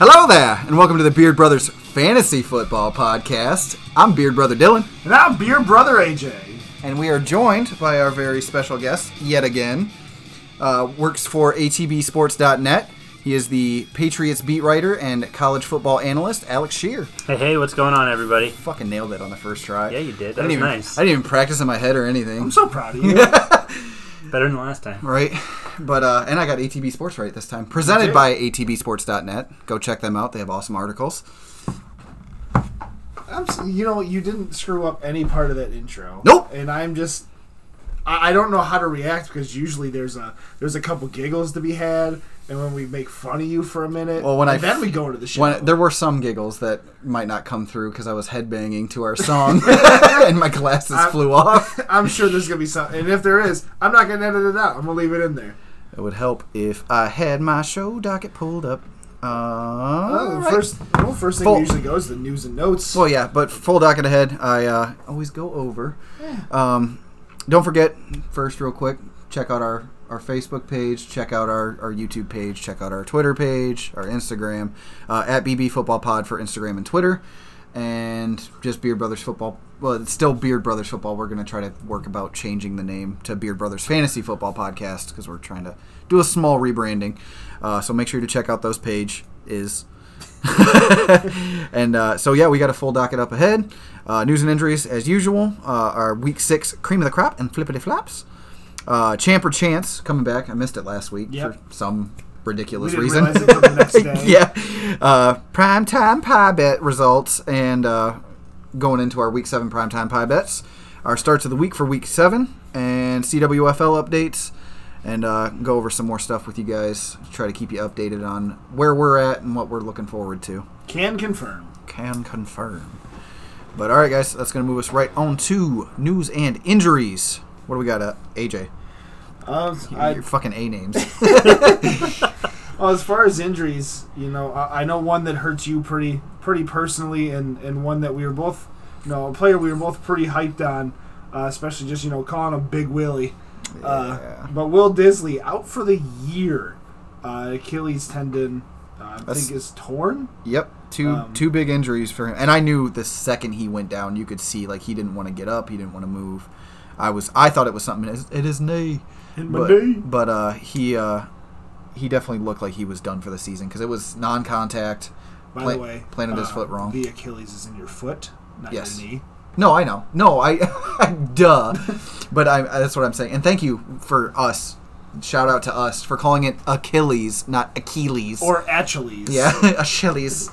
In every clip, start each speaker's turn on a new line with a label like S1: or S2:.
S1: Hello there, and welcome to the Beard Brothers Fantasy Football Podcast. I'm Beard Brother Dylan,
S2: And I'm Beer Brother AJ.
S1: and we are joined by our very special guest yet again. Uh, works for ATBSports.net. He is the Patriots beat writer and college football analyst, Alex Shear.
S3: Hey, hey, what's going on, everybody?
S1: Fucking nailed it on the first try.
S3: Yeah, you did.
S1: I didn't
S3: That was
S1: even,
S3: nice.
S1: I didn't even practice in my head or anything,
S2: I'm so proud of you.
S3: Better than last time.
S1: right? But uh, and I got ATB Sports right this time. Presented by ATBSports.net. Go check them out. They have awesome articles.
S2: I'm, s- you know, you didn't screw up any part of that intro.
S1: Nope.
S2: And I'm just, I, I don't know how to react because usually there's a there's a couple giggles to be had, and when we make fun of you for a minute,
S1: Well, when
S2: and
S1: I-
S2: then we go into the show.
S1: When, there were some giggles that might not come through because I was headbanging to our song and my glasses
S2: I'm-
S1: flew off.
S2: I'm sure there's gonna be some, and if there is, I'm not gonna edit it out. I'm gonna leave it in there.
S1: It would help if I had my show docket pulled up. Uh,
S2: Oh,
S1: right.
S2: first, well, first thing
S1: Full-
S2: usually goes the news and notes.
S1: Well, yeah, but full docket ahead. I uh, always go over. Um, don't forget, first, real quick, check out our, our Facebook page, check out our, our YouTube page, check out our Twitter page, our Instagram, uh, at BB Football Pod for Instagram and Twitter, and just Beard Brothers Football. Well, it's still Beard Brothers Football. We're going to try to work about changing the name to Beard Brothers Fantasy Football Podcast because we're trying to do a small rebranding. Uh, so make sure to check out those page is and uh, so yeah, we got a full docket up ahead. Uh, news and injuries as usual. Uh, our week six cream of the crop and flippity flaps. Uh, Champ or chance coming back. I missed it last week
S2: Yep.
S1: for some
S2: we
S1: ridiculous
S2: didn't
S1: reason.
S2: realize it till the next day.
S1: yeah. Uh, prime time pie bet results and uh, going into our week seven prime time pie bets. Our starts of the week for week seven and CWFL updates. And uh, go over some more stuff with you guys. Try to keep you updated on where we're at and what we're looking forward to
S2: Can confirm.
S1: can confirm. But all right, guys, that's going to move us right on to news and injuries. What do we got, uh, AJ?
S2: Um,
S1: Your,
S2: I-
S1: your fucking A names.
S2: Well, as far as injuries, you know, I, I know one that hurts you pretty, pretty personally, and, and one that we were both, you know, a player we were both pretty hyped on, uh, especially just you know calling him Big Willie.
S1: Yeah.
S2: Uh, but Will Disley out for the year, uh, Achilles tendon, uh, I
S1: That's-
S2: think is torn.
S1: yep, two
S2: Um,
S1: two big injuries for him. And I knew the second he went down, you could see like he didn't want to get up, he didn't want to move. I was I thought it was something in his, in his knee,
S2: In my
S1: but
S2: knee.
S1: but uh, he uh, he definitely looked like he was done for the season because it was non-contact.
S2: By
S1: Pla-
S2: the way,
S1: planted his
S2: uh,
S1: foot wrong.
S2: The Achilles is in your foot, not
S1: Yes.
S2: your knee.
S1: No, I know. No, I, duh. But I, that's what I'm saying. And thank you for us. Shout out to us for calling it Achilles, not Achilles.
S2: Or Achilles.
S1: yeah, Achilles.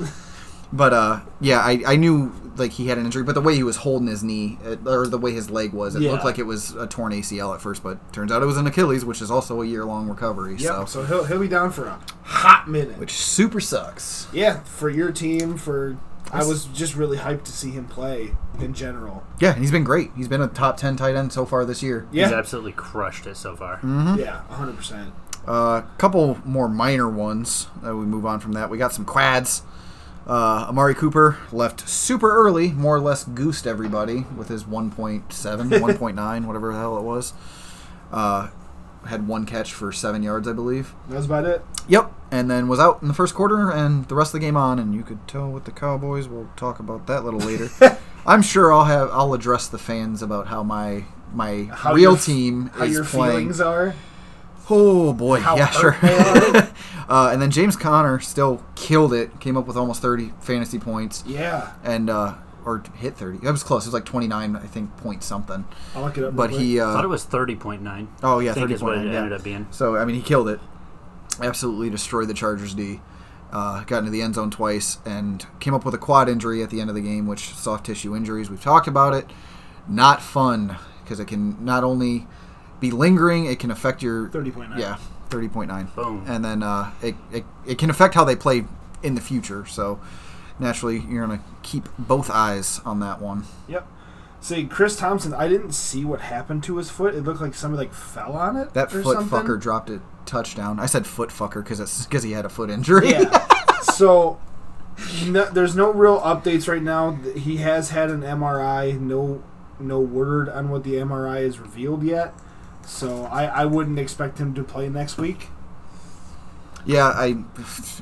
S1: But uh, yeah, I, I knew like he had an injury, but the way he was holding his knee it, or the way his leg was, it
S2: Yeah.
S1: looked like it was a torn ACL at first, but turns out it was an Achilles, which is also a year long recovery.
S2: Yep.
S1: So,
S2: So he'll he'll be down for a hot minute.
S1: which super sucks.
S2: Yeah, for your team, for I
S1: Yes.
S2: was just really hyped to see him play in general.
S1: Yeah, and he's been great. He's been a top ten tight end so far this year.
S3: He's
S2: Yeah,
S3: absolutely crushed it so far.
S1: Mm-hmm.
S2: yeah, hundred percent.
S1: A Uh, couple more minor ones. Uh, we move on from that. We got some quads. Uh, Amari Cooper left super early, more or less goosed everybody with his 1.7, 1.9, whatever the hell it was. Uh, had one catch for seven yards, I believe.
S2: That was about it.
S1: Yep. And then was out in the first quarter and the rest of the game on. And you could tell with the Cowboys. We'll talk about that a little later. I'm sure I'll have I'll address the fans about how my my
S2: How
S1: real
S2: your f-
S1: team
S2: How
S1: is
S2: your
S1: playing.
S2: feelings are?
S1: Oh boy,
S2: How
S1: yeah,
S2: hurt
S1: sure.
S2: they are.
S1: uh, and then James Conner still killed it. Came up with almost 30 fantasy points
S2: Yeah,
S1: and uh, or hit 30. That was close. It was like 29, I think, point something.
S2: I'll look it up.
S1: But
S2: real
S1: he,
S3: I thought it
S1: uh,
S3: was 30.9.
S1: oh yeah,
S3: I think is what it
S1: 30.9.
S3: ended
S1: Yeah.
S3: up being.
S1: So I mean, he killed it. Absolutely destroyed the Chargers D. Uh, got into the end zone twice and came up with a quad injury at the end of the game, which soft tissue injuries. We've talked about it. Not fun because it can not only be lingering, it can affect your
S2: quick. thirty point nine.
S1: uh, yeah, thirty point nine.
S3: Boom.
S1: And then uh, it, it it can affect how they play in the future. So naturally, you're gonna keep both eyes on that one.
S2: Yep. See, Chris Thompson, I didn't see what happened to his foot. It looked like somebody like fell on it.
S1: That
S2: or
S1: foot
S2: something.
S1: fucker dropped a touchdown. I said foot fucker because it's because he had a foot injury.
S2: Yeah. so no, there's no real updates right now. Th- He has had an MRI. No, no word on what the MRI has revealed yet. So I, I wouldn't expect him to play next week.
S1: Yeah, I.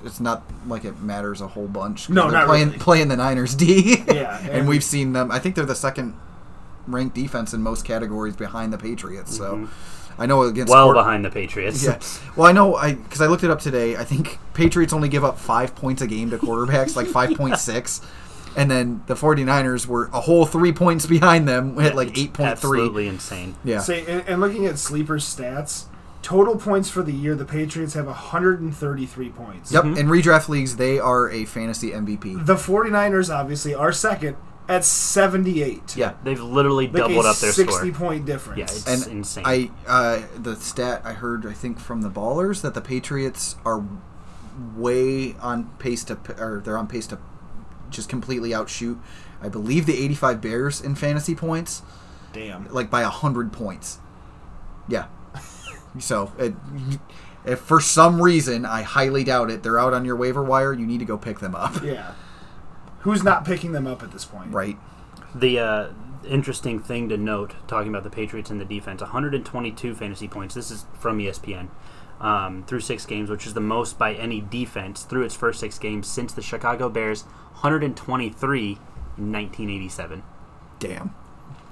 S1: It's not like it matters a whole bunch. 'cause
S2: No,
S1: they're
S2: not
S1: playing
S2: really.
S1: playing the Niners D.
S2: Yeah,
S1: and we've seen them. I think they're the second ranked defense in most categories behind the Patriots. So
S3: Mhm.
S2: Mm-hmm.
S1: I know against
S3: well
S1: Cor-
S3: behind the Patriots.
S1: Yeah. Well, I know I because I looked it up today. I think Patriots only give up five points a game to quarterbacks, like five point six, and then the 49ers were a whole three points behind them at like
S3: It's
S1: eight point three.
S3: Absolutely insane.
S1: Yeah.
S2: say and, and looking at sleeper stats, total points for the year, the Patriots have 133 points.
S1: Yep.
S3: Mhm.
S1: In redraft leagues, they are a fantasy MVP.
S2: The 49ers obviously are second at 78.
S1: Yeah.
S3: They've literally
S2: Like
S3: doubled
S2: a
S3: up their
S2: 60
S3: score.
S2: point
S3: Yeah,
S2: difference.
S3: it's
S1: And
S3: insane.
S1: I uh, the stat I heard I think from the Ballers that the Patriots are way on pace to or they're on pace to just completely outshoot I believe the 85 Bears in fantasy points
S2: damn.
S1: like by 100 points. Yeah. so it, if for some reason I highly doubt it they're out on your waiver wire you need to go pick them up.
S2: Yeah. Who's not picking them up at this point?
S1: Right.
S3: the uh, interesting thing to note, talking about the Patriots and the defense, 122 fantasy points. This is from E ESPN um, through six games, which is the most by any defense through its first six games since the Chicago Bears 123 in 1987.
S1: Damn.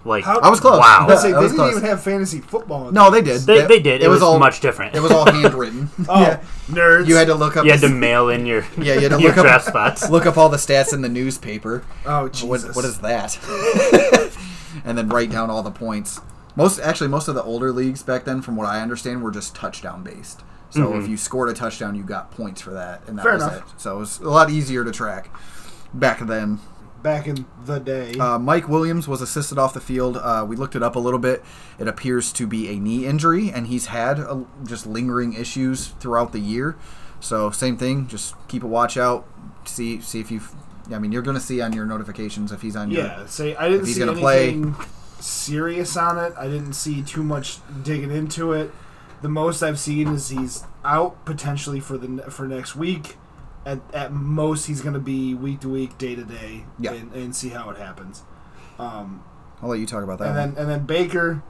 S3: Like
S2: How-
S1: I was close.
S3: Wow.
S2: Let's say
S1: That
S2: they
S1: was
S2: didn't
S1: close.
S2: even have fantasy football. in
S1: No,
S2: this.
S1: they did.
S3: They, they did. It, was,
S1: all
S3: much different.
S1: It was all handwritten.
S2: Oh,
S1: yeah.
S2: nerds.
S1: You had to look up
S3: you had
S1: the-
S3: to mail in your
S1: Yeah, you had to
S3: your
S1: look up-
S3: draft spots.
S1: look up all the stats in the newspaper.
S2: Oh,
S1: What,
S2: Jesus.
S1: what is that? and then write down all the points. Most actually, most of the older leagues back then, from what I understand, were just touchdown based. So if you scored a touchdown, you got points for that, and that
S2: Mm-hmm. Fair
S1: was
S2: enough.
S1: it. So it was a lot easier to track back then.
S2: Back in the day.
S1: Uh, Mike Williams was assisted off the field. Uh, we looked it up a little bit. It appears to be a knee injury, and he's had uh, just lingering issues throughout the year. So same thing. Just keep a watch out. See see if you. I mean, you're going to see on your notifications if he's on your.
S2: yeah. Say I didn't
S1: he's
S2: see
S1: gonna
S2: anything
S1: play-
S2: serious on it. I didn't see too much digging into it. The most I've seen is he's out potentially for the ne- for next week. At, at most, he's going to be week to week, day to day,
S1: Yeah.
S2: and, and see how it happens. Um,
S1: I'll let you talk about that.
S2: and
S1: one.
S2: then and then Baker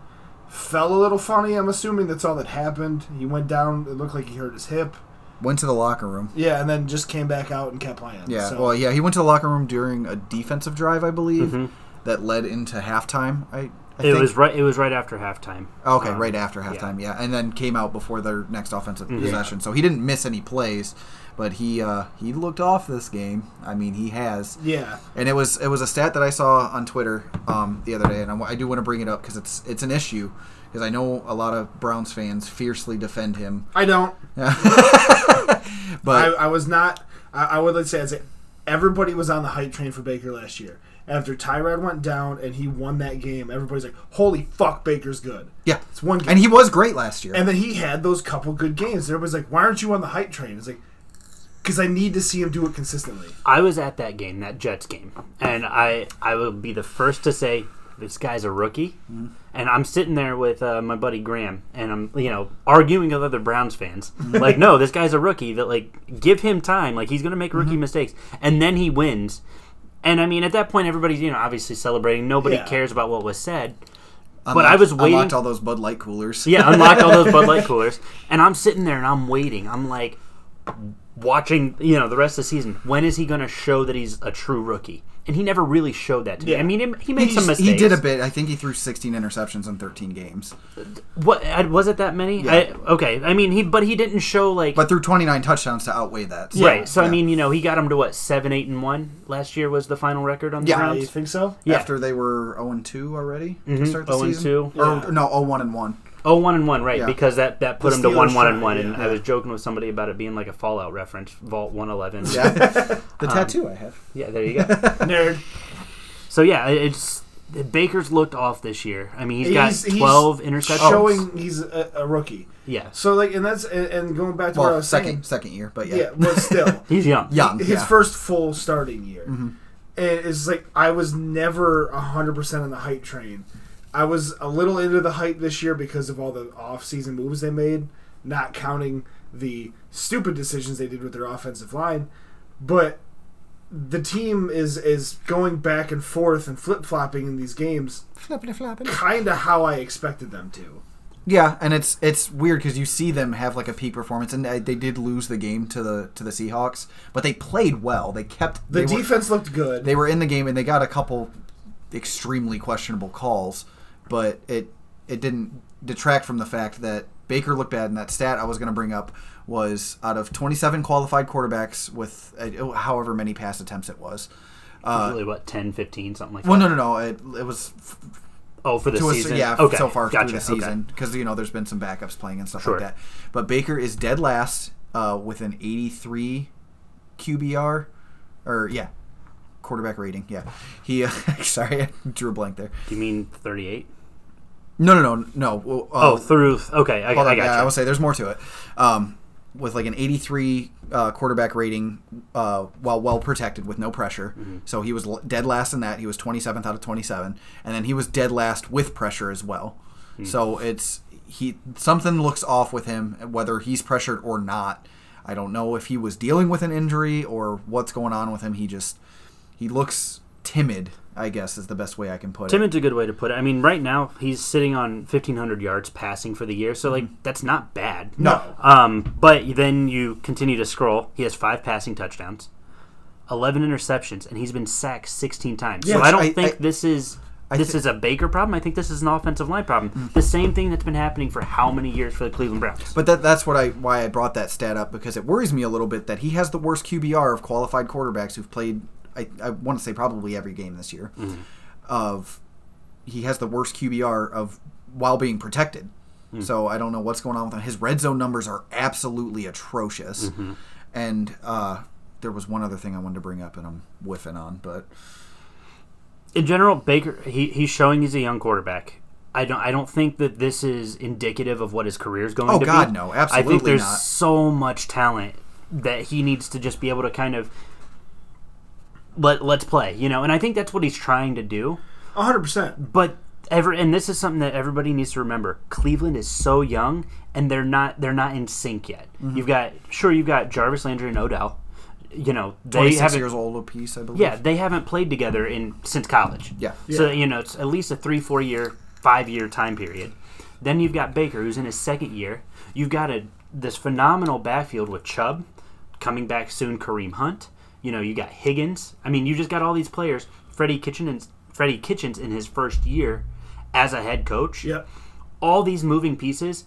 S2: fell a little funny. I'm assuming that's all that happened. He went down. It looked like he hurt his hip.
S1: went to the locker room.
S2: Yeah, and then just came back out and kept playing.
S1: Yeah.
S2: So,
S1: Well, yeah, he went to the locker room during a defensive drive, I believe,
S3: Mhm.
S1: that led into halftime. I. I
S3: It
S1: think. Oh,
S3: was right. It was right after halftime.
S1: Okay,
S3: Um,
S1: right after halftime, yeah. and then came out before their next offensive
S3: Mhm.
S1: possession. So he didn't miss any plays, but he uh, he looked off this game. I mean, he has,
S2: yeah,
S1: and it was it was a stat that I saw on Twitter um, the other day, and I, wa- I do want to bring it up because it's it's an issue because I know a lot of Browns fans fiercely defend him,
S2: I don't. I,
S1: but
S2: I was not. I, I would like to say, I'd say everybody was on the hype train for Baker last year. After Tyrod went down and he won that game, everybody's like, "Holy fuck, Baker's good."
S1: yeah,
S2: It's one game,
S1: and he was great last year.
S2: and then he had those couple good games. Everybody's like, "Why aren't you on the hype train?" It's like, "Cause I need to see him do it consistently."
S3: I was at that game, that Jets game, and I I will be the first to say this guy's a rookie.
S1: Mm-hmm.
S3: And I'm sitting there with uh, my buddy Graham, and I'm you know arguing with other Browns fans,
S1: Mm-hmm.
S3: like, no, this guy's a rookie. That like give him time, like he's gonna make rookie
S1: Mm-hmm.
S3: mistakes, and then he wins. And I mean, at that point, everybody's you know obviously celebrating. Nobody
S2: Yeah.
S3: cares about what was said. but
S1: Unlocked-
S3: I was waiting.
S1: unlocked all those Bud Light coolers.
S3: Yeah, unlocked all those Bud Light coolers. And I'm sitting there and I'm waiting. I'm like watching, you know, the rest of the season. When is he going to show that he's a true rookie? And he never really showed that to me.
S2: Yeah.
S3: I mean, he- he made some
S1: He's-
S3: mistakes.
S1: he did a bit. I think he threw 16 interceptions in 13 games,
S3: What I- was it that many? I, okay, I mean, he but he didn't show like
S1: but threw 29 touchdowns to outweigh that. So,
S3: right. So I
S1: yeah.
S3: mean, you know, he got him to what seven, eight, and one last year was the final record on the
S1: Yeah.
S2: You
S3: Browns.
S2: think so?
S3: Yeah.
S1: after they were 0 and 2 already to
S3: Mhm.
S1: start the
S3: 0 and
S1: season.
S3: 2.
S1: Or
S2: Yeah.
S1: no, 0 1 and 1.
S3: Oh, one and one, right?
S1: Yeah.
S3: Because that that put
S2: The
S3: him to one,
S2: Steelers
S3: one and
S2: tried,
S3: one.
S2: yeah.
S3: And I was joking with somebody about it being like a Fallout reference, Vault One Eleven.
S1: Yeah. Um, the tattoo I have.
S3: yeah, there you go.
S2: Nerd.
S3: So yeah, it's Baker's looked off this year. I mean, he's got
S2: He's- he's
S3: twelve
S1: Oh.
S3: interceptions.
S2: Showing he's a, a rookie.
S3: yeah,
S2: So like, and that's and, and going back to what I
S1: Well,
S2: was
S1: second second year, but yeah.
S2: saying. Yeah, but still.
S3: he's young.
S1: Young.
S2: his
S1: yeah. Mm-hmm.
S2: first full starting year. And it's like I was never hundred percent on the hype train. I was a little into the hype this year because of all the off-season moves they made, not counting the stupid decisions they did with their offensive line. But the team is is going back and forth and flip flopping in these games,
S1: Flippity floppity.
S2: kind of how I expected them to.
S1: Yeah, and it's it's weird because you see them have like a peak performance, and uh, they they did lose the game to the to the Seahawks, but they played well. They kept they
S2: The
S1: were-
S2: defense looked good.
S1: they were in the game and they got a couple extremely questionable calls, but it it didn't detract from the fact that Baker looked bad. And that stat I was going to bring up was out of 27 qualified quarterbacks with uh, however many pass attempts it was. Uh,
S3: Usually, what 10, 15, something like
S1: well,
S3: that.
S1: no, no, no. It, it was f-
S3: oh, for the
S1: to us,
S3: season.
S1: yeah,
S3: okay.
S1: so far
S3: gotcha.
S1: through the
S3: okay.
S1: season because you know there's been some backups playing and stuff
S3: Sure.
S1: like that. But Baker is dead last uh, with an 83 QBR, or yeah, quarterback rating. Yeah, he. Uh, sorry, I drew a blank there.
S3: Do you mean thirty-eight?
S1: No, no, no, no. well, Uh,
S3: oh, through. Okay, I, I
S1: hold
S3: got
S1: on, yeah, I
S3: you.
S1: will say there's more to it. Um, with like an 83 uh, quarterback rating, uh, while well protected with no pressure,
S3: Mm-hmm.
S1: so he was l- dead last in that. He was 27th out of 27, and then he was dead last with pressure as well.
S3: Hmm.
S1: So it's he something looks off with him, whether he's pressured or not. I don't know if he was dealing with an injury or what's going on with him. He just he looks timid. I guess is the best way I can put it.
S3: Timid's a good way to put it. I mean, right now he's sitting on fifteen hundred yards passing for the year, so like that's not bad.
S1: Mm-hmm. No.
S3: Um, but then you continue to scroll. He has five passing touchdowns, eleven interceptions, and he's been sacked sixteen times. so
S1: Which
S3: I don't
S1: I-
S3: think
S1: I-
S3: this is
S1: I
S3: this
S1: thi- Mm.
S3: is a Baker problem. I think this is an offensive line problem. The same thing that's been happening for how many years for the Cleveland Browns?
S1: But that, that's what I why I brought that stat up because it worries me a little bit that he has the worst QBR of qualified quarterbacks who've played. I, I want to say probably every game this year. Of he has the worst QBR of while being protected. So I don't know what's going on with him. His red zone numbers are absolutely atrocious. And uh, there was one other thing I wanted to bring up, and I'm whiffing on, but
S3: in general, Baker he, he's showing he's a young quarterback. I don't I don't think that this is indicative of what his career is going
S1: Oh,
S3: to be.
S1: God, no,
S3: I think
S1: absolutely
S3: there's
S1: not.
S3: so much talent that he needs to just be able to kind of let let's play, you know. And I think that's what he's trying to do.
S1: Mm-hmm.
S2: 100%.
S3: But ever and this is something that everybody needs to remember. Cleveland is so young and they're not they're not in sync yet.
S1: Mm-hmm.
S3: You've got sure you've got Jarvis Landry and Odell. You know, they
S1: 26
S3: haven't
S1: years old a piece, I believe.
S3: yeah, they haven't played together in since college.
S1: Yeah.
S3: So
S2: Yeah.
S3: you know, it's at least a three, four year, five year time period. Then you've got Baker, who's in his second year. You've got a this phenomenal backfield with Chubb coming back soon. Kareem Hunt. You know, you got Higgins. I mean, you just got all these players. Freddie Kitchens. Freddie Kitchens in his first year as a head coach
S2: Yep.
S3: all these moving pieces,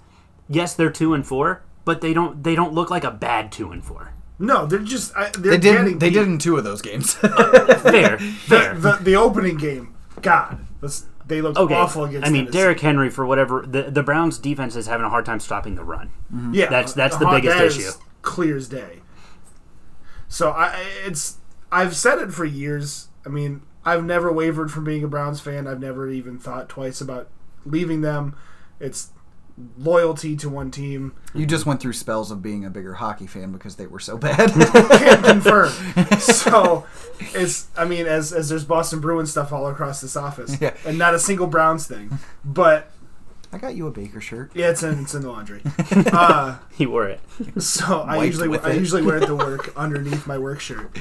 S3: yes, they're two and four, but they don't they don't look like a bad two and four.
S2: No, they're just I, they're
S1: They
S2: getting
S1: didn't. They
S2: beat.
S1: did in two of those games.
S3: Fair, fair.
S2: the, the opening game. God, this, they looked
S3: okay.
S2: awful against.
S3: I mean,
S2: Tennessee.
S3: Derrick Henry for whatever the the Browns defense is having a hard time stopping the run.
S2: Yeah,
S3: That's- that's the
S2: uh,
S3: biggest
S2: that is
S3: issue.
S2: Clear as day. So I it's I've said it for years. I mean, I've never wavered from being a Browns fan. I've never even thought twice about leaving them. It's loyalty to one team.
S1: you just went through spells of being a bigger hockey fan because they were so bad.
S2: Can't confirm. So it's I mean, as as there's Boston Bruin stuff all across this office,
S1: Yeah.
S2: and not a single Browns thing. But
S1: I got you a Baker shirt.
S2: yeah, it's in it's in the laundry. Uh,
S3: He wore it.
S2: So I
S1: Wiped
S2: usually
S1: with
S2: I
S1: it.
S2: usually wear it to work underneath my work shirt.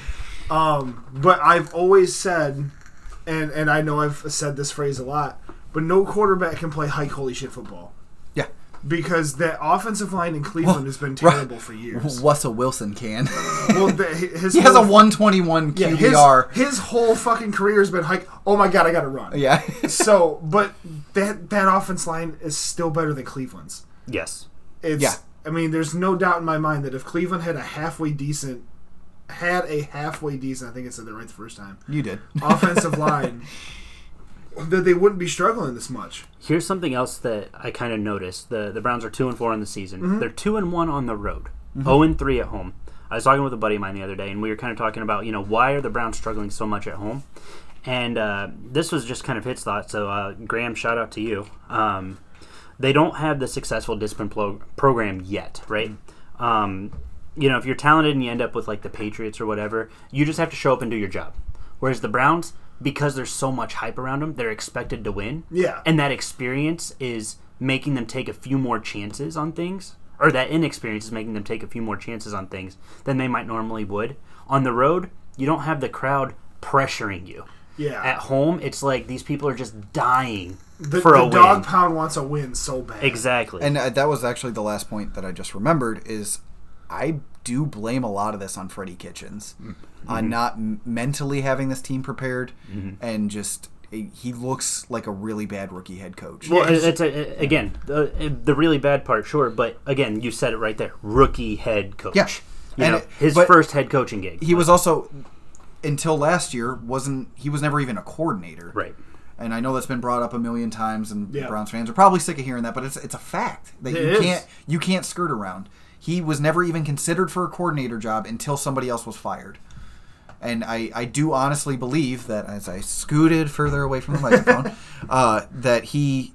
S2: Um, but I've always said, and and I know I've said this phrase a lot, but no quarterback can play high holy shit football
S1: Yeah.
S2: because that offensive line in Cleveland has been
S1: right.
S2: terrible for years.
S1: Russell Wilson can.
S2: well, the, his
S1: he has a
S2: whole-
S1: 121
S2: yeah, his-
S1: QBR.
S2: His, whole fucking career has been hike. Oh my god, I gotta run.
S1: yeah.
S2: So, but that that offense line is still better than Cleveland's.
S3: Yes.
S2: It's
S1: Yeah.
S2: I mean, there's no doubt in my mind that if Cleveland had a halfway decent had a halfway decent, I think I said that right the first time,
S1: you did.
S2: offensive line that they wouldn't be struggling this much.
S3: Here's something else that I kind of noticed. The the Browns are two and four in the season.
S2: Mm-hmm.
S3: They're two and one on the road. Zero and three at home. I was talking with a buddy of mine the other day, and we were kind of talking about you know why are the Browns struggling so much at home, and uh, this was just kind of his thought. So uh, Graham, shout out to you. Um, they don't have the successful discipline plo- program yet, right? Um, you know, if you're talented and you end up with like the Patriots or whatever, you just have to show up and do your job. Whereas the Browns, because there's so much hype around them, they're expected to win.
S2: Yeah.
S3: And that experience is making them take a few more chances on things, or that inexperience is making them take a few more chances on things than they might normally would. On the road, you don't have the crowd pressuring you.
S2: Yeah.
S3: At home, it's like these people are just dying
S2: The,
S3: For
S2: the
S3: a win.
S2: dog pound wants a win so bad.
S3: Exactly.
S1: And uh, that was actually the last point that I just remembered is I do blame a lot of this on Freddie Kitchens on not m- mentally having this team prepared and just he he looks like a really bad rookie head coach.
S3: Well,
S2: Yes.
S3: it's a, again the, the really bad part, sure, but again, you said it right there. Rookie head coach.
S1: Yeah.
S3: You
S1: And
S3: know,
S1: it-
S3: his
S1: but-
S3: first head coaching gig.
S1: He was also until last year wasn't he was never even a coordinator.
S3: right.
S1: And I know that's been brought up a million times and
S2: Yeah.
S1: Browns fans are probably sick of hearing that, but it's it's a fact that
S2: It
S1: you
S2: is.
S1: can't you can't skirt around. He was never even considered for a coordinator job until somebody else was fired. and I, I do honestly believe that as I scooted further away from the microphone, uh, that he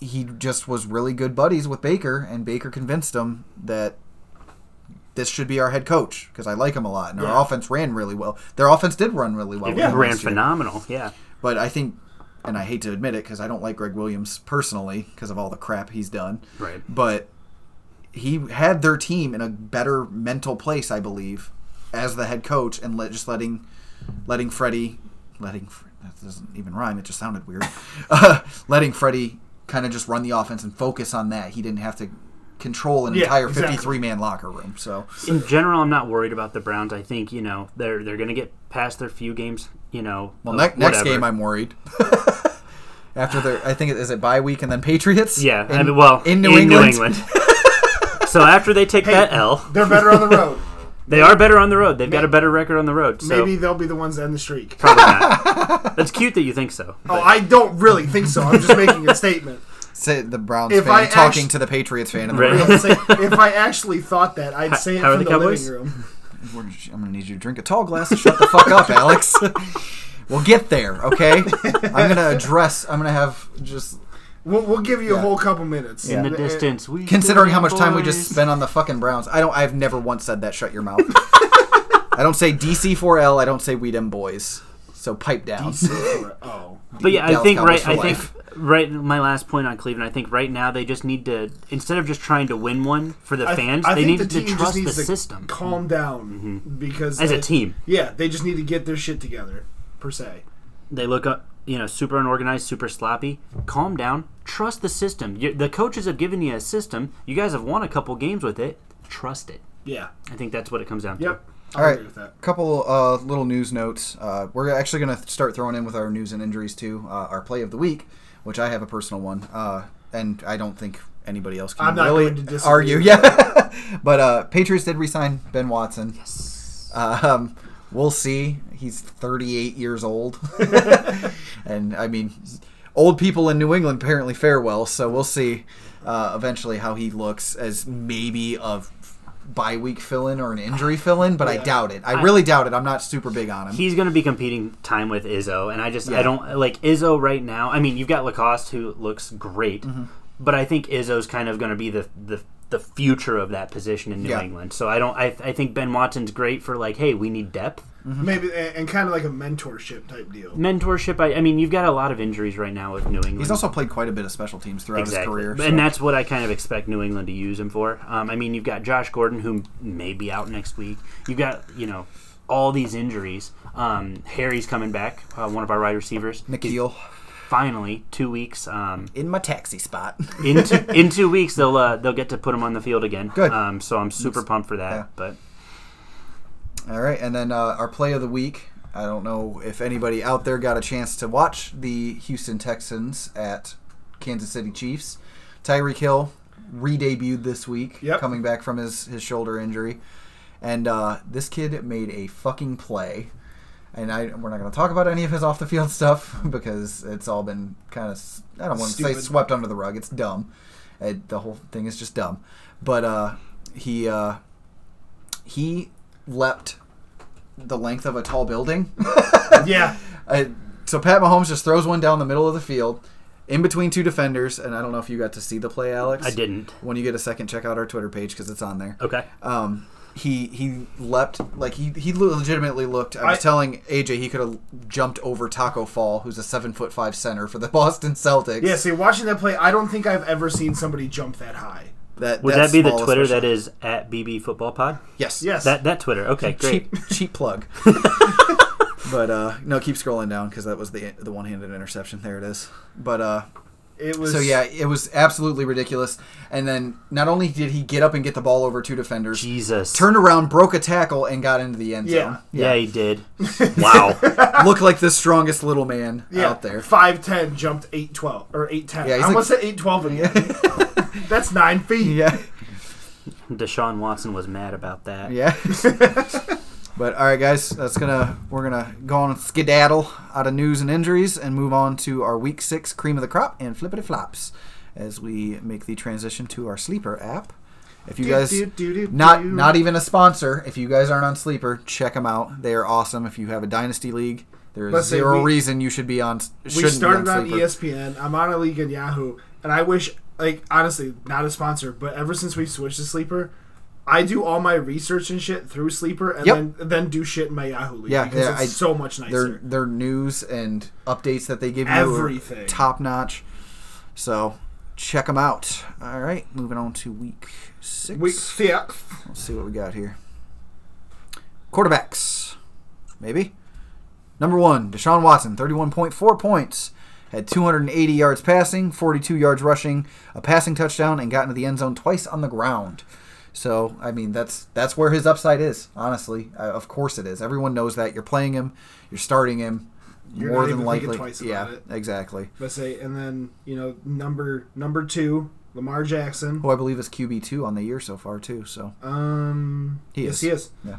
S1: he just was really good buddies with Baker, and Baker convinced him that this should be our head coach because I like him a lot, and
S2: Yeah.
S1: our offense ran really well. Their offense did run really well.
S3: It
S1: with him
S3: ran
S1: last year.
S3: phenomenal. Yeah.
S1: But I think, and I hate to admit it because I don't like Greg Williams personally because of all the crap he's done.
S3: Right.
S1: But he had their team in a better mental place, I believe, as the head coach, and let, just letting letting Freddie letting Fre- that doesn't even rhyme. It just sounded weird. uh, letting Freddie kind of just run the offense and focus on that. He didn't have to control an
S2: Yeah,
S1: entire
S2: exactly.
S1: 53 man locker room. So
S3: In general, I'm not worried about the Browns. I think you know they're they're going to get past their few games. You know.
S1: well,
S3: of
S1: ne- next
S3: whatever.
S1: game I'm worried. After their, I think it is it bye week and then Patriots.
S3: Yeah. I
S1: In-
S3: mean, well,
S1: in New England.
S3: so after they take that L,
S2: They're better on the road.
S3: they are better on the road. They've got a better record on the road. So
S2: Maybe they'll be the ones that end the streak.
S3: probably not. That's cute that you think so.
S2: Oh, I don't really think so. I'm just making a statement.
S1: Say the Browns
S2: If
S1: fan
S2: I
S1: talking
S2: actu-
S1: to the Patriots fan. In the
S3: Right.
S1: room.
S2: I'd say- if I actually thought that, I'd say it
S3: how are
S2: from
S3: the
S2: the, living
S3: Cowboys?
S2: room.
S1: We're- I'm gonna need you to drink a tall glass and shut the fuck up, Alex. We'll get there, okay? I'm gonna address. I'm gonna have just
S2: We'll, we'll give you a
S1: Yeah.
S2: whole couple minutes.
S3: In the
S2: Uh,
S3: distance, we
S1: considering how much time we just
S3: boys.
S1: spent on the fucking Browns. I don't. I've never once said that. Shut your mouth. I don't say DC4L. I don't say we dem boys. So pipe down.
S2: Oh,
S3: But yeah, I
S1: Dallas
S3: think
S1: Cowboys
S3: right.
S1: for
S3: I think
S1: life.
S3: right. My last point on Cleveland. I think right now they just need to instead of just trying to win one for the
S2: I-
S3: fans,
S2: I
S3: they
S2: think
S3: need
S2: the
S3: to
S2: team just
S3: trust the
S2: needs to
S3: system
S2: Calm down,
S1: Mm-hmm.
S2: because
S3: as a
S2: it-
S3: team.
S2: Yeah, they just need to get their shit together, per se.
S3: They look up, you know, super unorganized, super sloppy. Calm down. Trust the system. you the coaches have given you a system. You guys have won a couple games with it. Trust it.
S2: Yeah.
S3: I think that's what it comes down to.
S2: Yep.
S1: All
S2: I
S1: right,
S2: agree with that.
S1: couple uh, little news notes. Uh, we're actually going to start throwing in with our news and injuries too. Uh, our play of the week, which I have a personal one, uh, and I don't think anybody else can
S2: I'm not
S1: really
S2: going to disagree
S1: argue.
S2: with
S1: Yeah, but uh, Patriots did resign Ben Watson.
S3: Yes.
S1: Um, we'll see. He's 38 years old, and I mean, old people in New England apparently fare well. So we'll see uh, eventually how he looks as maybe a bye week fill-in or an injury fill-in, but I
S2: Yeah.
S1: doubt it. I really doubt it. I'm not super big on him.
S3: He's going to be competing time with Izzo, and I just
S1: Yeah.
S3: I don't like Izzo right now. I mean, you've got Lacoste who looks great,
S1: Mm-hmm.
S3: but I think Izzo's kind of going to be the the the future of that position in New
S1: Yeah.
S3: England. So I don't I, I think Ben Watson's great for like, hey, we need depth.
S1: Mm-hmm.
S2: Maybe and, and kind of like a mentorship type deal.
S3: Mentorship, I, I mean, you've got a lot of injuries right now with New England.
S1: He's also played quite a bit of special teams throughout his career. so-
S3: And that's what I kind of expect New England to use him for. Um, I mean, you've got Josh Gordon, who may be out next week. You've got, you know, all these injuries. Um, Harry's coming back, uh, one of our wide receivers.
S1: Nikhil
S3: Finally, two weeks. Um,
S1: in my taxi spot.
S3: in, two, in two weeks, they'll uh, they'll get to put him on the field again.
S1: Good.
S3: Um, so I'm super pumped for that.
S1: Yeah.
S3: But
S1: All right, and then uh, our play of the week. I don't know if anybody out there got a chance to watch the Houston Texans at Kansas City Chiefs. Tyreek Hill re-debuted this week,
S2: Yep.
S1: coming back from his, his shoulder injury, and uh, this kid made a fucking play. And I, we're not going to talk about any of his off the field stuff because it's all been kind of I don't want to say
S2: Stupid.
S1: swept under the rug. It's dumb. It, the whole thing is just dumb. But uh, he uh, he leapt the length of a tall building.
S2: yeah.
S1: Uh, so Pat Mahomes just throws one down the middle of the field, in between two defenders, and I don't know if you got to see the play, Alex.
S3: I didn't.
S1: When you get a second, check out our Twitter page because it's on there.
S3: Okay.
S1: Um, he he leapt like he he legitimately looked. I was
S2: I-
S1: telling AJ he could have jumped over Taco Fall, who's a seven foot five center for the Boston Celtics.
S2: Yeah. See, watching that play, I don't think I've ever seen somebody jump that high.
S1: that
S3: Would that be the
S1: small
S3: Twitter
S1: especially-
S3: that is at BB Football Pod?
S1: Yes.
S2: Yes.
S3: That that Twitter. Okay, great.
S1: Cheap cheap plug. But uh, no, keep scrolling down because that was the the one handed interception. There it is. But uh,
S2: It was
S1: so yeah, it was absolutely ridiculous. And then not only did he get up and get the ball over two defenders,
S3: Jesus.
S1: turned around, broke a tackle, and got into the end
S2: Yeah.
S1: zone.
S3: Yeah, he did. Wow.
S1: looked like the strongest little man out there.
S2: Five ten jumped eight twelve or eight ten.
S1: Yeah,
S2: I
S1: he's
S2: almost
S1: like-
S2: said eight twelve again. That's nine feet.
S1: Yeah,
S3: Deshaun Watson was mad about that.
S1: yeah. but all right, guys, that's gonna we're gonna go on and skedaddle out of news and injuries and move on to our week six cream of the crop and flippity flops as we make the transition to our sleeper app. If you
S2: Do,
S1: guys
S2: do, do, do,
S1: not
S2: do.
S1: not even a sponsor, if you guys aren't on sleeper, check them out. They are awesome. If you have a dynasty league, there is
S2: Let's say
S1: zero
S2: we-
S1: reason you should be on.
S2: we
S1: shouldn't be
S2: started on E
S1: Sleeper.
S2: ESPN. I'm on a league in Yahoo, and I wish, like, honestly, not a sponsor, but ever since we switched to Sleeper, I do all my research and shit through Sleeper, and
S1: Yep.
S2: then then do shit in my Yahoo league.
S1: Yeah,
S2: because
S1: yeah,
S2: it's
S1: I-
S2: so much
S1: their
S2: nicer.
S1: their news and updates that they give you
S2: Everything.
S1: top notch. So check them out. All right, moving on to week 6
S2: Week six.
S1: Let's see what we got here. Quarterbacks, maybe. Number one, Deshaun Watson, thirty-one point four points. Had 280 yards passing, 42 yards rushing, a passing touchdown, and got into the end zone twice on the ground. So, I mean, that's that's where his upside is. Honestly, uh, of course it is. Everyone knows that. You're playing him, you're starting him.
S2: You're
S1: more
S2: not
S1: than
S2: even thinking
S1: likely,
S2: twice
S1: yeah,
S2: about it.
S1: exactly.
S2: Let's say, and then you know number number two, Lamar Jackson.
S1: Who I believe is QB two on the year so far too. So,
S2: Um,
S1: He
S2: yes,
S1: is.
S2: he is.
S1: Yeah.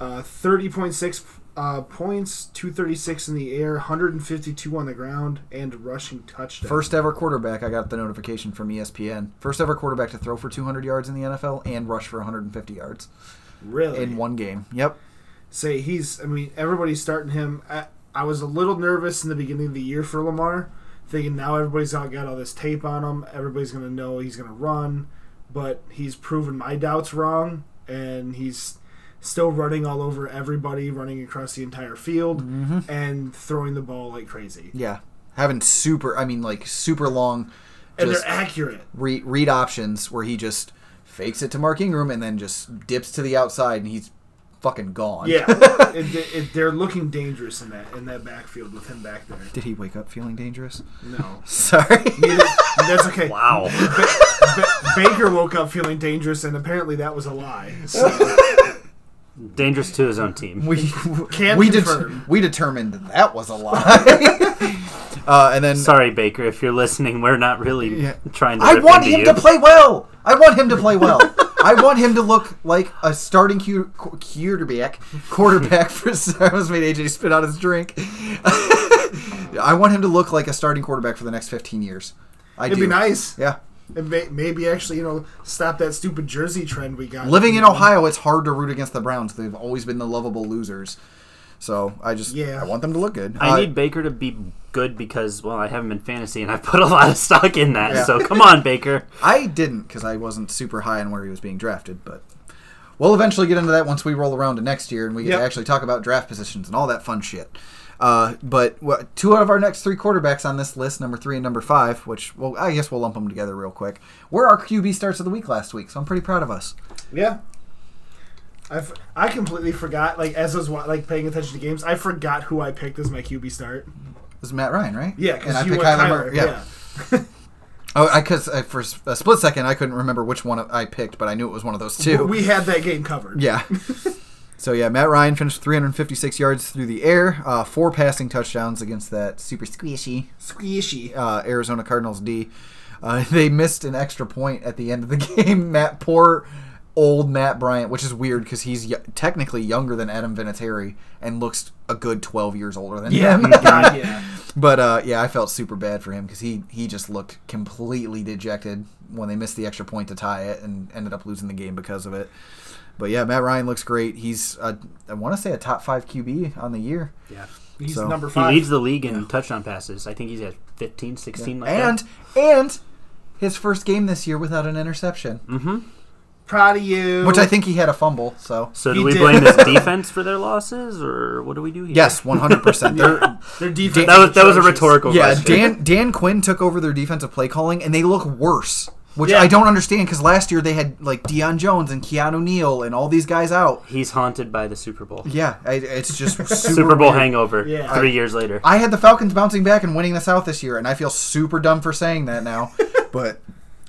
S2: Uh, thirty point six uh, points, two thirty six in the air, hundred and fifty two on the ground, and rushing touchdown.
S1: First ever quarterback, I got the notification from E ESPN. First ever quarterback to throw for 200 yards in the NFL and rush for 150 yards
S2: really
S1: in one game. Yep.
S2: say he's. I mean, everybody's starting him. I, I was a little nervous in the beginning of the year for Lamar, thinking now everybody's all got all this tape on him. Everybody's gonna know he's gonna run, but he's proven my doubts wrong, and he's still running all over everybody, running across the entire field, and throwing the ball like crazy.
S1: Yeah. Having super, I mean, like super long
S2: And
S1: just
S2: they're accurate.
S1: re- read options where he just fakes it to Mark Ingram and then just dips to the outside and he's fucking gone.
S2: Yeah, it, it, they're looking dangerous in that in that backfield with him back there.
S1: Did he wake up feeling dangerous?
S2: No,
S1: Sorry.
S2: Neither- that's okay.
S3: Wow.
S2: Ba- Baker woke up feeling dangerous, and apparently that was a lie. So
S3: Dangerous to his own team.
S1: we
S2: Can
S1: we, det-
S2: confirm.
S1: we determined that that was a lie. uh, and then
S3: Sorry, Baker, if you're listening, we're not really
S1: Yeah.
S3: trying to.
S1: I
S3: rip
S1: want
S3: into
S1: him to
S3: you.
S1: play well. I want him to play well. I want him to look like a starting cu- qu- quarterback. Quarterback for I almost made AJ spit out his drink. I want him to look like a starting quarterback for the next 15 years. I
S2: it'd
S1: do.
S2: be nice.
S1: Yeah.
S2: And may, maybe actually, you know, stop that stupid jersey trend we got.
S1: Living in Ohio, it's hard to root against the Browns. They've always been the lovable losers. So I just
S2: Yeah.
S1: I want them to look good.
S3: I
S1: Uh,
S3: need Baker to be good because, well, I have him in fantasy and I put a lot of stock in that.
S1: Yeah.
S3: So come on, Baker.
S1: I didn't because I wasn't super high on where he was being drafted, but we'll eventually get into that once we roll around to next year and we get
S2: Yep.
S1: to actually talk about draft positions and all that fun shit. Uh, but what, two out of our next three quarterbacks on this list, number three and number five, which well, I guess we'll lump them together real quick, were our QB starts of the week last week, so I'm pretty proud of us.
S2: Yeah. I, f- I completely forgot. Like as I was wa- like paying attention to games, I forgot who I picked as my QB start.
S1: It was Matt Ryan, right?
S2: Yeah,
S1: And I
S2: because you
S1: picked
S2: went
S1: Kyler
S2: Kyler.
S1: Murray, yeah. Oh, I because for a split second I couldn't remember which one I picked, but I knew it was one of those
S2: yeah.
S1: two.
S2: We had that game covered.
S1: Yeah. so yeah, Matt Ryan finished 356 yards through the air, uh, four passing touchdowns against that super squishy
S2: Squishy.
S1: uh, Arizona Cardinals D. Uh, they missed an extra point at the end of the game. Matt, poor old Matt Bryant, which is weird because he's y- technically younger than Adam Vinatieri and looks a good 12 years older than
S2: Yeah.
S1: him.
S2: God, yeah.
S1: But uh, yeah, I felt super bad for him because he, he just looked completely dejected when they missed the extra point to tie it and ended up losing the game because of it. But yeah, Matt Ryan looks great. He's uh, I want to say a top five QB on the year,
S3: Yeah.
S2: He's
S1: So,
S2: number
S3: He
S2: five.
S3: leads the league in touchdown passes. I think he's at 15, 16 like
S1: and
S3: that.
S1: and his first game this year without an interception,
S3: Mm-hmm.
S2: Proud of you.
S1: which I think he had a fumble. So
S3: So
S2: he
S3: do we
S2: did.
S3: blame his defense for their losses or what do we do here?
S1: yes, one hundred percent.
S2: their defense.
S3: That was,
S2: is
S3: that was a
S2: atrocious.
S3: rhetorical
S1: Yeah,
S3: question.
S1: Dan Dan Quinn took over their defensive play calling, and they look worse. which
S3: Yeah.
S1: I don't understand because last year they had like Deion Jones and Keanu Neal and all these guys out.
S3: He's haunted by the Super Bowl.
S1: Yeah, I, it's just super,
S3: Super Bowl
S1: weird.
S3: hangover.
S2: Yeah.
S3: Three years later.
S1: I had the Falcons bouncing back and winning the South this year, and I feel super dumb for saying that now. but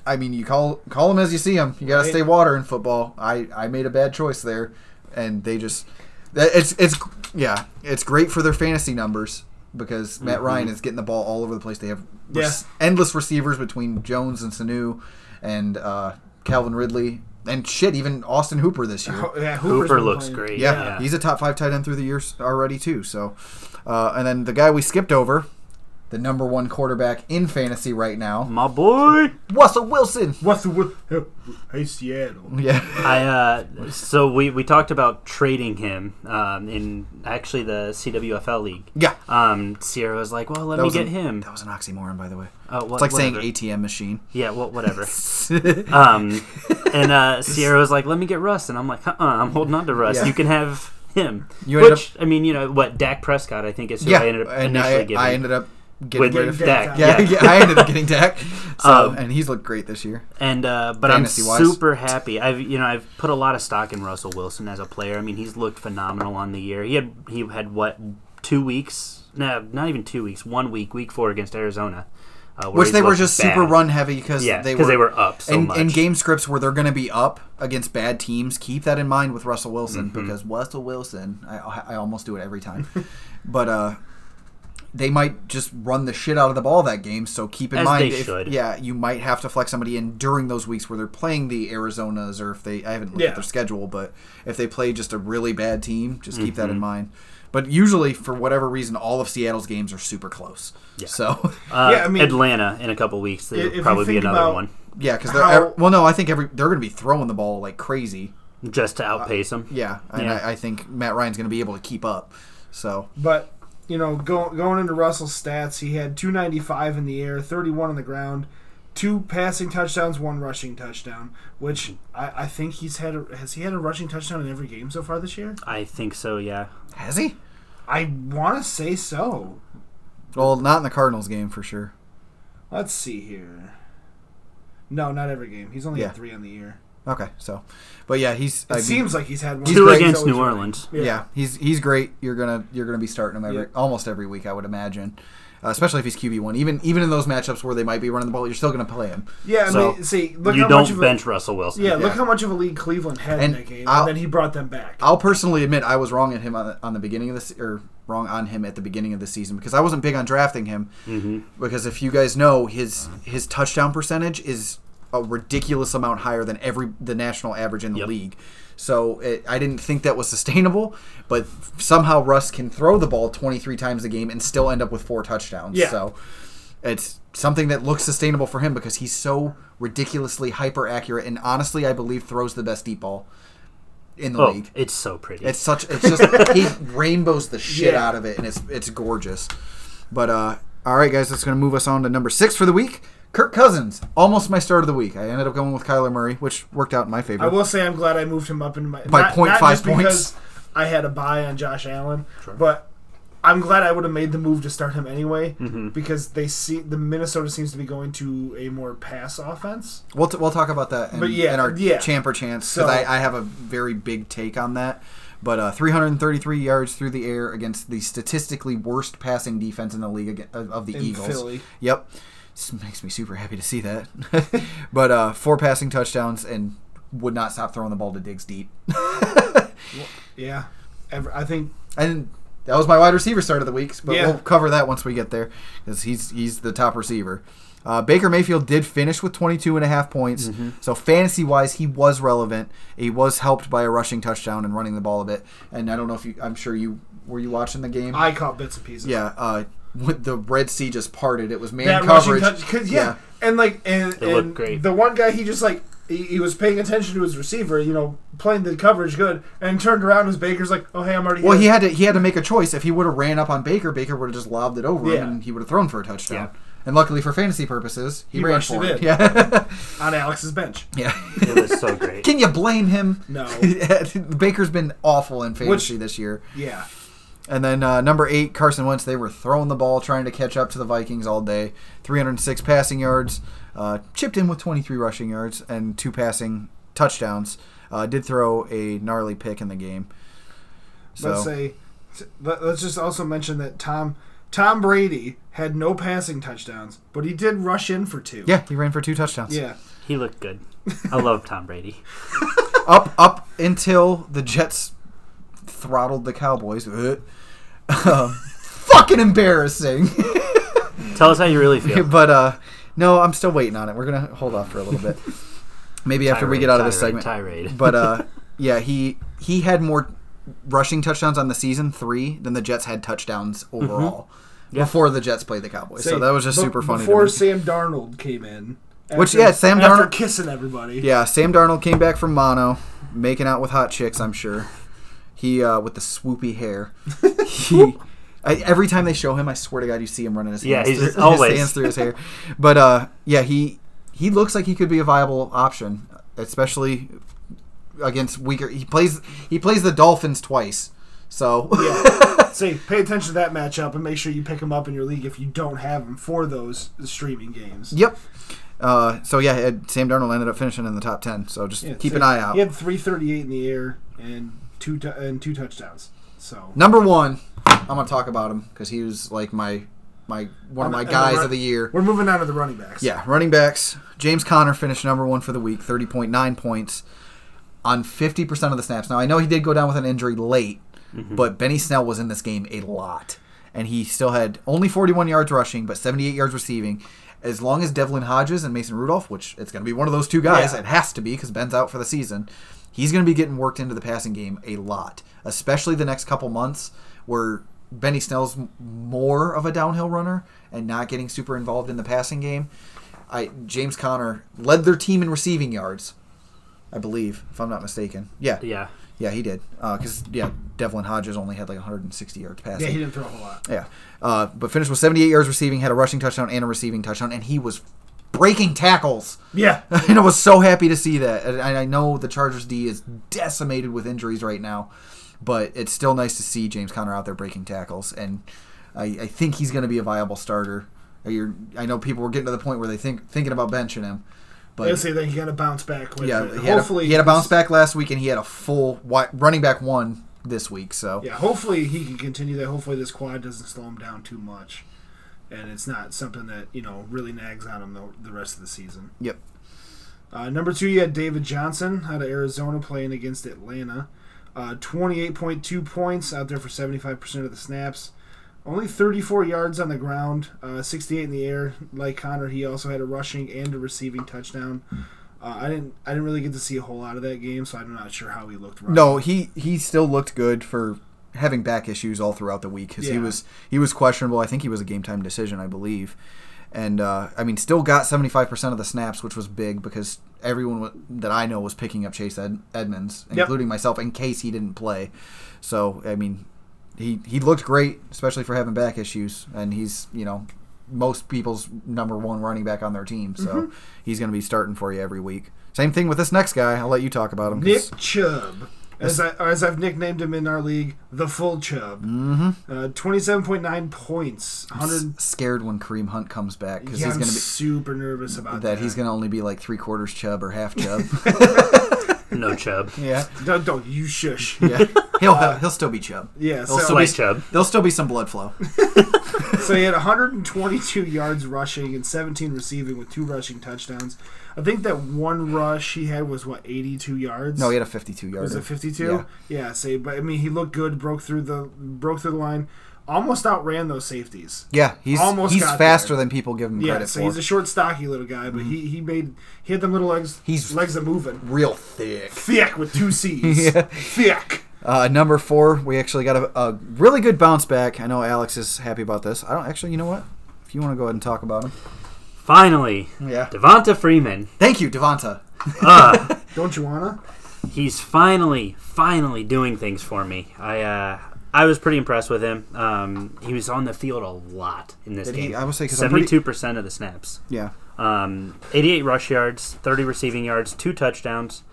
S1: I mean, you call call them as you see them. You got to
S2: Right.
S1: stay water in football. I I made a bad choice there, and they just that- it's it's yeah, it's great for their fantasy numbers because Matt Ryan is getting the ball all over the place. They have
S2: Mm-hmm. Yeah.
S1: endless receivers between Jones and Sanu and uh, Calvin Ridley and shit, even Austin Hooper this year.
S2: yeah, Hooper's
S3: Hooper
S2: been
S3: looks
S2: playing.
S3: great.
S1: Yeah,
S3: Yeah.
S1: he's a top five tight end through the years already too. So, uh, and then the guy we skipped over, the number one quarterback in fantasy right now,
S3: My boy.
S1: Mm-hmm. Russell Wilson.
S2: What's the with? Hey, Seattle.
S1: Yeah,
S3: I uh, so we, we talked about trading him um, in actually the CWFL league.
S1: yeah.
S3: Um, Sierra was like, "Well, let
S1: That
S3: me
S1: was
S3: get
S1: an-
S3: him."
S1: That was an oxymoron, by the way.
S3: Uh, wha-
S1: It's like
S3: whatever.
S1: saying ATM machine.
S3: Yeah, well, whatever. um, and uh, Sierra was like, "Let me get Russ," and I'm like, "Uh, uh I'm holding on to Russ.
S1: Yeah.
S3: You can have him."
S1: You ended
S3: Which I mean, you know what? Dak Prescott, I think, is who
S1: yeah,
S3: I ended up
S1: and
S3: initially
S1: I,
S3: getting.
S1: I ended up getting
S3: With-
S1: rid of.
S2: Dak.
S3: Dak,
S1: Yeah,
S3: yeah.
S1: yeah, I ended up getting Dak. So,
S3: Um,
S1: and he's looked great this year.
S3: And uh, but I'm
S1: Fantasy-wise.
S3: super happy. I've you know I've put a lot of stock in Russell Wilson as a player. I mean, he's looked phenomenal on the year. He had he had what two weeks? No, not even two weeks. One week, week four against Arizona, uh, where
S1: Which
S3: he
S1: they were
S3: looked
S1: just
S3: bad.
S1: super run heavy because
S3: Yeah,
S1: they
S3: because
S1: were
S3: they were up so
S1: in,
S3: much.
S1: in game scripts where they're going to be up against bad teams, keep that in mind with Russell Wilson
S3: Mm-hmm.
S1: because Russell Wilson, I, I almost do it every time, but uh, they might just run the shit out of the ball that game. So keep in
S3: As
S1: mind,
S3: they
S1: if-
S3: should.
S1: yeah, you might have to flex somebody in during those weeks where they're playing the Arizonas or if they, I haven't looked
S2: Yeah.
S1: at their schedule, but if they play just a really bad team, just keep
S3: Mm-hmm.
S1: that in mind. But usually, for whatever reason, all of Seattle's games are super close. So
S3: Uh,
S2: Yeah, I mean-
S3: Atlanta in a couple weeks.
S2: If- if
S3: There'll
S2: you
S3: probably be
S2: think
S3: another
S2: about-
S3: one
S1: yeah, because they're
S2: How-
S1: well, no, I think every they're going to be throwing the ball like crazy.
S3: just to
S1: Uh,
S3: outpace them.
S1: Yeah, and
S3: Yeah.
S1: I, I think Matt Ryan's going to be able to keep up. So
S2: But you know, go, going into Russell's stats, he had 295 in the air, 31 on the ground, two passing touchdowns, one rushing touchdown. Which I, I think he's had. A, has he had a rushing touchdown in every game so far this year?
S3: I think so. Yeah,
S1: has he?
S2: I want to say so.
S1: Well, not in the Cardinals game for sure.
S2: Let's see here. No, not every game. He's only
S1: Yeah.
S2: had three on the year.
S1: Okay, so, but yeah, he's.
S2: It
S1: I mean,
S2: seems like he's had one.
S3: two
S1: great.
S3: against
S2: He's
S3: New
S2: always-
S3: Orleans.
S1: yeah. he's he's great. You're gonna you're gonna be starting him every
S2: Yeah.
S1: almost every week, I would imagine. Uh, especially if he's QB one, even even in those matchups where they might be running the ball, you're still going to play him.
S2: Yeah, I
S3: So,
S2: mean, see, look
S3: you
S2: how much
S3: don't
S2: of
S3: bench Russell Wilson.
S2: A, yeah, look
S1: Yeah.
S2: how much of a lead Cleveland had
S1: And
S2: in that game,
S1: I'll-
S2: and then he brought them back.
S1: I'll personally admit I was wrong at him on, on the beginning of this, or wrong on him at the beginning of the season because I wasn't big on drafting him.
S3: Mm-hmm.
S1: Because if you guys know, his his touchdown percentage is a ridiculous amount higher than every the national average in the
S3: Yep.
S1: league. So it, I didn't think that was sustainable, but somehow Russ can throw the ball 23 times a game and still end up with four touchdowns.
S2: Yeah.
S1: So it's something that looks sustainable for him because he's so ridiculously hyper accurate and honestly I believe throws the best deep ball in the
S3: Oh,
S1: league.
S3: it's so pretty.
S1: It's such it's just he rainbows the shit
S2: Yeah.
S1: out of it and it's it's gorgeous. But uh all right guys, that's gonna move us on to number six for the week. Kirk Cousins, almost my start of the week. I ended up going with Kyler Murray, which worked out in my favor.
S2: I will say I'm glad I moved him up in my
S1: By
S2: not-
S1: 0.5
S2: not
S1: points.
S2: just because I had a buy on Josh Allen, but I'm glad I would have made the move to start him anyway because they see the Minnesota seems to be going to a more pass offense.
S1: We'll, t- we'll talk about that in,
S2: But yeah,
S1: in our
S2: yeah.
S1: champer chance
S2: So-
S1: because I, I have a very big take on that. But uh, 333 yards through the air against the statistically worst passing defense in the league ag- of of the
S2: In
S1: Eagles.
S2: Philly.
S1: Yep, this makes me super happy to see that. but uh, four passing touchdowns and would not stop throwing the ball to Diggs deep.
S2: Yeah, Ever- I think
S1: And that was my wide receiver start of the week, but
S2: Yeah.
S1: we'll cover that once we get there because he's he's the top receiver. Uh, Baker Mayfield did finish with 22 and a half points,
S2: Mm-hmm.
S1: so fantasy wise, he was relevant. He was helped by a rushing touchdown and running the ball a bit. And I don't know if you, I'm sure you were you watching the game.
S2: I caught bits and pieces.
S1: yeah, uh, when the Red Sea just parted. It was man
S2: that rushing
S1: coverage.
S2: touch, cause, yeah, and like and,
S3: It looked
S2: and
S3: great.
S2: the one guy he just like. He, he was paying attention to his receiver, you know, playing the coverage good, and turned around. His Baker's like, "Oh, hey, I'm already."
S1: Well,
S2: here."
S1: he had to he had to make a choice. If he would have ran up on Baker, Baker would have just lobbed it over
S2: Yeah.
S1: him, and he would have thrown for a touchdown.
S3: Yeah.
S1: And luckily for fantasy purposes, he,
S2: He
S1: ran
S2: rushed
S1: for
S2: it
S1: it.
S2: in.
S1: Yeah,
S2: on Alex's bench.
S1: yeah.
S3: it was so great.
S1: Can you blame him?
S2: No.
S1: Baker's been awful in fantasy this year.
S2: Yeah,
S1: And then uh, number eight, Carson Wentz. They were throwing the ball, trying to catch up to the Vikings all day. 306 passing yards, Uh, chipped in with 23 rushing yards and two passing touchdowns. Uh, did throw a gnarly pick in the game. So,
S2: Let's say, let, let's just also mention that Tom Tom Brady had no passing touchdowns, but he did rush in for two.
S1: yeah, he ran for two touchdowns.
S2: Yeah.
S3: He looked good. I love Tom Brady.
S1: Up, up until the Jets throttled the Cowboys. Uh, um, fucking embarrassing.
S3: Tell us how you really feel.
S1: but uh, no, I'm still waiting on it. We're gonna hold off for a little bit. Maybe after we
S3: Tirade,
S1: get out of this
S3: tirade,
S1: segment.
S3: Tirade.
S1: But uh, yeah, he he had more rushing touchdowns on the season three than the Jets had touchdowns overall before the Jets played the Cowboys. so
S2: Say,
S1: that was just
S2: be-
S1: super funny. to
S2: Before
S1: me.
S2: Sam Darnold came in.
S1: Which, yeah, Sam
S2: after
S1: Darnold-
S2: kissing everybody.
S1: Yeah, Sam Darnold came back from mono, making out with hot chicks. I'm sure. He uh, with the swoopy hair. He, I, every time they show him, I swear to God, you see him running his
S3: Yeah,
S1: hands,
S3: he's
S1: through,
S3: just always-
S1: his hands through his hair. But uh, yeah, he he looks like he could be a viable option, especially against weaker. He plays he plays the Dolphins twice, so
S2: Yeah. Say, pay attention to that matchup and make sure you pick him up in your league if you don't have him for those streaming games.
S1: yep. Uh, so yeah, it- Sam Darnold ended up finishing in the top ten. So just
S2: Yeah,
S1: keep
S2: say,
S1: an eye out.
S2: He had 338 in the air and two tou- and two touchdowns. So
S1: Number one, I'm gonna talk about him because he was like my my one of my
S2: And the
S1: guys
S2: run-
S1: of the year.
S2: We're moving on to the running backs.
S1: Yeah, running backs. James Conner finished number one for the week, 30.9 points on 50% of the snaps. Now I know he did go down with an injury late, but Benny Snell was in this game a lot, and he still had only 41 yards rushing, but 78 yards receiving. As long as Devlin Hodges and Mason Rudolph, which it's going to be one of those two guys,
S2: Yeah.
S1: it has to be because Ben's out for the season. He's going to be getting worked into the passing game a lot, especially the next couple months where Benny Snell's m- more of a downhill runner and not getting super involved in the passing game. I James Conner led their team in receiving yards, I believe, if I'm not mistaken. Yeah, yeah,
S3: Yeah.
S1: he did. Because yeah, Devlin Hodges only had like 160 yards passing.
S2: Yeah, he didn't throw a whole lot.
S1: Yeah. Uh, but finished with 78 yards receiving, had a rushing touchdown and a receiving touchdown, and he was breaking tackles.
S2: Yeah.
S1: and I was so happy to see that. And I I know the Chargers D is decimated with injuries right now, but it's still nice to see James Conner out there breaking tackles. And I, I think he's going to be a viable starter. Uh, You're, I know people were getting to the point where they think thinking about benching him, but
S2: Let's say that he got to bounce back. With
S1: yeah,
S2: it.
S1: he had, a,
S2: hopefully
S1: he had a bounce
S2: this-
S1: back last week, and he had a full wi- running back one this week. So
S2: Yeah, hopefully he can continue that. Hopefully this quad doesn't slow him down too much, and it's not something that you know really nags on him the, the rest of the season.
S1: yep,
S2: Uh, number two, you had David Johnson out of Arizona playing against Atlanta. Uh, 28.2 points out there for 75% of the snaps. Only 34 yards on the ground, uh, 68 in the air. Like Connor, he also had a rushing and a receiving touchdown. Uh, I didn't. I didn't really get to see a whole lot of that game, so I'm not sure how he looked. Running.
S1: No, he he still looked good for having back issues all throughout the week because he
S2: Yeah.
S1: was he was questionable. I think he was a game time decision, I believe. And uh, I mean, still got seventy five percent of the snaps, which was big because everyone wa that I know was picking up Chase Ed- Edmonds,
S2: Yep.
S1: including myself, in case he didn't play. So I mean, he he looked great, especially for having back issues, and he's you know most people's number one running back on their team, so
S2: Mm-hmm.
S1: he's going to be starting for you every week. Same thing with this next guy. I'll let you talk about him. 'cause-
S2: Nick Chubb, as I or as I've nicknamed him in our league, the full Chubb. Mm-hmm. Uh, 27.9 points, 100.
S1: s- scared when Kareem Hunt comes back because
S2: Yeah,
S1: he's
S2: I'm
S1: going to be
S2: super nervous about
S1: that he's going to only be like three quarters chub or half chub.
S3: No chub.
S1: yeah,
S2: No, don't you shush.
S1: yeah. He'll uh, he'll still be chub.
S2: Yeah, so,
S3: Well, slight chub.
S1: There'll still be some blood flow.
S2: so he had 122 yards rushing and 17 receiving with two rushing touchdowns. I think that one rush he had was what 82 yards.
S1: No, he had a 52 yarder.
S2: was it 52?
S1: Yeah.
S2: Yeah. say, but I mean, he looked good. Broke through the broke through the line. Almost outran those safeties.
S1: Yeah, he's
S2: Almost
S1: he's
S2: got
S1: faster
S2: there.
S1: than people give him
S2: Yeah,
S1: credit
S2: so
S1: for.
S2: he's a short, stocky little guy, but he, he made he had them little legs
S1: He's-
S2: legs are moving.
S1: Real thick.
S2: Thick with two C's. Thick.
S1: Uh, number four, we actually got a, a really good bounce back. I know Alex is happy about this. I don't actually. You know what? If you want to go ahead and talk about him,
S3: Finally,
S1: yeah.
S3: Devonta Freeman.
S1: Thank you, Devonta.
S3: Ah.
S2: Don't you wanna?
S3: he's finally finally doing things for me. I uh, I was pretty impressed with him. Um, he was on the field a lot in this
S1: Did he-
S3: game.
S1: I would say 'cause I'm pretty-
S3: seventy-two percent of the snaps,
S1: Yeah,
S3: um, eighty-eight rush yards, thirty receiving yards, two touchdowns.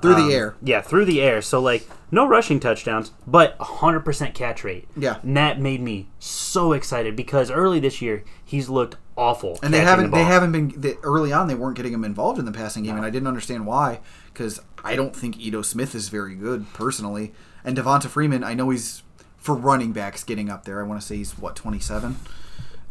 S1: Through
S3: Um,
S1: the air.
S3: Yeah, through the air. So like no rushing touchdowns, but 100% catch rate.
S1: Yeah.
S3: And that made me so excited because early this year he's looked awful.
S1: And they
S3: catching
S1: haven't
S3: the
S1: they
S3: ball.
S1: haven't been they, early on. They weren't getting him involved in the passing game, and I didn't understand why. Because I don't think Edo Smith is very good personally, and Devonta Freeman. I know he's for running backs getting up there. I want to say he's what twenty seven.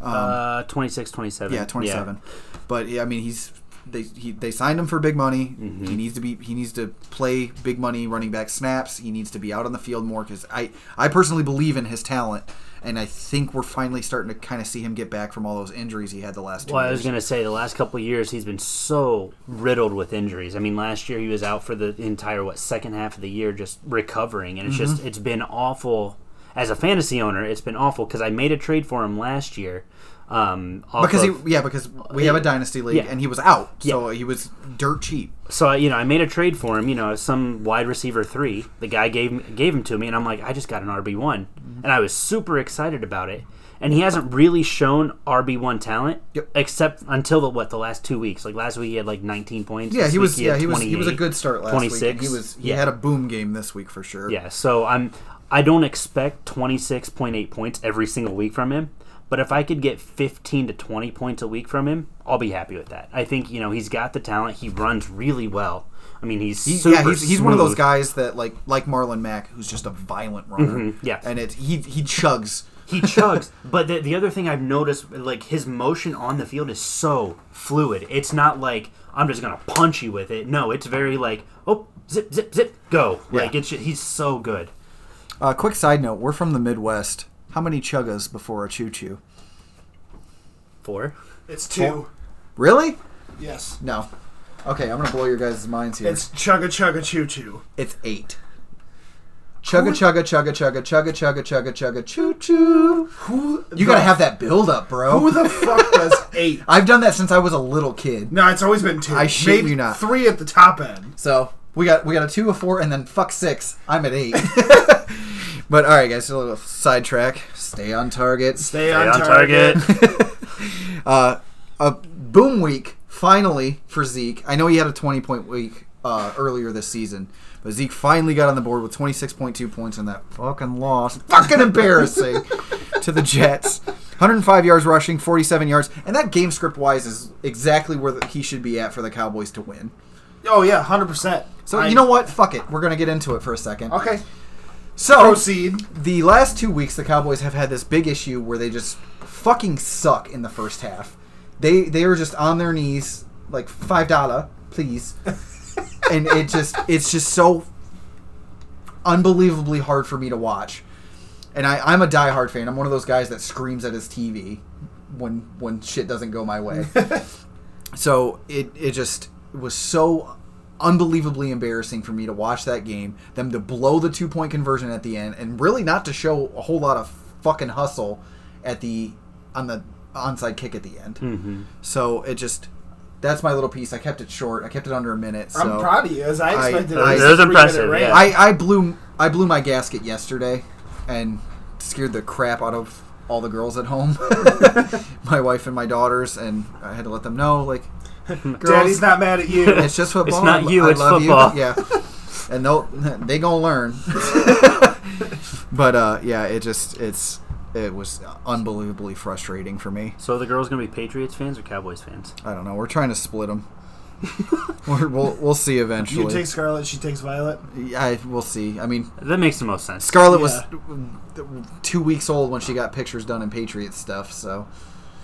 S3: uh 26 27.
S1: Yeah, twenty seven. But yeah, I mean, he's they he, they signed him for big money.
S3: Mm-hmm.
S1: He needs to be he needs to play big money running back snaps. He needs to be out on the field more because I I personally believe in his talent, and I think we're finally starting to kind of see him get back from all those injuries he had the last two.
S3: Well, I
S1: years.
S3: was going to say the last couple of years he's been so riddled with injuries. I mean, last year he was out for the entire what second half of the year just recovering and it's
S1: Mm-hmm.
S3: just it's been awful as a fantasy owner. It's been awful cuz I made a trade for him last year. Um, off
S1: because
S3: of-
S1: he yeah because we have a dynasty league
S3: yeah.
S1: and he was out so he was dirt cheap
S3: so you know, I made a trade for him. You know, some wide receiver three. The guy gave him- gave him to me, and I'm like, I just got an RB one,
S1: Mm-hmm.
S3: and I was super excited about it. And he hasn't really shown RB one talent,
S1: Yep.
S3: except until the what the last two weeks. Like last week, he had like 19 points.
S1: yeah
S3: This
S1: he
S3: week
S1: was yeah
S3: had
S1: he was he was a
S3: 28.
S1: good start last week and
S3: 26,
S1: he was he
S3: yeah.
S1: had a boom game this week for sure
S3: Yeah, so I'm I don't expect 26.8 points every single week from him, but if I could get 15 to 20 points a week from him, I'll be happy with that. I think, you know, he's got the talent, he runs really well. I mean, he's
S1: He-
S3: super
S1: yeah, he's, he's one of those
S3: smooth.
S1: guys that like like Marlon Mack, who's just a violent runner.
S3: Mm-hmm. yeah.
S1: and it he he chugs.
S3: He chugs, but the, the other thing I've noticed, like his motion on the field is so fluid. It's not like I'm just gonna punch you with it. No, it's very like oh zip zip zip go. Like it's just, he's so good.
S1: Uh, quick side note: We're from the Midwest. How many chuggas before a choo choo?
S3: Four.
S2: It's two.
S1: Really?
S2: Yes.
S1: No. Okay, I'm gonna blow your guys' minds here.
S2: It's chugga chugga choo choo.
S1: It's eight. Chugga chugga chugga chugga chugga chugga chugga chugga choo choo.
S2: Who
S1: You
S2: the,
S1: gotta have that build up, bro.
S2: Who the fuck does eight?
S1: I've done that since I was a little kid.
S2: No, it's always been two.
S1: I shit
S2: Maybe
S1: you not.
S2: Three at the top end.
S1: So we got we got a two, a four, and then fuck six. I'm at eight. but all right, guys, a little sidetrack. Stay on target.
S2: Stay
S3: Stay on target.
S1: Uh, a boom week finally for Zeke. I know he had a 20 point week uh, earlier this season, but Zeke finally got on the board with 26.2 points in that fucking loss. Fucking embarrassing to the Jets. 105 yards rushing, 47 yards, and that game script wise is exactly where the, he should be at for the Cowboys to win.
S2: Oh yeah, hundred percent.
S1: So you know what? Fuck it. We're gonna get into it for a second.
S2: Okay.
S1: So
S2: Proceed.
S1: the last two weeks the Cowboys have had this big issue where they just fucking suck in the first half. They they are just on their knees like five dollar, please. and it just it's just so unbelievably hard for me to watch. And I, I'm a diehard fan. I'm one of those guys that screams at his TV when when shit doesn't go my way. so it it just was so unbelievably embarrassing for me to watch that game. Them to blow the two point conversion at the end, and really not to show a whole lot of fucking hustle at the on the onside kick at the end. Mm-hmm. So it just that's my little piece. I kept it short. I kept it under a minute. So
S2: I'm proud of you, as I
S1: I-
S2: expected.
S1: I-
S2: at least
S1: That
S3: was
S2: a three-minute
S3: impressive,
S2: rant.
S3: yeah.
S1: I, I blew I blew my gasket yesterday and scared the crap out of all the girls at home. my wife and my daughters and I had to let them know like girls
S2: Daddy's not mad at you.
S1: it's just football.
S3: not
S1: I-
S3: you,
S1: I
S3: it's
S1: love you.
S3: football.
S1: Yeah. And they'll they gonna learn. but uh yeah, it just it's it was unbelievably frustrating for me.
S3: So are the girls gonna be Patriots fans or Cowboys fans?
S1: I don't know. We're trying to split them. We're, we'll we'll see
S2: you
S1: eventually.
S2: take Scarlet, she takes Violet.
S1: I we'll see. I mean,
S3: That makes the most sense.
S1: Scarlett
S2: Yeah.
S1: was two weeks old when she got pictures done in Patriots stuff. So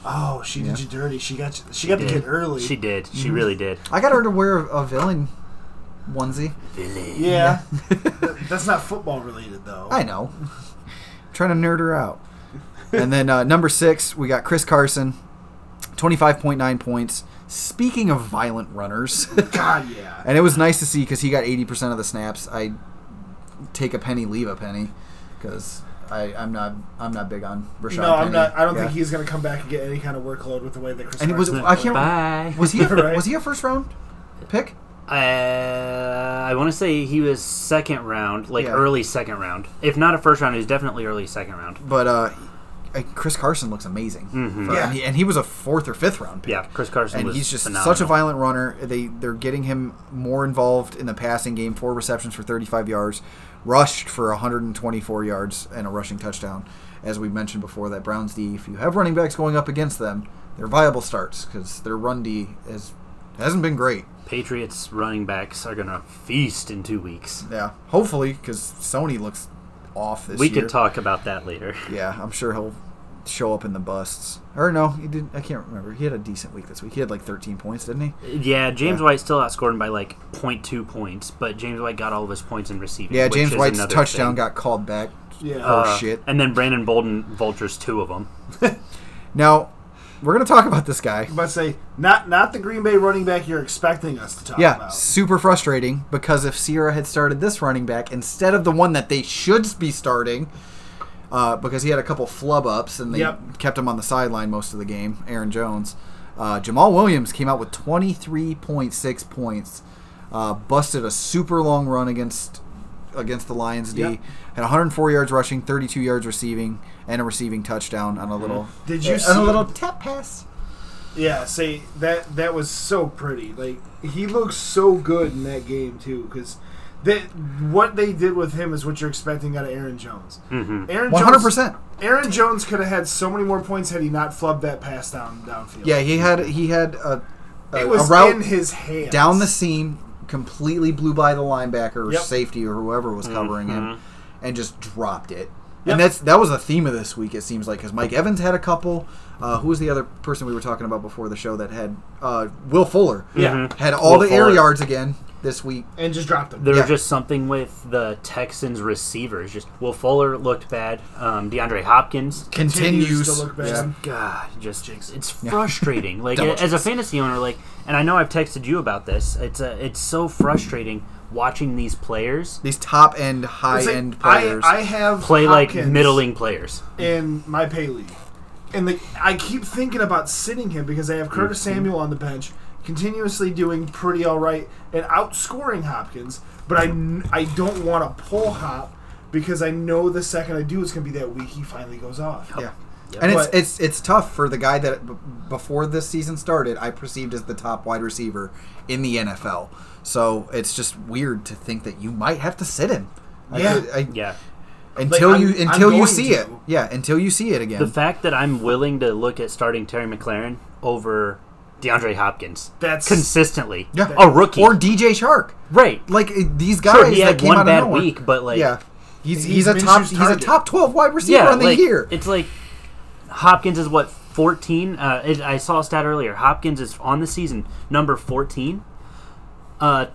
S2: Oh, she did
S1: Yeah.
S2: you dirty. She got you, she got the kid early.
S3: She did.
S1: Mm.
S3: She really did.
S1: I got her to wear a villain onesie.
S2: yeah. Th- That's not football related though.
S1: I know. trying to nerd her out. And then uh, number six, we got Chris Carson, twenty-five point nine points. Speaking of violent runners,
S2: God, yeah.
S1: and it was nice to see because he got eighty percent of the snaps. I take a penny, leave a penny, because I'm not I'm not big on Rashad.
S2: no, I'm
S1: Penny.
S2: not. I don't
S1: Yeah.
S2: think he's going to come back and get any kind of workload with the way that Chris.
S1: And it was
S2: Carson-
S1: I can't.
S3: Bye.
S1: Was he a,
S2: Right.
S1: was he a first round pick?
S3: Uh, I want to say he was second round, like
S1: Yeah.
S3: early second round. If not a first round, he was definitely early second round.
S1: but uh, I, Chris Carson looks amazing.
S3: Mhm.
S1: for-
S2: Yeah.
S1: and, he, and he was a fourth or fifth round pick.
S3: Yeah, Chris Carson
S1: Mm-hmm. and
S3: was
S1: he's just
S3: phenomenal.
S1: such a violent runner. They they're getting him more involved in the passing game. Four receptions for 35 yards, rushed for 124 yards and a rushing touchdown. As we mentioned before, that Browns D. If you have running backs going up against them, they're viable starts because their run D has hasn't been great.
S3: Patriots running backs are gonna feast in two weeks.
S1: Yeah, hopefully because Sony looks off this
S3: we
S1: year.
S3: could talk about that later.
S1: Yeah, I'm sure he'll show up in the busts. Or no, he didn't. I can't remember. He had a decent week this week. He had like 13 points, didn't he?
S3: Yeah, James
S1: Yeah.
S3: White still outscored him by like 0.2 points, but James White got all of his points in receiving.
S1: Yeah,
S3: which
S1: James
S3: is
S1: White's
S3: another
S1: touchdown
S3: thing.
S1: got called back.
S2: Yeah.
S1: Uh, oh, shit.
S3: And then Brandon Bolden vultures two of them.
S1: Now, we're gonna talk about this guy.
S2: but say not not the Green Bay running back you're expecting us to talk
S1: Yeah,
S2: about.
S1: super frustrating because if Sierra had started this running back instead of the one that they should be starting, uh, because he had a couple flub ups and they
S2: Yep.
S1: kept him on the sideline most of the game, Aaron Jones. Uh, Jamal Williams came out with 23.6 points, uh, busted a super long run against against the Lions D,
S2: Yep.
S1: had 104 yards rushing, 32 yards receiving, and a receiving touchdown on a little
S2: Mm-hmm.
S1: uh,
S2: Did you
S1: on
S2: see-
S1: a little tap pass?
S2: Yeah, say that that was so pretty. Like he looks so good in that game too, because that what they did with him is what you're expecting out of Aaron Jones.
S3: Mm-hmm.
S2: Aaron
S1: 100%.
S2: Jones, Aaron Jones could have had so many more points had he not flubbed that pass down downfield.
S1: Yeah, he had he had a, a,
S2: it was
S1: a route
S2: in his hands
S1: down the seam, completely blew by the linebacker or
S2: Yep. Mm-hmm.
S1: safety or whoever was covering him, and just dropped it.
S2: Yep.
S1: And that's that was a theme of this week. It seems like because Mike Evans had a couple. Uh, who was the other person we were talking about before the show that had uh, Will Fuller?
S2: Yeah.
S1: had all
S3: Mm-hmm. Will
S1: the air
S3: Fuller.
S1: yards again this week.
S2: and just dropped him.
S3: There
S1: Yeah.
S3: was just something with the Texans receivers. Just Will Fuller looked bad. Um, DeAndre Hopkins.
S1: Continues,
S2: to look bad.
S1: Yeah.
S3: God, just it's
S1: Yeah.
S3: frustrating. Like
S1: Double
S3: as a fantasy owner, like, and I know I've texted you about this. It's a, it's so frustrating watching these players
S1: These top end, high
S2: It's like,
S1: end players.
S2: I, I have
S3: play like
S2: Hopkins
S3: middling players.
S2: in my pay league, and like I keep thinking about sitting him because I have Curtis Samuel on the bench, continuously doing pretty all right and outscoring Hopkins. But I kn- I don't want to pull Hop because I know the second I do, it's gonna be that week he finally goes off.
S1: yeah.
S3: Yeah,
S1: And it's,
S2: but-
S1: it's it's tough for the guy that b- before this season started, I perceived as the top wide receiver in the NFL. So it's just weird to think that you might have to sit him. I-
S2: Yeah.
S1: I-
S3: Yeah.
S1: until
S2: Like,
S1: you
S2: I'm- I'm
S1: until you
S2: going
S1: see
S2: to.
S1: it. Yeah, until you see it again.
S3: The fact that I'm willing to look at starting Terry McLaren over DeAndre Hopkins
S2: That's
S3: consistently,
S1: Yeah.
S3: a rookie,
S1: or DJ Shark,
S3: right?
S1: like uh, these guys.
S3: Sure, he
S1: that
S3: had
S1: came
S3: one
S1: out of
S3: bad
S1: nowhere.
S3: week, but like,
S1: yeah, he's
S2: He's
S1: he's, a top
S2: Minshew's
S1: he's a
S2: target.
S1: top twelve wide receiver
S3: yeah,
S1: on the
S3: like,
S1: year.
S3: It's like Hopkins is what fourteen. Uh, it, I saw a stat earlier. Hopkins is on the season number fourteen. Uh,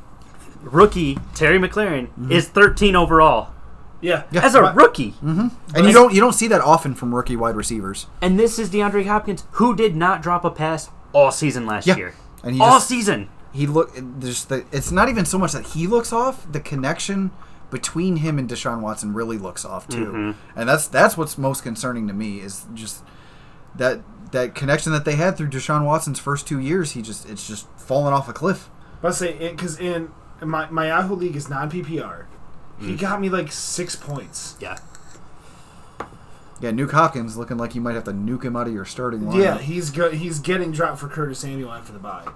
S3: rookie Terry McLaren
S1: Mm-hmm.
S3: is thirteen overall
S2: yeah.
S3: as a
S2: But-
S3: rookie,
S1: Mm-hmm. and you don't you don't see that often from rookie wide receivers.
S3: and this is DeAndre Hopkins who did not drop a pass all season last
S1: Yeah.
S3: year.
S1: And he
S3: all
S1: just-
S3: season.
S1: He look there's the it's not even so much that he looks off. The connection between him and Deshaun Watson really looks off too, and that's that's what's most concerning to me is just that that connection that they had through Deshaun Watson's first two years. He just it's just fallen off a cliff.
S2: Let's say because in, my my Yahoo league is non PPR. He got me like six points.
S3: Yeah.
S1: Yeah, Nuke Hopkins looking like you might have to nuke him out of your starting lineup.
S2: Yeah, he's go- he's getting dropped for Curtis Samuel after the bye.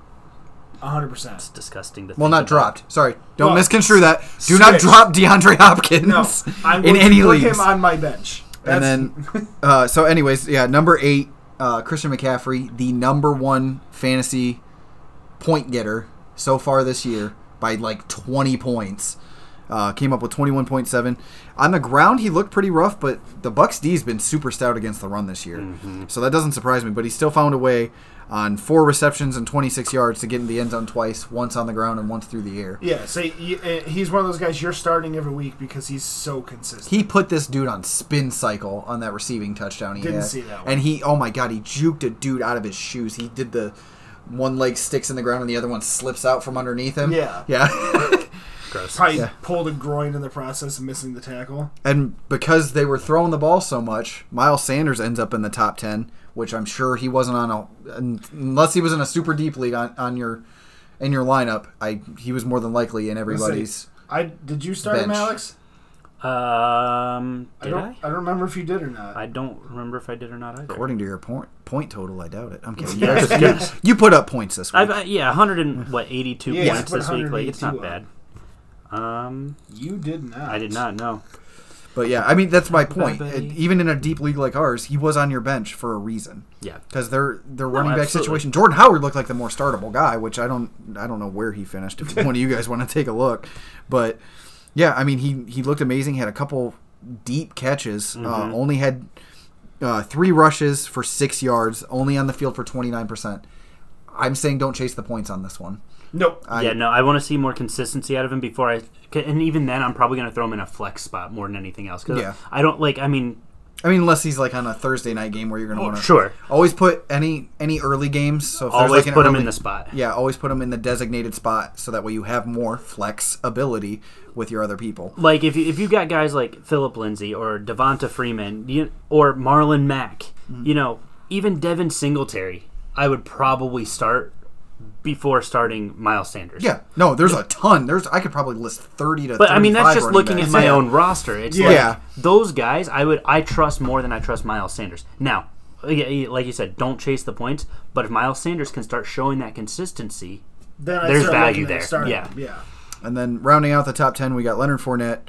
S2: hundred percent.
S3: It's disgusting to
S1: Well,
S3: think
S1: not
S3: about.
S1: dropped. Sorry, don't
S2: Well,
S1: misconstrue that. Do not
S2: switch.
S1: drop DeAndre Hopkins
S2: No, I'm
S1: in
S2: going
S1: any
S2: to put
S1: leagues.
S2: him on my bench.
S1: and then, uh, so anyways, yeah, number eight, uh, Christian McCaffrey, the number one fantasy point getter so far this year by like 20 points. Uh, came up with 21.7 on the ground. He looked pretty rough, but the Bucks D's been super stout against the run this year, so that doesn't surprise me. But he still found a way on four receptions and 26 yards to get in the end zone twice, once on the ground and once through the air.
S2: Yeah, so he- uh, he's one of those guys you're starting every week because he's so consistent.
S1: he put this dude on spin cycle on that receiving touchdown he
S2: Didn't
S1: had.
S2: see that one.
S1: And he, oh my god, he juked a dude out of his shoes. He did the one leg sticks in the ground and the other one slips out from underneath him.
S2: Yeah.
S1: Yeah.
S3: Gross.
S2: Probably
S1: Yeah.
S2: pulled a groin in the process of missing the tackle.
S1: and because they were throwing the ball so much, Miles Sanders ends up in the top 10, which I'm sure he wasn't on a unless he was in a super deep league on, on your in your lineup. I he was more than likely in everybody's
S2: I did you start him,
S1: Bench.
S2: Alex?
S3: Uh, Um,
S2: I
S3: did
S2: don't,
S3: I?
S2: I? don't remember if you did or not.
S3: I don't remember if I did or not either.
S1: According to your point point total, I doubt it. I'm kidding.
S3: Yeah,
S1: You-
S3: just guess.
S1: you put up points this week.
S3: I've, uh, yeah, 100 and what 82
S2: Yeah,
S3: points
S2: put
S3: this week. Like it's not
S2: 182
S3: bad.
S2: uh,
S3: Um,
S2: you did not.
S3: I did not know.
S1: But yeah, I mean that's my point.
S3: Buddy.
S1: It- even in a deep league like ours, he was on your bench for a reason
S3: Yeah,
S1: because their their running back
S3: absolutely.
S1: situation. Jordan Howard looked like the more startable guy, which I don't I don't know where he finished. If one of you guys want to take a look, but yeah, I mean he he looked amazing. Had a couple deep catches. Uh, only had uh, three rushes for six yards. Only on the field for twenty nine percent. I'm saying don't chase the points on this one.
S2: Nope.
S1: I,
S3: yeah. No, I want to see more consistency out of him before I. And even then, I'm probably going to throw him in a flex spot more than anything else. 'cause
S1: Yeah.
S3: I don't like. I mean,
S1: I mean unless he's like on a Thursday night game where you're gonna want to
S3: Oh, sure.
S1: always put any any early games. So if there's,
S3: Always
S1: like, an
S3: put him
S1: early-
S3: in the spot.
S1: Yeah, always put them in the designated spot so that way you have more flex ability with your other people.
S3: Like if you, if you got guys like Philip Lindsay or Devonta Freeman you, or Marlon Mack,
S1: Mm.
S3: you know, even Devin Singletary, I would probably start before starting Miles Sanders.
S1: Yeah, no, there's a ton. There's I could probably list thirty to.
S3: But I mean,
S1: 35
S3: that's just
S1: running
S3: looking
S1: backs.
S3: at my
S1: Yeah.
S3: own roster. It's
S1: Yeah.
S3: like those guys, I would I trust more than I trust Miles Sanders. Now, yeah, like you said, don't chase the points. But if Miles Sanders can start showing that consistency,
S2: Then I
S3: There's
S2: start
S3: value
S2: looking at
S3: there.
S2: starting.
S3: Yeah.
S2: Yeah.
S1: And then rounding out the top ten, we got Leonard Fournette.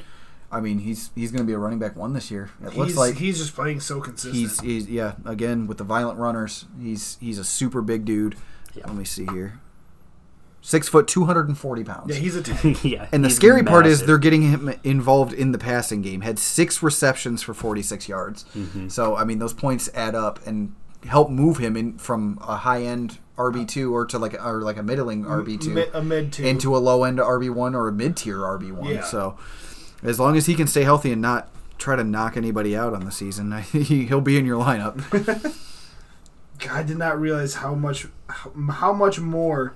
S1: I mean, he's he's going to be a running back one this year. It looks
S2: He's,
S1: like
S2: he's just playing so consistent.
S1: he's, he's yeah again with the violent runners. He's he's a super big dude.
S3: Yeah.
S1: Let me see here. Six foot, two hundred and forty pounds.
S2: yeah, he's a tank.
S3: yeah.
S1: And the
S3: he's
S1: scary part is
S3: massive.
S1: they're getting him involved in the passing game. Had six receptions for 46 yards.
S3: Mm-hmm.
S1: So I mean, those points add up and help move him in from a high end RB two or to like or like a middling RB two
S2: Mi- a mid two.
S1: into a low end RB one or a mid tier RB one.
S2: Yeah.
S1: So as long as he can stay healthy and not try to knock anybody out on the season, he- he'll be in your lineup.
S2: God, I did not realize how much how, how much more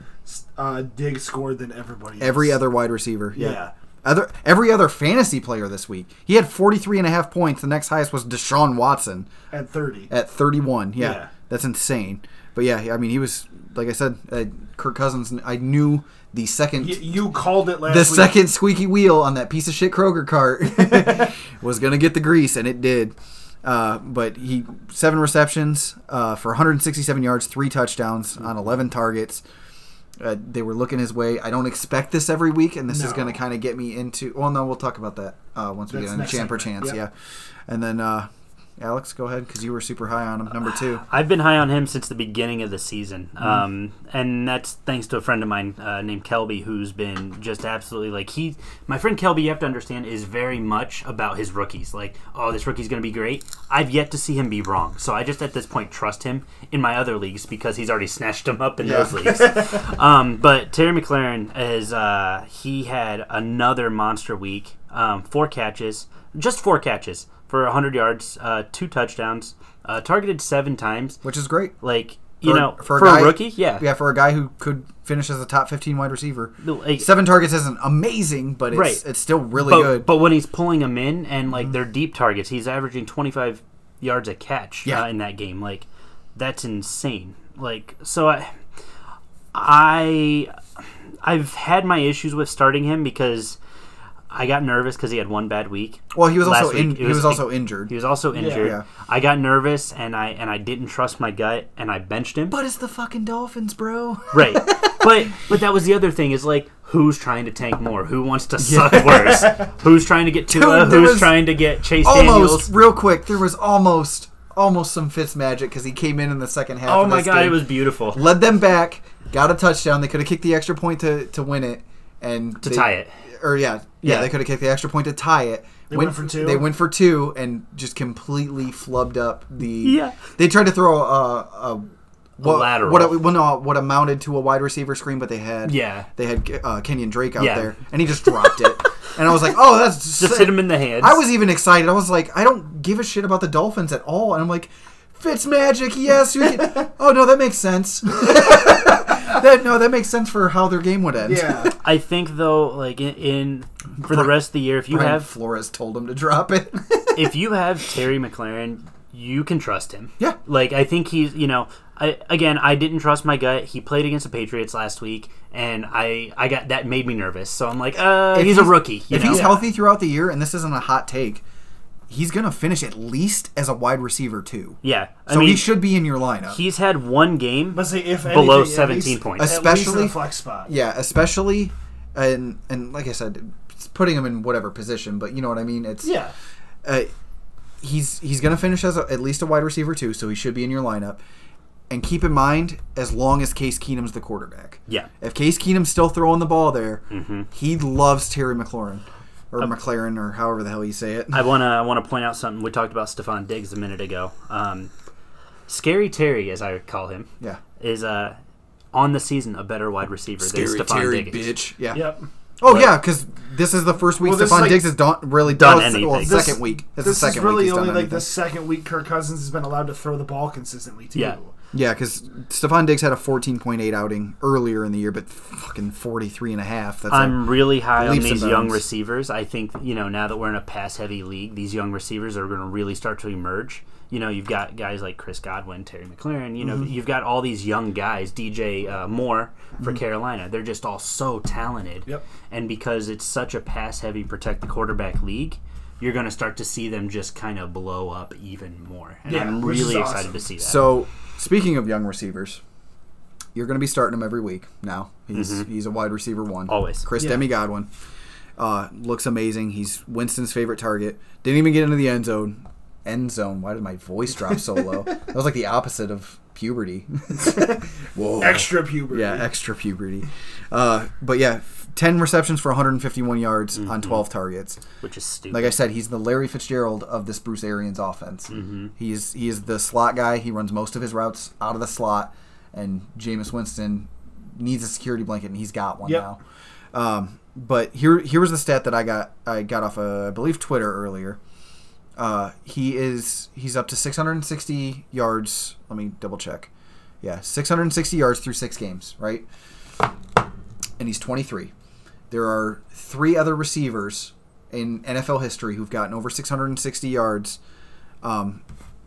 S2: uh, Dig scored than everybody. Else.
S1: Every other wide receiver, yeah.
S2: Yeah.
S1: Other every other fantasy player this week, he had 43 and a half points. The next highest was Deshaun Watson.
S2: at thirty.
S1: at 31. Yeah,
S2: Yeah.
S1: that's insane. But yeah, I mean, he was like I said, uh, Kirk Cousins. I knew the second
S2: Y- you called it last.
S1: the
S2: week.
S1: second squeaky wheel on that piece of shit Kroger cart was gonna get the grease, and it did. Uh, but he seven receptions uh, for 167 yards, three touchdowns on 11 targets. Uh, they were looking his way. I don't expect this every week, and this is
S2: No.
S1: going to kind of get me into. Well, no, we'll talk about that uh, once we
S2: That's
S1: get into
S2: next
S1: champ or
S2: segment,
S1: chance.
S2: yeah.
S1: Yeah, and then uh, Alex, go ahead because you were super high on him, number two.
S3: I've been high on him since the beginning of the season, um, and that's thanks to a friend of mine uh, named Kelby, who's been just absolutely like he. My friend Kelby, you have to understand, is very much about his rookies. Like, oh, this rookie's going to be great. I've yet to see him be wrong, so I just at this point trust him in my other leagues because he's already snatched him up in those leagues. um, but Terry McLaren is uh, he had another monster week, um, four catches, just four catches for 100 yards, uh, two touchdowns. Uh, targeted seven times,
S1: which is great.
S3: like you
S1: For-
S3: know
S1: for
S3: for,
S1: a
S3: a,
S1: guy-
S3: rookie yeah,
S1: Yeah, for a guy who could finish as a top 15 wide receiver,
S3: Like,
S1: seven targets isn't amazing, but it's,
S3: Right.
S1: it's still really
S3: but,
S1: good. Mm-hmm.
S3: but when he's pulling them in and like they're deep targets he's averaging 25 yards a catch
S1: Yeah.
S3: uh, in that game like that's insane like so i i i've had my issues with starting him because i got nervous because he had one bad week
S1: well, he was
S3: last
S1: also
S3: week,
S1: in,
S3: it
S1: he was,
S3: was
S1: also
S3: like-
S1: injured.
S3: he was also injured
S1: Yeah.
S3: i got nervous and i and i didn't trust my gut and i benched him
S1: but it's the fucking Dolphins, bro.
S3: Right. But but that was the other thing is like who's trying to tank more? Who wants to suck worse? Who's trying to get Tua?
S1: Dude, there
S3: who's
S1: was
S3: trying to get Chase
S1: almost,
S3: Daniels?
S1: real quick, there was almost almost some Fitz magic because he came in in the second half.
S3: Oh
S1: of
S3: my
S1: this
S3: god,
S1: game,
S3: it was beautiful.
S1: led them back, got a touchdown. They could have kicked the extra point to to win it and
S3: To tie it.
S1: Or yeah, yeah,
S3: Yeah.
S1: they could have kicked the extra point to tie it. They
S2: went for two.
S1: They went for two and just completely flubbed up the.
S3: Yeah.
S1: They tried to throw a, a, what,
S3: lateral.
S1: What, well, no, what amounted to a wide receiver screen, but they had
S3: Yeah.
S1: they had uh, Kenyon Drake out
S3: Yeah.
S1: there, and he just dropped it. And I was like, oh, that's
S3: Just hit him in the hands.
S1: I was even excited. I was like, I don't give a shit about the Dolphins at all. And I'm like, Fitz Magic, yes. We can- oh no, that makes sense. that no, that makes sense for how their game would end.
S2: Yeah.
S3: I think though like in, in for the rest of the year if you
S1: Brian
S3: have
S1: Flores told him to drop it.
S3: if you have Terry McLaren you can trust him.
S1: Yeah.
S3: Like I think he's, you know, I again, I didn't trust my gut. He played against the Patriots last week, and I, I got that made me nervous. So I'm like, uh,
S1: If
S3: he's, a rookie. You
S1: if
S3: know?
S1: he's healthy throughout the year, and this isn't a hot take, he's going to finish at least as a wide receiver too.
S3: yeah. I
S1: So
S3: mean,
S1: he should be in your lineup.
S3: he's had one game.
S2: But say if
S3: Below
S2: anything, at
S3: 17
S2: least-
S3: points.
S2: at least in
S1: Especially-
S2: the flex spot.
S1: yeah, especially and and like I said, it's putting him in whatever position, but you know what I mean. It's
S2: Yeah.
S1: uh, he's he's going to finish as a, at least a wide receiver too, so he should be in your lineup. And keep in mind, as long as Case Keenum's the quarterback,
S3: Yeah. Mm-hmm.
S1: if Case Keenum's still throwing the ball there, he loves Terry McLaurin or McLaren or however the hell you say it.
S3: Um, I want to I want to point out something. We talked about Stephon Diggs a minute ago. Um, Scary Terry, as I call him,
S1: yeah,
S3: is uh, on the season a better wide receiver
S1: Scary
S3: than Stephon
S1: Terry,
S3: Diggs.
S1: bitch. Yeah.
S2: Yep.
S1: Oh yeah, because this is the first week
S2: Well,
S1: Stephon
S2: this is like-
S1: Diggs has done really
S3: Done
S1: well, se- well,
S3: anything.
S1: second week. It's the
S2: this
S1: second
S2: is really
S1: week he's
S2: only
S1: done
S2: like
S1: anything.
S2: the second week Kirk Cousins has been allowed to throw the ball consistently to
S3: Yeah.
S2: you.
S1: Yeah, because Stephon Diggs had a 14.8 outing earlier in the year, but fucking 43 and a half. That's like,
S3: I'm really high on
S1: Leaps and
S3: these young
S1: bounds.
S3: receivers. I think you know now that we're in a pass-heavy league, these young receivers are going to really start to emerge. You know, you've got guys like Chris Godwin, Terry McLaren. You know,
S1: Mm-hmm.
S3: you've got all these young guys, DJ uh, Moore
S1: Mm-hmm.
S3: for Carolina. They're just all so talented.
S2: Yep.
S3: And because it's such a pass-heavy, protect the quarterback league, you're going to start to see them just kind of blow up even more. And
S2: Yeah,
S3: I'm
S2: which is
S3: really
S2: awesome.
S3: excited to see that.
S1: so speaking of young receivers, you're going to be starting him every week now. He's
S2: Mm-hmm.
S1: he's a wide receiver one
S3: Always.
S1: Chris
S2: Yeah.
S1: Demi Godwin uh, looks amazing. He's Winston's favorite target. Didn't even get into the end zone. End zone. Why did my voice drop so low? That was like the opposite of puberty. Whoa.
S2: Extra puberty.
S1: Yeah, extra puberty. Uh, but yeah, f- 10 receptions for 151 yards
S2: Mm-hmm.
S1: on 12 targets.
S3: which is stupid.
S1: Like I said, he's the Larry Fitzgerald of this Bruce Arians offense. He's he is the slot guy. He runs most of his routes out of the slot, and Jameis Winston needs a security blanket, and he's got one
S2: Yep.
S1: now. Um, but here here was the stat that I got I got off uh, I believe Twitter earlier. Uh, he is he's up to 660 yards. Let me double check. Yeah, 660 yards through six games, right? And he's 23. There are three other receivers in NFL history who've gotten over 660 yards um,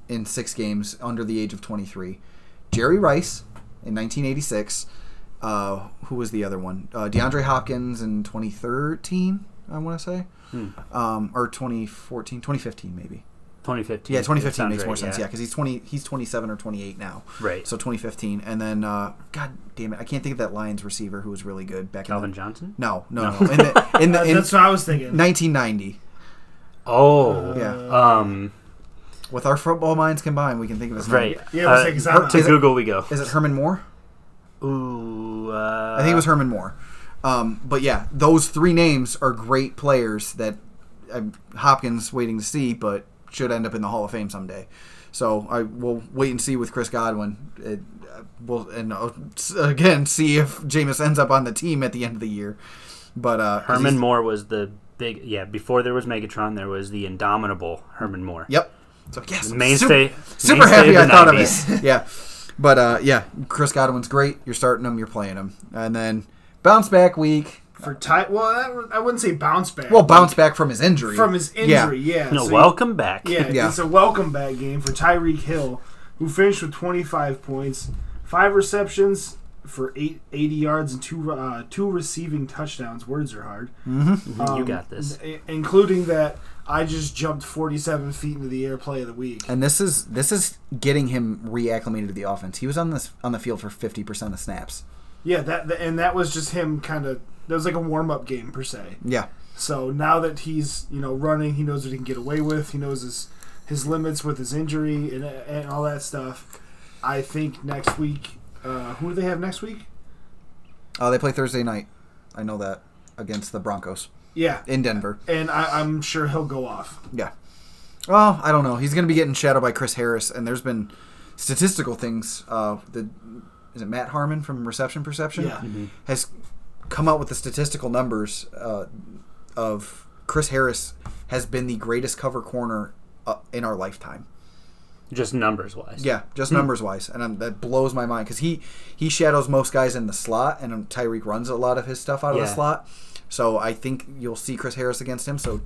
S1: in six games under the age of 23. Jerry Rice in 1986. Uh, who was the other one? Uh, DeAndre Hopkins in 2013, I want to say.
S3: Hmm.
S1: Um, or 2014, 2015 maybe.
S3: 2015.
S1: Yeah,
S3: That
S1: 2015
S3: sounds
S1: makes more
S3: right,
S1: sense. Yeah, because he's 20, he's 27 or 28 now.
S3: Right.
S1: So 2015, and then uh, God damn it, I can't think of that Lions receiver who was really good back in
S3: Calvin
S1: the,
S3: Johnson.
S1: No, no, no. In the, in the
S2: Uh,
S1: in
S2: that's what I was thinking.
S1: 1990.
S3: Oh.
S1: Yeah.
S3: Um.
S1: With our football minds combined, we can think of his name.
S3: Right.
S2: Yeah, we'll
S3: Uh,
S2: say, 'cause I'm
S1: Hurt
S2: not-
S3: to
S1: Is it-
S3: Google we go.
S1: Is it Herman Moore?
S3: Ooh. Uh,
S1: I think it was Herman Moore. Um, but yeah, those three names are great players that I'm Hopkins waiting to see, but should end up in the Hall of Fame someday. So I will wait and see with Chris Godwin. It, uh, we'll and uh, s- again see if Jameis ends up on the team at the end of the year. But uh, 'cause
S3: Herman
S1: he's-
S3: Moore was the big. Yeah. Before there was Megatron, there was the indomitable Herman Moore.
S1: Yep. So yes, I'm
S3: Mainstay.
S1: Super, super
S3: mainstay
S1: happy
S3: of
S1: I
S3: the
S1: thought of
S3: 90s.
S1: it. Yeah. But uh, yeah, Chris Godwin's great. You're starting him. You're playing him, and then bounce back week.
S2: for Ty. Well, that, I wouldn't say bounce back.
S1: Well, bounce back from his injury.
S2: from his
S1: Yeah.
S2: injury. Yeah.
S3: No,
S2: so you-
S3: welcome back.
S2: Yeah,
S1: Yeah.
S2: it's a welcome back game for Tyreek Hill, who finished with 25 points, five receptions for eight, 80 yards, and two uh, two receiving touchdowns. Words are hard.
S1: um,
S2: Um,
S3: you got this.
S2: i- including that, I just jumped 47 feet into the air. Play of the week.
S1: And this is this is getting him reacclimated to the offense. He was on this on the field for fifty percent of snaps.
S2: Yeah, that that- and that was just him kind of. That was like a warm up game per se.
S1: Yeah,
S2: So now that he's you know running, he knows what he can get away with. He knows his his limits with his injury and and all that stuff. I think next week, uh, who do they have next week?
S1: uh, they play Thursday night. I know that against the Broncos
S2: Yeah,
S1: in Denver.
S2: and I, I'm sure he'll go off.
S1: Yeah. Well, I don't know. He's going to be getting shadowed by Chris Harris, and there's been statistical things. Uh, the is it Matt Harmon from Reception Perception?
S2: Yeah. Mhm.
S1: has come out with the statistical numbers uh, of Chris Harris has been the greatest cover corner uh, in our lifetime.
S3: Just numbers wise.
S1: Yeah, just
S2: Hmm.
S1: numbers wise, and um that blows my mind because he he shadows most guys in the slot, and um, Tyreek runs a lot of his stuff out of
S3: Yeah.
S1: the slot. So I think you'll see Chris Harris against him. So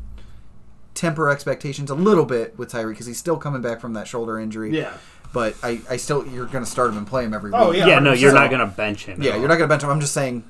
S1: temper expectations a little bit with Tyree because he's still coming back from that shoulder injury.
S2: Yeah.
S1: But I, I still you're going to start him and play him every
S2: Oh,
S1: week.
S2: yeah,
S3: Yeah, no, you're not
S2: 100%.
S3: going to bench him. at
S1: Yeah,
S3: all.
S1: you're not going to bench him. I'm just saying,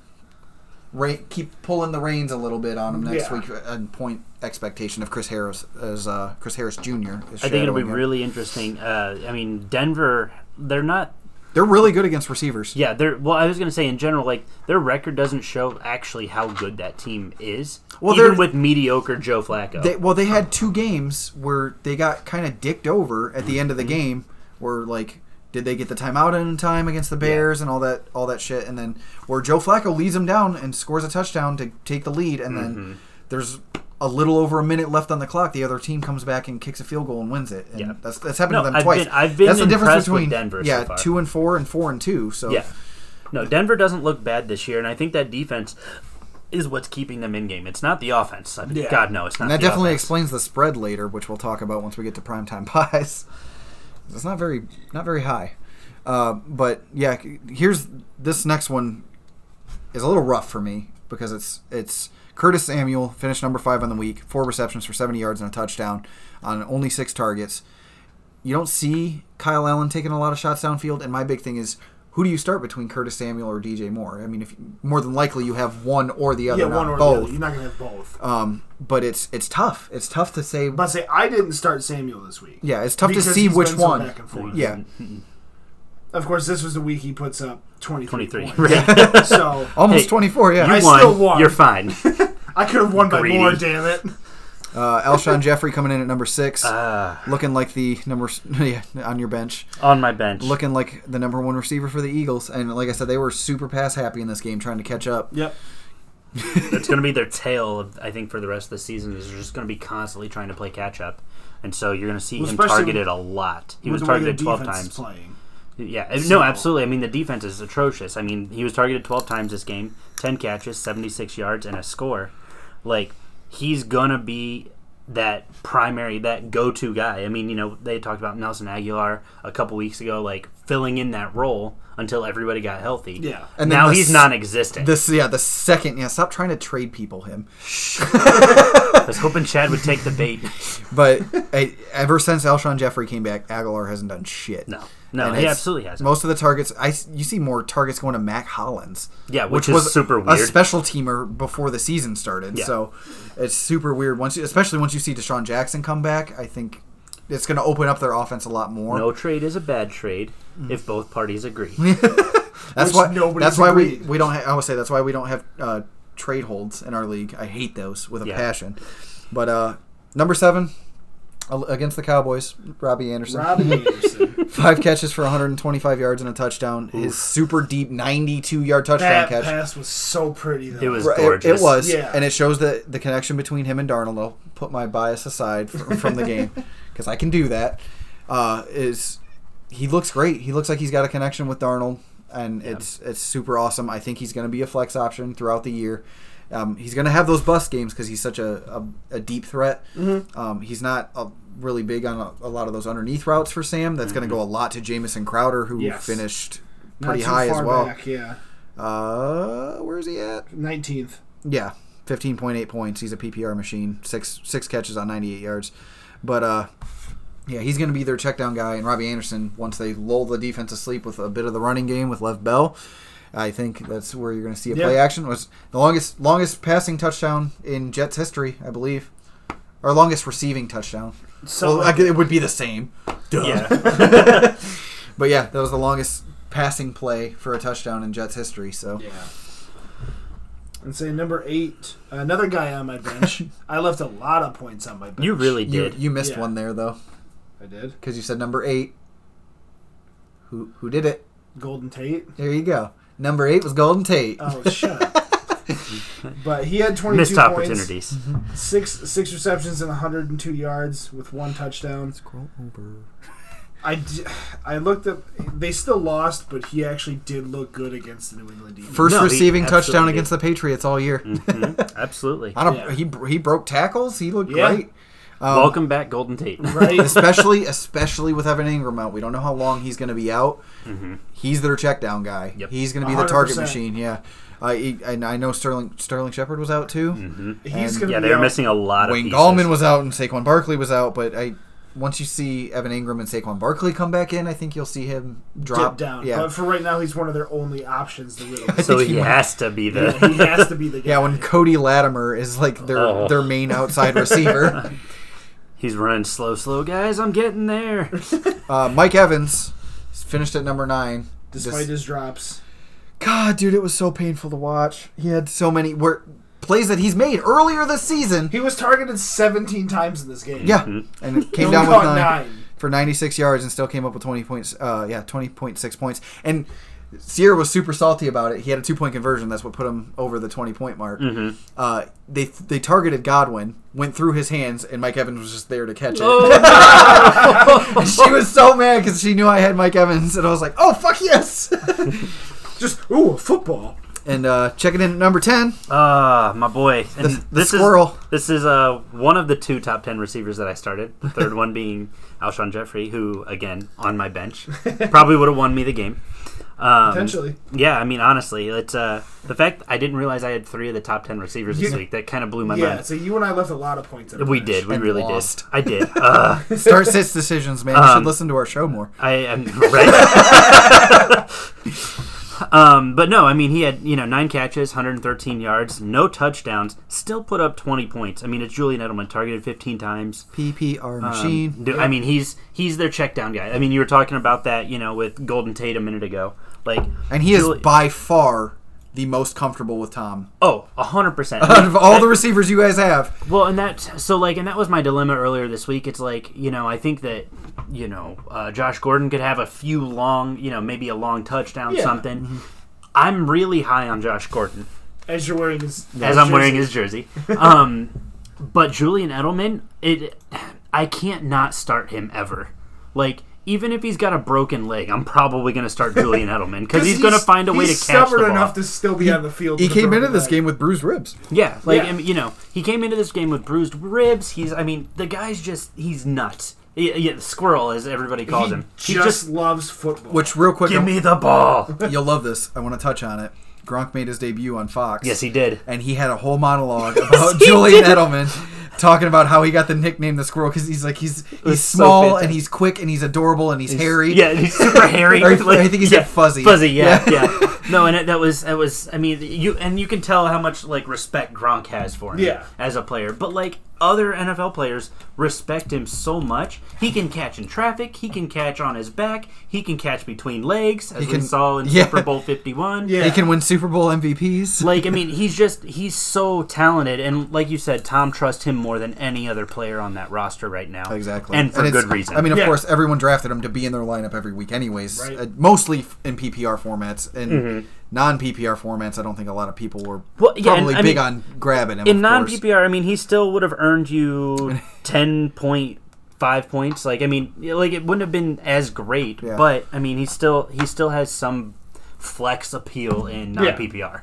S1: ra- keep pulling the reins a little bit on him next
S2: Yeah.
S1: week uh, and point expectation of Chris Harris as uh, Chris Harris Jr. Is
S3: I think it'll be
S1: shadowing him.
S3: really interesting. Uh, I mean, Denver, they're not.
S1: They're really good against receivers.
S3: Yeah, they're. Well, I was going to say in general, like their record doesn't show actually how good that team is.
S1: Well,
S3: even
S1: they're-
S3: with mediocre Joe Flacco.
S1: They, well, they
S3: Oh.
S1: had two games where they got kind of dicked over at the end of
S3: Mm-hmm.
S1: the game, where like did they get the timeout in time against the Bears and all that all that shit, and then where Joe Flacco leads them down and scores a touchdown to take the lead, and
S3: Mm-hmm.
S1: then there's a little over a minute left on the clock. The other team comes back and kicks a field goal and wins it. And
S3: Yeah.
S1: that's that's happened
S3: No,
S1: to them
S3: I've
S1: twice.
S3: been- I've been
S1: that's the difference
S3: impressed with
S1: between
S3: Denver so
S1: yeah
S3: far.
S1: two and four and four and two. So
S3: yeah. No, Denver doesn't look bad this year, and I think that defense is what's keeping them in game. It's not the offense. I mean,
S2: Yeah.
S3: God no, it's not.
S1: And that
S3: the
S1: definitely
S3: offense.
S1: explains the spread later, which we'll talk about once we get to primetime pies. it's not very not very high. Uh, but yeah, c- here's this next one is a little rough for me because it's it's Curtis Samuel finished number five on the week, four receptions for 70 yards and a touchdown on only six targets. You don't see Kyle Allen taking a lot of shots downfield, and my big thing is who do you start between Curtis Samuel or DJ Moore? I mean, if more than likely you have one or the other,
S2: Yeah,
S1: not
S2: one or the
S1: both.
S2: other. You're not gonna have both.
S1: Um, but it's it's tough. It's tough to say.
S2: But I say I didn't start Samuel this week.
S1: Yeah, it's tough to
S2: Because
S1: see
S2: he's
S1: which
S2: been so
S1: one.
S2: back and forth.
S1: yeah,
S2: Of course, this was the week he puts up 23.
S3: 23,
S2: points.
S3: right.
S2: so
S1: almost
S3: Hey,
S1: 24. Yeah,
S2: I
S3: You won.
S2: still won.
S3: You're fine.
S2: I could have won by
S3: Greedy.
S2: more. Damn it.
S1: uh, Alshon Jeffrey coming in at number six,
S3: Uh,
S1: looking like the number s- yeah, on your bench,
S3: on my bench.
S1: looking like the number one receiver for the Eagles. And like I said, they were super pass happy in this game, trying to catch up.
S2: Yep.
S3: That's going to be their tail, of, I think, for the rest of the season. Is they're just going to be constantly trying to play catch up, and so you're going to see
S2: Well,
S3: him
S2: especially
S3: targeted a lot. He
S2: With
S3: was
S2: the way the
S3: targeted 12
S2: defense is
S3: times.
S2: Playing.
S3: Yeah,
S2: So-
S3: no, absolutely. I mean, the defense is atrocious. I mean, he was targeted 12 times this game, 10 catches, 76 yards, and a score. Like, he's going to be that primary, that go to guy. I mean, you know, they talked about Nelson Aguilar a couple weeks ago, like filling in that role until everybody got healthy.
S2: Yeah.
S1: And
S3: And
S1: then
S3: now
S1: the
S3: he's
S1: s-
S3: non existent.
S1: This yeah, the second yeah. Stop trying to trade people him.
S3: I was hoping Chad would take the bait.
S1: But I, ever since Alshon Jeffrey came back, Aguilar hasn't done shit.
S3: No. No,
S1: And
S3: he
S1: it's-
S3: absolutely hasn't.
S1: Most of the targets, I s- you see more targets going to Mac Hollins.
S3: Yeah, which is super
S1: A
S3: weird.
S1: special teamer before the season started,
S3: Yeah.
S1: so it's super weird. Once, you, especially once you see Deshaun Jackson come back, I think it's going to open up their offense a lot more. Mm.
S3: No trade is a bad trade if both parties agree.
S1: that's
S2: which
S1: why.
S2: nobody's
S1: That's why we,
S2: agreed.
S1: we don't. Ha- I would say that's why we don't have uh, trade holds in our league. I hate those with a
S3: Yeah.
S1: passion. But uh, number seven al- against the Cowboys, Robbie Anderson.
S2: Robbie Anderson.
S1: Five catches for 125 yards and a touchdown. His super deep 92 yard touchdown
S2: that
S1: catch.
S2: pass was so pretty. Though.
S3: It was
S1: Right, it-
S3: gorgeous.
S1: It, was,
S2: Yeah.
S1: and it shows the the connection between him and Darnold. I'll put my bias aside from, from the game because I can do that. Uh, is he looks great? He looks like he's got a connection with Darnold, and it's it's super awesome. I think he's going to be a flex option throughout the year. Um, he's going to have those bust games because he's such a, a, a deep threat.
S2: Mm-hmm.
S1: Um, he's not a, really big on a, a lot of those underneath routes for Sam. That's going to go a lot to Jamison Crowder, who
S2: Yes.
S1: finished
S2: Not
S1: pretty
S2: too
S1: high as
S2: far
S1: well.
S2: Back, yeah.
S1: Uh, where is he at?
S2: 19th.
S1: Yeah, fifteen point eight points. He's a PPR machine. Six six catches on ninety eight yards, but uh, yeah, he's going to be their check down guy. And Robbie Anderson, once they lull the defense asleep with a bit of the running game with Lev Bell, I think that's where you're going to see a
S2: Yeah.
S1: play action. Was the longest longest passing touchdown in Jets history, I believe, or longest receiving touchdown.
S2: So
S1: So well, I gu- it would be the same. Duh.
S3: Yeah.
S1: But yeah, that was the longest passing play for a touchdown in Jets history. So
S2: Yeah. And say number eight, another guy on my bench. I left a lot of points on my bench.
S3: You really
S1: you
S3: did.
S1: you missed
S2: Yeah.
S1: one there though.
S2: I did.
S1: because you said number eight. Who who did it?
S2: Golden Tate.
S1: There you go. Number eight was Golden Tate.
S2: Oh shut. up. but he had twenty two
S3: Missed
S2: points,
S3: opportunities.
S2: six six receptions and one hundred and two yards with one touchdown.
S1: Scroll over.
S2: I, d- I looked up. They still lost, but he actually did look good against the New England defense.
S1: First
S3: No, he
S1: receiving touchdown
S3: absolutely
S1: against the Patriots all year.
S3: Mhm, Absolutely.
S1: I don't.
S2: Yeah.
S1: He he broke tackles. He looked
S2: Yeah.
S1: great. Um,
S3: Welcome back, Golden Tate.
S2: right?
S1: especially especially with Evan Ingram out. We don't know Mm-hmm. how long he's going to be out. He's their check down guy.
S3: Yep.
S1: He's going to be the target
S2: 100%.
S1: machine. Yeah. I and I know Sterling Sterling Shepard was out too.
S3: hmm
S2: He's
S1: And-
S2: gonna
S3: Yeah,
S2: be
S3: they were
S2: out.
S3: missing a lot
S1: Wayne
S3: of pieces.
S1: Gallman was out and Saquon Barkley was out, but I once you see Evan Ingram and Saquon Barkley come back in, I think you'll see him drop
S2: dip down.
S1: Yeah,
S2: But for right now, he's one of their only options. The Riddle.
S3: so
S1: think
S3: he
S1: he might-
S3: has to be the.
S2: he has to be the guy.
S1: yeah. When Cody Latimer is like their
S3: Oh.
S1: their main outside receiver,
S3: He's running slow, slow, guys. I'm getting there.
S1: uh, Mike Evans finished at number nine.
S2: despite
S1: Just-
S2: his drops.
S1: God, dude, it was so painful to watch. He had so many were, plays that he's made earlier this season.
S2: He was targeted 17 times in this game.
S1: Yeah,
S3: Mhm.
S1: and it
S2: And
S1: came
S2: we
S1: down with
S2: caught
S1: nine. for 96 yards and still came up with 20 points. Uh, yeah, 20.6 points. And Sierra was super salty about it. He had a two point conversion. That's what put him over the 20 point mark.
S3: Mhm.
S1: Uh, they they targeted Godwin, went through his hands, and Mike Evans was just there to catch it. And she was so mad because she knew I had Mike Evans, and I was like, oh fuck yes.
S2: Just ooh, football.
S1: and uh, checking in at number 10,
S3: Ah, my boy. And
S1: the, the
S3: this is
S1: squirrel.
S3: this is uh one of the two top ten receivers that I started. The third one being Alshon Jeffrey, who again on my bench probably would have won me the game. Um,
S2: Potentially,
S3: Yeah, I mean honestly, it's uh the fact I didn't realize I had three of the top ten receivers this
S2: Yeah.
S3: week. That kind of blew my
S2: yeah.
S3: mind.
S2: So you and I left a lot of points. on
S3: We
S2: that.
S3: did. We
S1: And
S3: really
S1: lost.
S3: did. I did. Uh,
S1: Start sits decisions, man. You
S3: Um,
S1: should listen to our show more.
S3: I am right. um, but no, I mean he had you know nine catches, 113 yards, no touchdowns, still put up 20 points. I mean it's Julian Edelman targeted 15 times.
S1: PPR
S3: Um,
S1: machine.
S3: do- I mean he's he's their check down guy. I mean you were talking about that you know with Golden Tate a minute ago. Like
S1: and he is
S3: Julie-
S1: by far the most comfortable with Tom.
S3: oh, hundred percent.
S1: Out of all the receivers you guys have,
S3: Well, and that so like, and that was my dilemma earlier this week. It's like you know, I think that you know, uh, Josh Gordon could have a few long, you know, maybe a long touchdown,
S2: Yeah. Mm-hmm.
S3: something. I'm really high on Josh Gordon
S2: As you're wearing his,
S3: as I'm wearing his jersey. Um, but Julian Edelman, it, I can't not start him ever. Like. Even if he's got a broken leg, I'm probably going to start Julian Edelman because he's, going to find a way to
S2: he's
S3: catch the
S2: stubborn
S3: ball.
S2: enough to still be on the field.
S1: he
S2: with a
S1: came into
S2: broken
S1: this
S2: leg.
S1: game with bruised ribs.
S3: Yeah, like
S2: Yeah.
S3: I mean, you know, he came into this game with bruised ribs. He's, I mean, the guy's just he's nuts. Yeah, yeah, the squirrel, as everybody calls
S2: He
S3: him.
S2: just,
S3: He just
S2: loves football.
S1: Which, real quick,
S3: give me the ball.
S1: you'll love this. I want to touch on it. Gronk made his debut on Fox.
S3: yes, he did.
S1: And he had a whole monologue about Julian Edelman, talking about how he got the nickname the squirrel because he's like he's he's
S3: was so
S1: small
S3: fantastic.
S1: and he's quick and he's adorable and he's, hairy.
S3: Yeah, he's super hairy.
S1: Or I think he said
S3: yeah,
S1: fuzzy.
S3: Fuzzy, yeah, yeah. No, and it, that was that was. I mean, you and you can tell how much like respect Gronk has for him
S2: Yeah.
S3: as a player. But like other NFL players respect him so much. He can catch in traffic. He can catch on his back. He can catch between legs, as
S1: He
S3: we
S1: can-
S3: saw in
S1: yeah.
S3: Super Bowl Fifty One.
S2: yeah,
S1: He can win Super Bowl MVPs.
S3: like I mean, he's just he's so talented, and like you said, Tom trusts him more than any other player on that roster right now.
S1: Exactly,
S3: and for
S1: it's-
S3: good reason.
S1: I mean, of
S2: Yeah.
S1: course, everyone drafted him to be in their lineup every week, anyways.
S2: Right.
S1: Uh, mostly f- in PPR formats and non PPR formats. I don't think a lot of people were
S3: Mm-hmm. Well, yeah, and
S1: probably
S3: I
S1: big
S3: mean,
S1: on grabbing him.
S3: in
S1: of
S3: non
S1: course.
S3: PPR, I mean, he still would have earned you ten point five points. Like I mean, yeah, like it wouldn't have been as great,
S1: Yeah.
S3: but I mean, he still he still has some flex appeal in non PPR.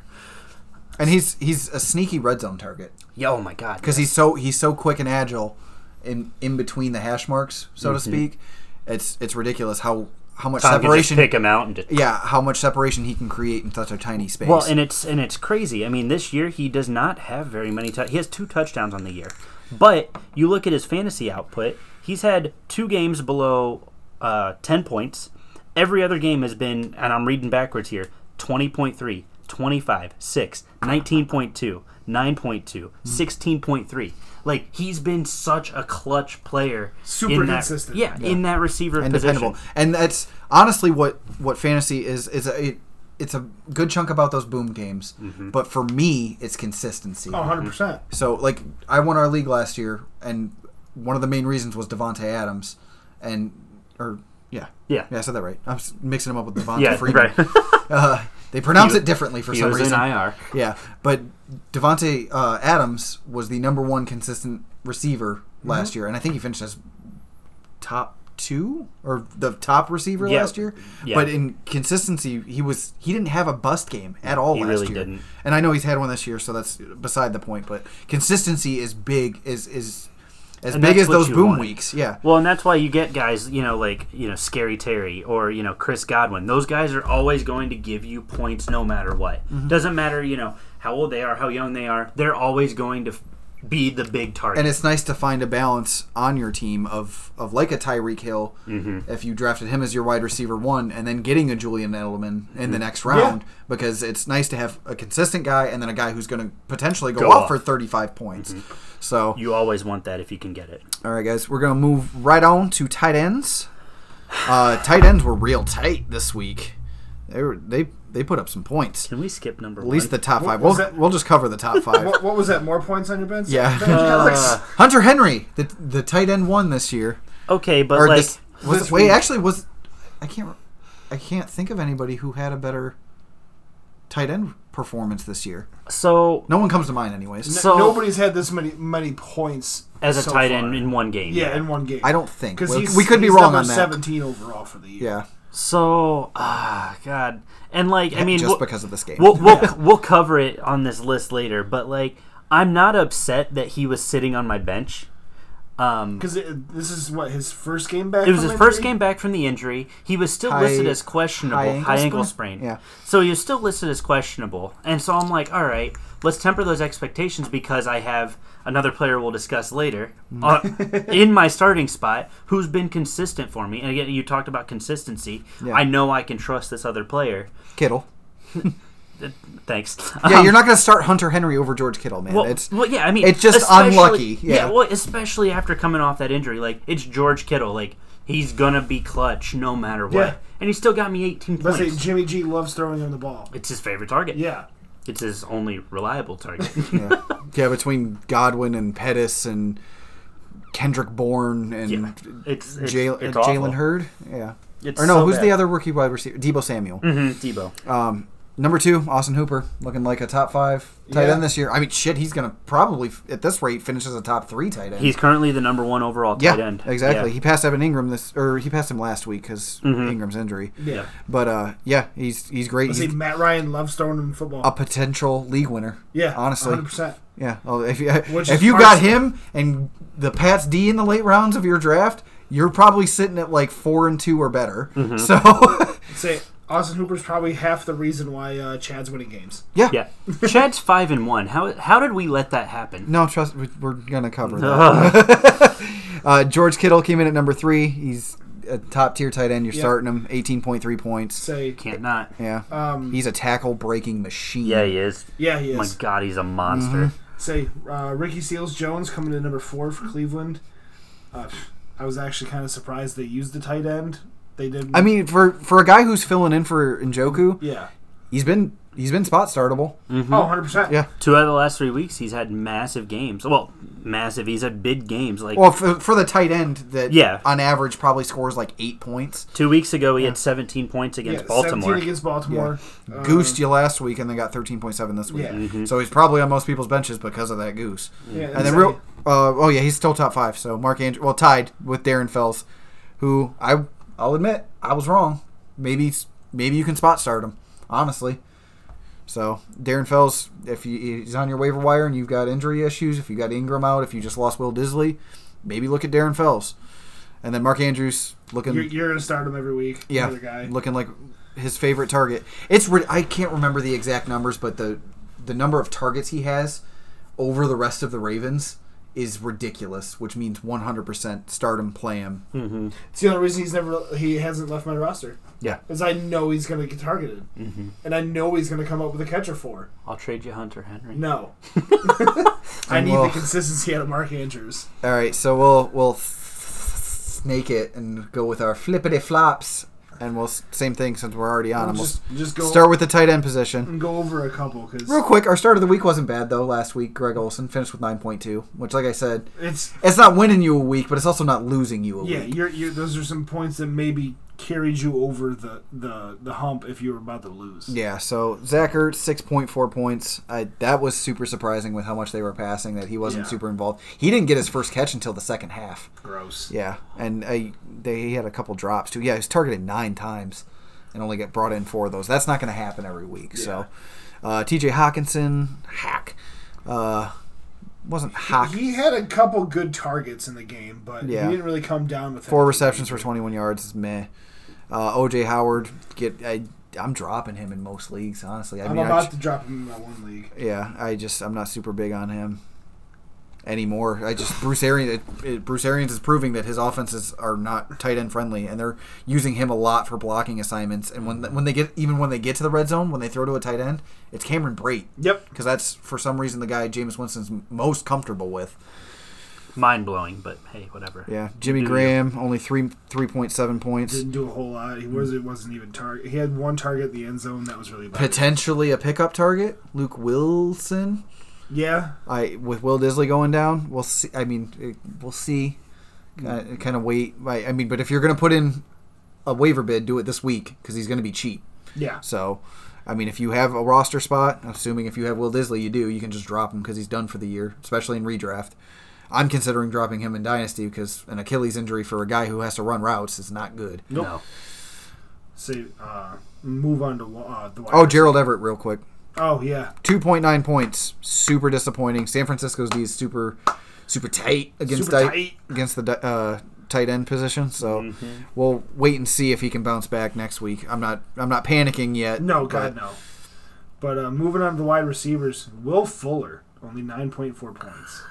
S1: and he's he's a sneaky red zone target
S3: Yeah, oh my god,
S1: because he's so he's so quick and agile in in between the hash marks, so to speak. It's it's ridiculous how how much
S3: Tom can Mm-hmm. just
S1: separation.
S3: pick him out and just
S1: Yeah, how much separation he can create in such a tiny space.
S3: Well, and it's and it's crazy. I mean, this year he does not have very many. T- he has two touchdowns on the year, but you look at his fantasy output. He's had two games below uh, ten points. Every other game has been, and I'm reading backwards here: 20.3, 25, 6, 19.2, 9.2, 16.3. Like he's been such a clutch player,
S2: Super
S3: in that-
S2: consistent.
S3: Yeah, in that receiver
S1: and
S3: position.
S1: dependable. And that's honestly what what fantasy is is a, it, it's a good chunk about those boom games.
S3: Mm-hmm.
S1: But for me, it's consistency.
S2: Oh, 100 percent.
S1: So like I won our league last year, and one of the main reasons was Devonte Adams, and or yeah.
S3: Yeah,
S1: Yeah, I said that right. I'm s- mixing him up with Devonta
S3: yeah,
S1: Freeman.
S3: right.
S1: Uh, they pronounce
S3: He-
S1: it differently for
S3: he
S1: some
S3: was in
S1: reason.
S3: IR.
S1: Yeah, but Devonte uh, Adams was the number one consistent receiver
S3: Mm-hmm.
S1: last year, and I think he finished as top two or the top receiver
S3: Yeah.
S1: last year.
S3: Yeah.
S1: But in consistency, he was he didn't have a bust game at all
S3: He
S1: last
S3: really
S1: year.
S3: didn't.
S1: And I know he's had one this year, so that's beside the point. But consistency is big. Is is as
S3: And
S1: big
S3: that's
S1: as
S3: what
S1: those
S3: you
S1: boom
S3: want.
S1: weeks. Yeah,
S3: Well, and that's why you get guys, you know, like you know, Scary Terry or you know Chris Godwin. Those guys are always going to give you points no matter what.
S1: Mm-hmm.
S3: Doesn't matter, you know, how old they are, how young they are. They're always going to f- be the big target.
S1: and it's nice to find a balance on your team of of like a Tyreek Hill, if you drafted him as your wide receiver one, and then getting a Julian Edelman in the next round because it's nice to have a consistent guy and then a guy who's going to potentially go,
S3: Go
S1: off Mm-hmm.
S3: off.
S1: for thirty five points. So,
S3: you always want that if you can get it.
S1: all right, guys, we're going to move right on to tight ends. Uh, tight ends were real tight this week. They were they they put up some points.
S3: Can we skip number
S1: At least
S3: one?
S1: the top
S2: What
S1: five.
S2: was
S1: We'll,
S2: that?
S1: we'll just cover the top five.
S2: What, what was that? More points on your bench?
S1: Yeah.
S2: Bench, Alex?
S3: Uh,
S1: Hunter Henry, the the tight end one this year,
S3: okay, but
S1: or
S3: like
S1: this was
S2: This
S1: wait
S2: week.
S1: actually was I can't I can't think of anybody who had a better tight end performance this year.
S3: so
S1: No one comes to mind, anyways.
S3: No.
S2: N-
S3: so-
S2: nobody's had this many many points
S3: as a
S2: so
S3: tight
S2: far.
S3: end in one game.
S2: Yeah, in one game.
S1: I don't think
S2: because
S1: we, we could be wrong on that.
S2: Seventeen overall for the year.
S1: Yeah,
S3: So ah god. And like I mean
S1: just
S3: wh-
S1: because of this game.
S3: we'll we'll, we'll cover it on this list later. But like, I'm not upset that he was sitting on my bench. Um,
S2: because this is what his first game back.
S3: it was
S2: from
S3: his first
S2: injury?
S3: game back from the injury. He was still
S1: High-
S3: listed as questionable,
S1: high
S3: high
S1: ankle
S3: ankle,
S1: sprain?
S3: sprain.
S1: Yeah.
S3: So he was still listed as questionable, and so I'm like, all right, let's temper those expectations because I have another player we'll discuss later
S1: Mm.
S3: uh, in my starting spot who's been consistent for me. And again, you talked about consistency.
S1: Yeah.
S3: I know I can trust this other player.
S1: Kittle.
S3: Thanks.
S1: Yeah,
S3: Um,
S1: you're not going to start Hunter Henry over George Kittle, man.
S3: Well,
S1: it's
S3: well, yeah. I mean,
S1: it's just
S3: especially-
S1: unlucky, yeah.
S3: well, especially after coming off that injury, like it's George Kittle, like he's gonna be clutch no matter what,
S2: Yeah.
S3: and he still got me 18
S2: Let's say
S3: points.
S2: Jimmy G loves throwing him the ball.
S3: it's his favorite target.
S2: Yeah,
S3: it's his only reliable target.
S1: yeah. yeah between Godwin and Pettis and Kendrick Bourne and
S3: yeah, it's, it's
S1: Jal-
S3: it's awful.
S1: Jalen Hurd. Yeah.
S3: It's
S1: or no,
S3: so
S1: who's the
S3: bad.
S1: other rookie wide receiver? Debo Samuel.
S3: Mhm, Debo?
S1: Um, number two, Austin Hooper, looking like a top five tight
S2: Yeah.
S1: end this year. I mean, shit, he's gonna probably f- at this rate finish as a top three tight end.
S3: He's currently the number one overall
S1: yeah,
S3: tight end.
S1: exactly.
S3: Yeah.
S1: He passed Evan Ingram this, or he passed him last week because
S3: Mhm.
S1: Ingram's injury.
S3: Yeah.
S1: But uh, yeah, he's he's great.
S2: let's say
S1: He's
S2: Matt Ryan loves throwing him the football.
S1: a potential league winner.
S2: yeah,
S1: honestly,
S2: hundred percent.
S1: yeah. Well, if you,
S2: Which
S1: if
S2: is
S1: you got
S2: partially-
S1: him and the Pats D in the late rounds of your draft, you're probably sitting at like four and two or better. So
S2: Say Austin Hooper's probably half the reason why uh, Chad's winning games.
S1: yeah.
S3: Yeah. Chad's five and one. How how did we let that happen?
S1: No, trust. we- We're gonna cover that.
S3: Ugh.
S1: Uh, George Kittle came in at number three. He's a top tier tight end. You're
S2: Yeah.
S1: starting him. 18.3 points.
S2: Say,
S3: Can't not.
S1: Yeah.
S2: um,
S1: He's a tackle breaking machine.
S3: Yeah, he is.
S2: yeah, he
S3: My
S2: is.
S3: God, he's a monster.
S1: Mm-hmm.
S2: Say uh, Ricky Seals Jones coming in number four for Cleveland. Uh, I was actually kind of surprised they used the tight end. They did.
S1: I mean, for for a guy who's filling in for Njoku,
S2: yeah.
S1: he's been he's been spot startable.
S3: Mm-hmm.
S2: Oh, 100 percent.
S1: Yeah.
S3: Two out of the last three weeks, he's had massive games. Well, massive. He's had big games. Like
S1: Well, for, for the tight end that
S3: Yeah.
S1: on average probably scores like eight points.
S3: Two weeks ago, he had 17 points against
S2: yeah,
S3: Baltimore.
S2: 17 against Baltimore. Uh,
S1: Goosed you last week and then got 13.7 this week.
S2: Yeah.
S3: Mm-hmm.
S1: So he's probably on most people's benches because of that goose.
S2: Yeah,
S1: And then
S2: say-
S1: real, uh, oh yeah, he's still top five. So Mark Andrew, well tied with Darren Fells, who I I'll admit I was wrong. Maybe s- maybe you can spot start him, honestly. So Darren Fells, if you, he's on your waiver wire and you've got injury issues, if you got Ingram out, if you just lost Will Disley, maybe look at Darren Fells, and then Mark Andrews looking
S2: You're, you're gonna start him every week.
S1: yeah,
S2: another guy.
S1: looking like his favorite target. It's rid- I can't remember the exact numbers, but the the number of targets he has over the rest of the Ravens is ridiculous, which means 100% start him, play him.
S3: hmm
S2: It's the only reason he's never he hasn't left my roster.
S1: Yeah.
S2: because I know he's gonna get targeted,
S3: hmm
S2: and I know he's gonna come up with a catcher for.
S3: I'll trade you Hunter Henry.
S2: No, I need
S1: Well-
S2: the consistency out of Mark Andrews.
S1: All right, so we'll we'll th- snake it and go with our flippity flops, and we'll s- same thing since we're already on. 'em. We'll
S2: just just go Mm.
S1: s- start with the tight end position.
S2: and go over a couple
S1: Real
S2: because
S1: quick, our start of the week wasn't bad though. Last week, Greg Olson finished with 9.2, which, like I said,
S2: it's
S1: it's not winning you a week, but it's also not losing you a
S2: yeah.
S1: week.
S2: You're, you're those are some points that maybe carried you over the the the hump if you were about to lose.
S1: Yeah, so Zach Ertz, 6.4 points. I, that was super surprising with how much they were passing, that he wasn't
S2: Yeah.
S1: super involved. He didn't get his first catch until the second half.
S2: Gross.
S1: Yeah, and I, they, he had a couple drops, too. Yeah, he was targeted nine times and only got brought in four of those. That's not going to happen every week. So uh, TJ Hawkinson, hack. Uh, wasn't hot.
S2: He had a couple good targets in the game, but
S1: Yeah.
S2: he didn't really come down with
S1: Four
S2: anything.
S1: receptions for 21 yards is meh. Uh, OJ Howard get I I'm dropping him in most leagues honestly. I
S2: I'm
S1: mean, I
S2: about
S1: j-
S2: to drop him in that one league.
S1: yeah, I just I'm not super big on him anymore. I just Bruce Arians it, it, Bruce Arians is proving that his offenses are not tight end friendly, and they're using him a lot for blocking assignments. And when when they get even when they get to the red zone, when they throw to a tight end, it's Cameron Brate
S2: Yep.
S1: because that's for some reason the guy James Winston's m- most comfortable with.
S3: Mind blowing, but hey, whatever.
S1: Yeah, Jimmy
S3: Yeah.
S1: Graham only three three point seven points.
S2: Didn't do a whole lot. He was it wasn't even target. He had one target in the end zone that was really bad.
S1: Potentially a pickup target, Luke Wilson.
S2: yeah,
S1: I with Will Disley going down, we'll see. I mean, it, we'll see. Uh,
S2: Mm.
S1: kind of wait. I, I mean, but if you're going to put in a waiver bid, do it this week because he's going to be cheap.
S2: yeah.
S1: So, I mean, if you have a roster spot, assuming if you have Will Disley, you do, you can just drop him because he's done for the year, especially in redraft. I'm considering dropping him in dynasty because an Achilles injury for a guy who has to run routes is not good.
S2: Nope.
S3: No.
S2: Say uh, move on to uh, the wide
S1: Oh,
S2: receiver.
S1: Gerald Everett, real quick.
S2: Oh yeah,
S1: 2.9 points. Super disappointing. San Francisco's D is super, super tight against
S2: Super
S1: di-
S2: tight.
S1: against the di- uh, tight end position. So
S3: Mm-hmm.
S1: we'll wait and see if he can bounce back next week. I'm not I'm not panicking yet.
S2: No,
S1: but-
S2: God, no. But uh, moving on to the wide receivers, Will Fuller only nine point four points.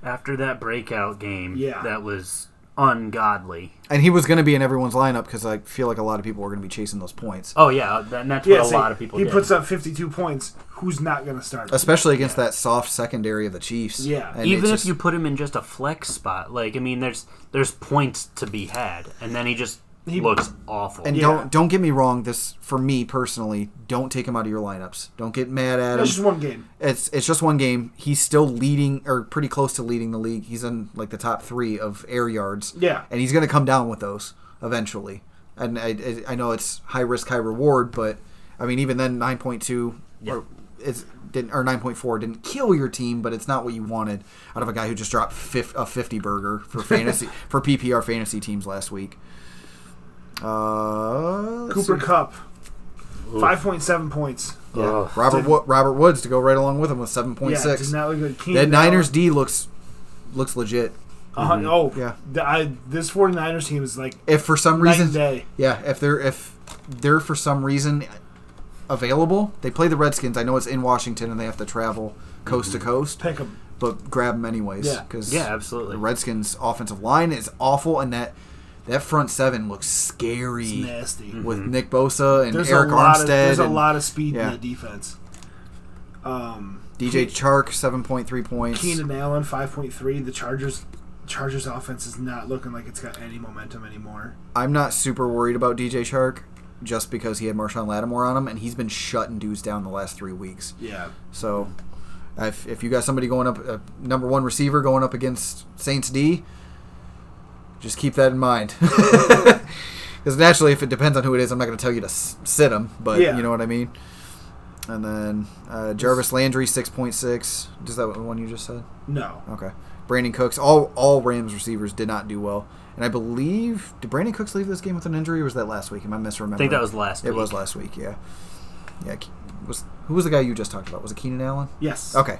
S3: After that breakout game,
S2: Yeah.
S3: that was ungodly.
S1: And he was going to be in everyone's lineup because I feel like a lot of people were going to be chasing those points,
S3: Oh yeah, that, and that's what a
S2: see,
S3: lot of people
S2: He
S3: did.
S2: puts up fifty two points. Who's not going to start? him?
S1: especially against that soft secondary of the Chiefs.
S2: Yeah.
S1: And
S3: Even
S1: it's
S3: if
S1: just-
S3: you put him in just a flex spot, like I mean, there's there's points to be had, and then he just
S2: He-
S3: looks awful.
S1: And
S2: Yeah.
S1: don't don't get me wrong. This for me personally, don't take him out of your lineups. Don't get mad at him.
S2: That's just one game.
S1: it's it's just one game. He's still leading or pretty close to leading the league. He's in like the top three of air yards.
S2: Yeah.
S1: and he's going to come down with those eventually. And I, I- I know it's high risk, high reward, but I mean even then, nine point two or it's didn't or nine point four didn't kill your team, but it's not what you wanted out of a guy who just dropped fif- a fifty burger for fantasy for PPR fantasy teams last week. Uh, let's
S2: Cooper
S1: see.
S2: Cup, five point seven points.
S1: Yeah.
S3: Ugh.
S1: Robert Wo- Robert Woods to go right along with him with seven Uh, point
S2: Yeah,
S1: six.
S2: did not look good.
S1: That
S2: Keenan
S1: Niners D looks looks legit.
S2: Allen, uh, Oh
S1: Yeah.
S2: the- I, this 49ers team is like
S1: If for some
S2: night and
S1: reason,
S2: day.
S1: yeah, if they're if they're for some reason available, they play the Redskins. I know it's in Washington and they have to travel coast to coast,
S2: Pick them.
S1: but grab them anyways
S2: Yeah.
S1: because
S3: Mm-hmm. yeah,
S1: the
S3: absolutely.
S1: Redskins offensive line is awful and that that front seven looks scary
S2: It's nasty.
S1: with
S3: Mm-hmm.
S1: Nick Bosa and
S2: There's
S1: Mm. Eric
S2: a lot
S1: Armstead
S2: of there's a
S1: and
S2: lot of speed
S1: yeah.
S2: in that defense. Um,
S1: DJ Chark seven point three points.
S2: Keenan Allen, five point three. The Chargers, Chargers offense is not looking like it's got any momentum anymore.
S1: I'm not super worried about DJ Chark just because he had Marshawn Lattimore on him and he's been shutting dudes down the last three weeks.
S2: Yeah,
S1: So, if, if you got somebody going up, a number one receiver going up against Saints D, just keep that in mind. Because naturally, if it depends on who it is, I'm not going to tell you to s- sit him, but
S2: Yeah.
S1: you know what I mean. And then uh, Jarvis Landry, six point six. Is that the one you just said?
S2: no,
S1: Okay. Brandon Cooks. All all Rams receivers did not do well, and I believe did Brandon Cooks leave this game with an injury? or Was that last week? Am I misremembering?
S3: I think that was last.
S1: It
S3: week.
S1: was last week. Yeah. Yeah. Ke- Was who was the guy you just talked about? Was it Keenan Allen?
S2: yes,
S1: Okay.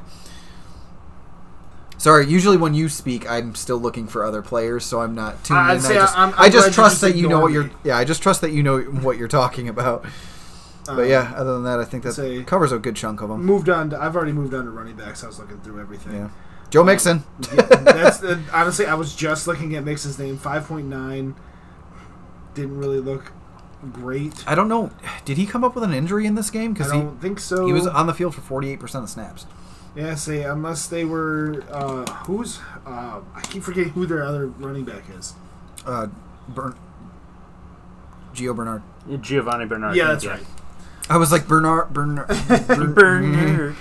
S1: Sorry. Usually when you speak, I'm still looking for other players, so I'm not tuned
S2: I'd
S1: in.
S2: say
S1: I just,
S2: I'm- I'm
S1: I just
S2: glad you
S1: trust
S2: just
S1: that you know
S2: ignored
S1: what you're.
S2: me.
S1: Yeah, I just trust that you know what you're talking about.
S2: Um,
S1: But yeah, other than that, I think that
S2: say-
S1: covers a good chunk of them.
S2: moved on. To, I've already moved on to running backs. I was looking through everything.
S1: Yeah. Joe Mixon.
S2: Yeah, that's uh, honestly, I was just looking at Mixon's name. Five point nine didn't really look great.
S1: I don't know. Did he come up with an injury in this game?
S2: I
S1: Because he
S2: don't think so.
S1: He was on the field for 48% of snaps.
S2: yeah, say unless they were uh, who's uh, I keep forgetting who their other running back is.
S1: Uh, Bern- Gio Bernard.
S3: Giovanni Bernard.
S2: yeah, that's right.
S1: I was like, Bernard. Bernard. Bern-
S3: Bernard.